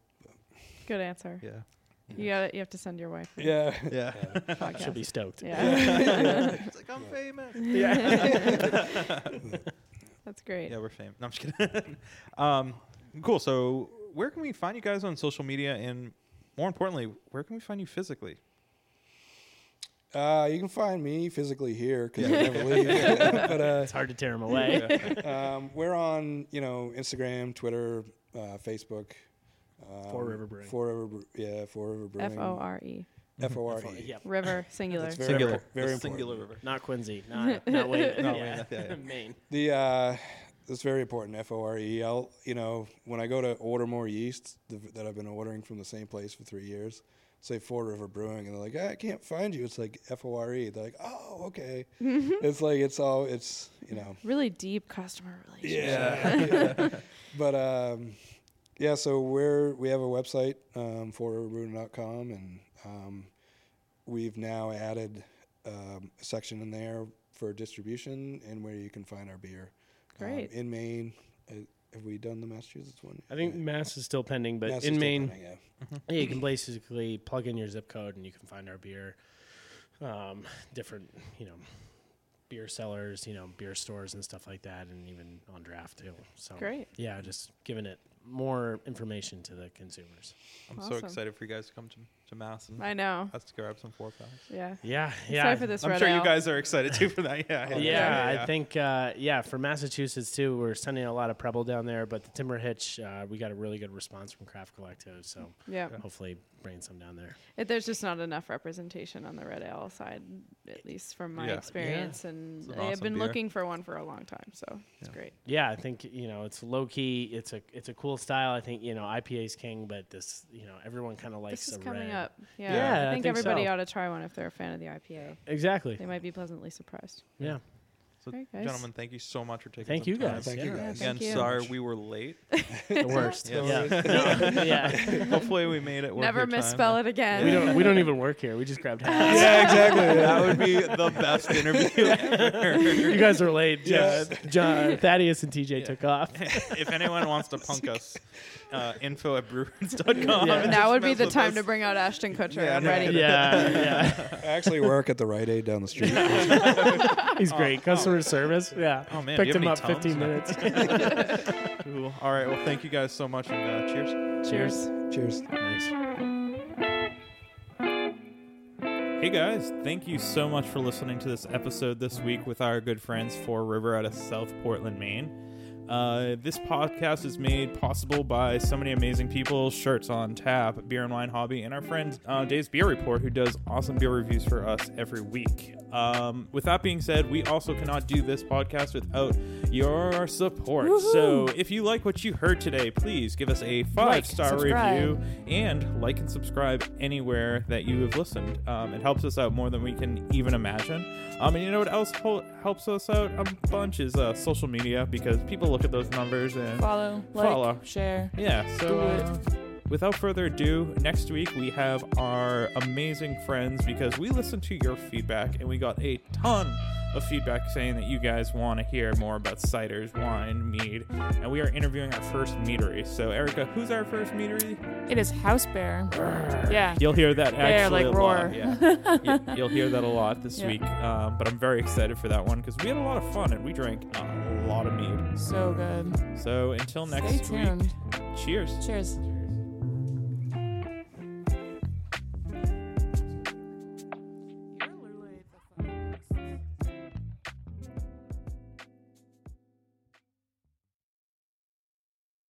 Speaker 6: good answer.
Speaker 1: Yeah.
Speaker 6: You got You have to send your wife. a
Speaker 3: yeah
Speaker 1: Yeah.
Speaker 6: podcast.
Speaker 7: She'll be
Speaker 6: *laughs*
Speaker 7: stoked.
Speaker 1: *laughs*
Speaker 6: yeah.
Speaker 1: it's like I'm famous.
Speaker 6: that's great.
Speaker 1: Yeah, we're famous. No, I'm just kidding. *laughs* um, cool. So, where can we find you guys on social media, and more importantly, where can we find you physically?
Speaker 3: uh, you can find me physically here because I never leave *laughs* but uh,
Speaker 7: It's hard to tear them away. *laughs*
Speaker 3: um, we're on, you know, Instagram, Twitter, uh, Facebook. Um,
Speaker 7: Four River Brewing.
Speaker 3: Four River, Bre- yeah, Four River Brewing.
Speaker 6: F O R E.
Speaker 3: F O R E.
Speaker 7: Yep.
Speaker 6: River singular.
Speaker 3: That's very
Speaker 1: Singular.
Speaker 3: impor- very
Speaker 1: The
Speaker 3: important.
Speaker 1: singular river.
Speaker 7: Not Quincy. Not not Wayne.
Speaker 1: Not
Speaker 7: yeah.
Speaker 1: Weymouth, yeah, yeah.
Speaker 7: *laughs* Maine.
Speaker 3: The uh, that's very important. F O R E. I'll, you know, when I go to order more yeast th- that I've been ordering from the same place for three years, say Four River Brewing, and they're like, "Ah, I can't find you. It's like F O R E. They're like, oh,
Speaker 6: *laughs*
Speaker 3: okay. it's like it's all it's you know.
Speaker 6: Really deep customer relationship.
Speaker 3: Yeah. but um, yeah, so we're we have a website um, forriverbrewing.com, and um, we've now added um, a section in there for distribution and where you can find our beer. Um,
Speaker 6: Great.
Speaker 3: in Maine, uh, have we done the Massachusetts one?
Speaker 7: I think
Speaker 3: Yeah.
Speaker 7: Mass is still pending, but
Speaker 3: Mass is
Speaker 7: in
Speaker 3: still
Speaker 7: Maine,
Speaker 3: running, yeah.
Speaker 7: yeah, you can basically plug in your zip code and you can find our beer. Um, different, you know, beer sellers, you know, beer stores and stuff like that, and even on draft too. So
Speaker 6: Great.
Speaker 7: Yeah, just giving it more information to the consumers.
Speaker 1: I'm so
Speaker 6: Awesome.
Speaker 1: excited for you guys to come to, to mass and
Speaker 6: I know.
Speaker 1: us to grab some four packs.
Speaker 6: Yeah.
Speaker 7: Yeah, yeah.
Speaker 6: Sorry for this
Speaker 1: I'm
Speaker 6: red
Speaker 1: sure
Speaker 6: ale.
Speaker 1: you guys are excited too for that. *laughs* Yeah.
Speaker 7: Yeah, I think uh, yeah for Massachusetts too. We're sending a lot of Preble down there, but the Timber Hitch, uh, we got a really good response from Craft Collective. So
Speaker 6: Yeah.
Speaker 7: hopefully, bring some down there.
Speaker 6: It, there's just not enough representation on the red ale side, at least from my
Speaker 1: Yeah. Yeah.
Speaker 6: experience, and
Speaker 1: It's an
Speaker 6: they have
Speaker 1: awesome
Speaker 6: been
Speaker 1: beer.
Speaker 6: looking for one for a long time, so it's great.
Speaker 7: Yeah, I think you know it's low key. It's a it's a cool style. I think you know IPA's king, but this you know everyone kind of likes.
Speaker 6: this is
Speaker 7: a
Speaker 6: coming
Speaker 7: red.
Speaker 6: up. Yeah,
Speaker 7: Yeah,
Speaker 6: I,
Speaker 7: I
Speaker 6: think
Speaker 7: think
Speaker 6: everybody
Speaker 7: so.
Speaker 6: ought to try one if they're a fan of the IPA.
Speaker 7: Exactly.
Speaker 6: They might be pleasantly surprised. *laughs*
Speaker 7: Yeah.
Speaker 1: So,
Speaker 6: Alright, guys.
Speaker 1: gentlemen, thank you so much for taking.
Speaker 7: Thank
Speaker 1: some
Speaker 7: you
Speaker 1: time.
Speaker 7: guys.
Speaker 3: Thank
Speaker 7: yeah.
Speaker 3: you guys.
Speaker 1: Again,
Speaker 6: Thank you.
Speaker 1: sorry we were late. *laughs*
Speaker 6: *laughs*
Speaker 7: The worst.
Speaker 1: No
Speaker 7: yeah. yeah.
Speaker 1: Hopefully we made it. work
Speaker 6: Never
Speaker 1: your time. *laughs*
Speaker 6: misspell it again.
Speaker 7: We don't we don't even work here. We just grabbed
Speaker 6: *laughs*
Speaker 7: hats.
Speaker 3: Yeah, exactly.
Speaker 1: That would be the best interview ever.
Speaker 7: You guys are late.
Speaker 3: Yeah.
Speaker 7: John, John uh, Thaddeus and TJ
Speaker 1: *laughs*
Speaker 7: took off.
Speaker 1: *laughs* if anyone wants to punk us, uh, info at brewers.com.
Speaker 7: Yeah.
Speaker 6: now would be the time to bring out Ashton Kutcher. I'm
Speaker 1: no,
Speaker 6: ready.
Speaker 7: Yeah, yeah.
Speaker 3: I actually work at the Rite Aid down the
Speaker 7: *laughs*
Speaker 3: street.
Speaker 7: He's great. Customer service. Yeah.
Speaker 1: Oh, man, do you
Speaker 7: Picked
Speaker 1: have
Speaker 7: him
Speaker 1: any Tums?
Speaker 7: up 15 minutes.
Speaker 1: Cool. All right. Well, thank you guys so much, and uh, cheers.
Speaker 6: Cheers.
Speaker 3: Cheers.
Speaker 4: Hey guys, thank you so much for listening to this episode this week with our good friends Four River out of South Portland, Maine. Uh, this podcast is made possible by so many amazing people Shirts on Tap, Beer and Wine Hobby, and our friend uh, Dave's Beer Report, who does awesome beer reviews for us every week. Um, with that being said, we also cannot do this podcast without your support. So if you like what you heard today, please give us a five star
Speaker 2: subscribe.
Speaker 4: review and like and subscribe anywhere that you have listened. Um, it helps us out more than we can even imagine. Um, and you know what else hol- helps us out a bunch is uh, social media because people look at those numbers and
Speaker 2: Follow, like,
Speaker 4: Follow.
Speaker 2: share.
Speaker 4: yeah. So
Speaker 2: Do it.
Speaker 4: uh, without further ado, next week we have our amazing friends because we listened to your feedback and we got a ton of feedback saying that you guys want to hear more about ciders, wine, mead, and we are interviewing our first meadery. So Erica, who's our first meadery?
Speaker 2: It is House Bear. yeah.
Speaker 4: You'll hear that
Speaker 2: Bear,
Speaker 4: actually
Speaker 2: like,
Speaker 4: a
Speaker 2: roar.
Speaker 4: lot. Yeah. You- You'll hear that a lot this
Speaker 2: *laughs* Yeah.
Speaker 4: week. Um, but I'm very excited for that one because we had a lot of fun and we drank a lot of mead.
Speaker 2: So good.
Speaker 4: So until
Speaker 2: Stay
Speaker 4: next week,
Speaker 2: tuned.
Speaker 4: cheers.
Speaker 2: Cheers.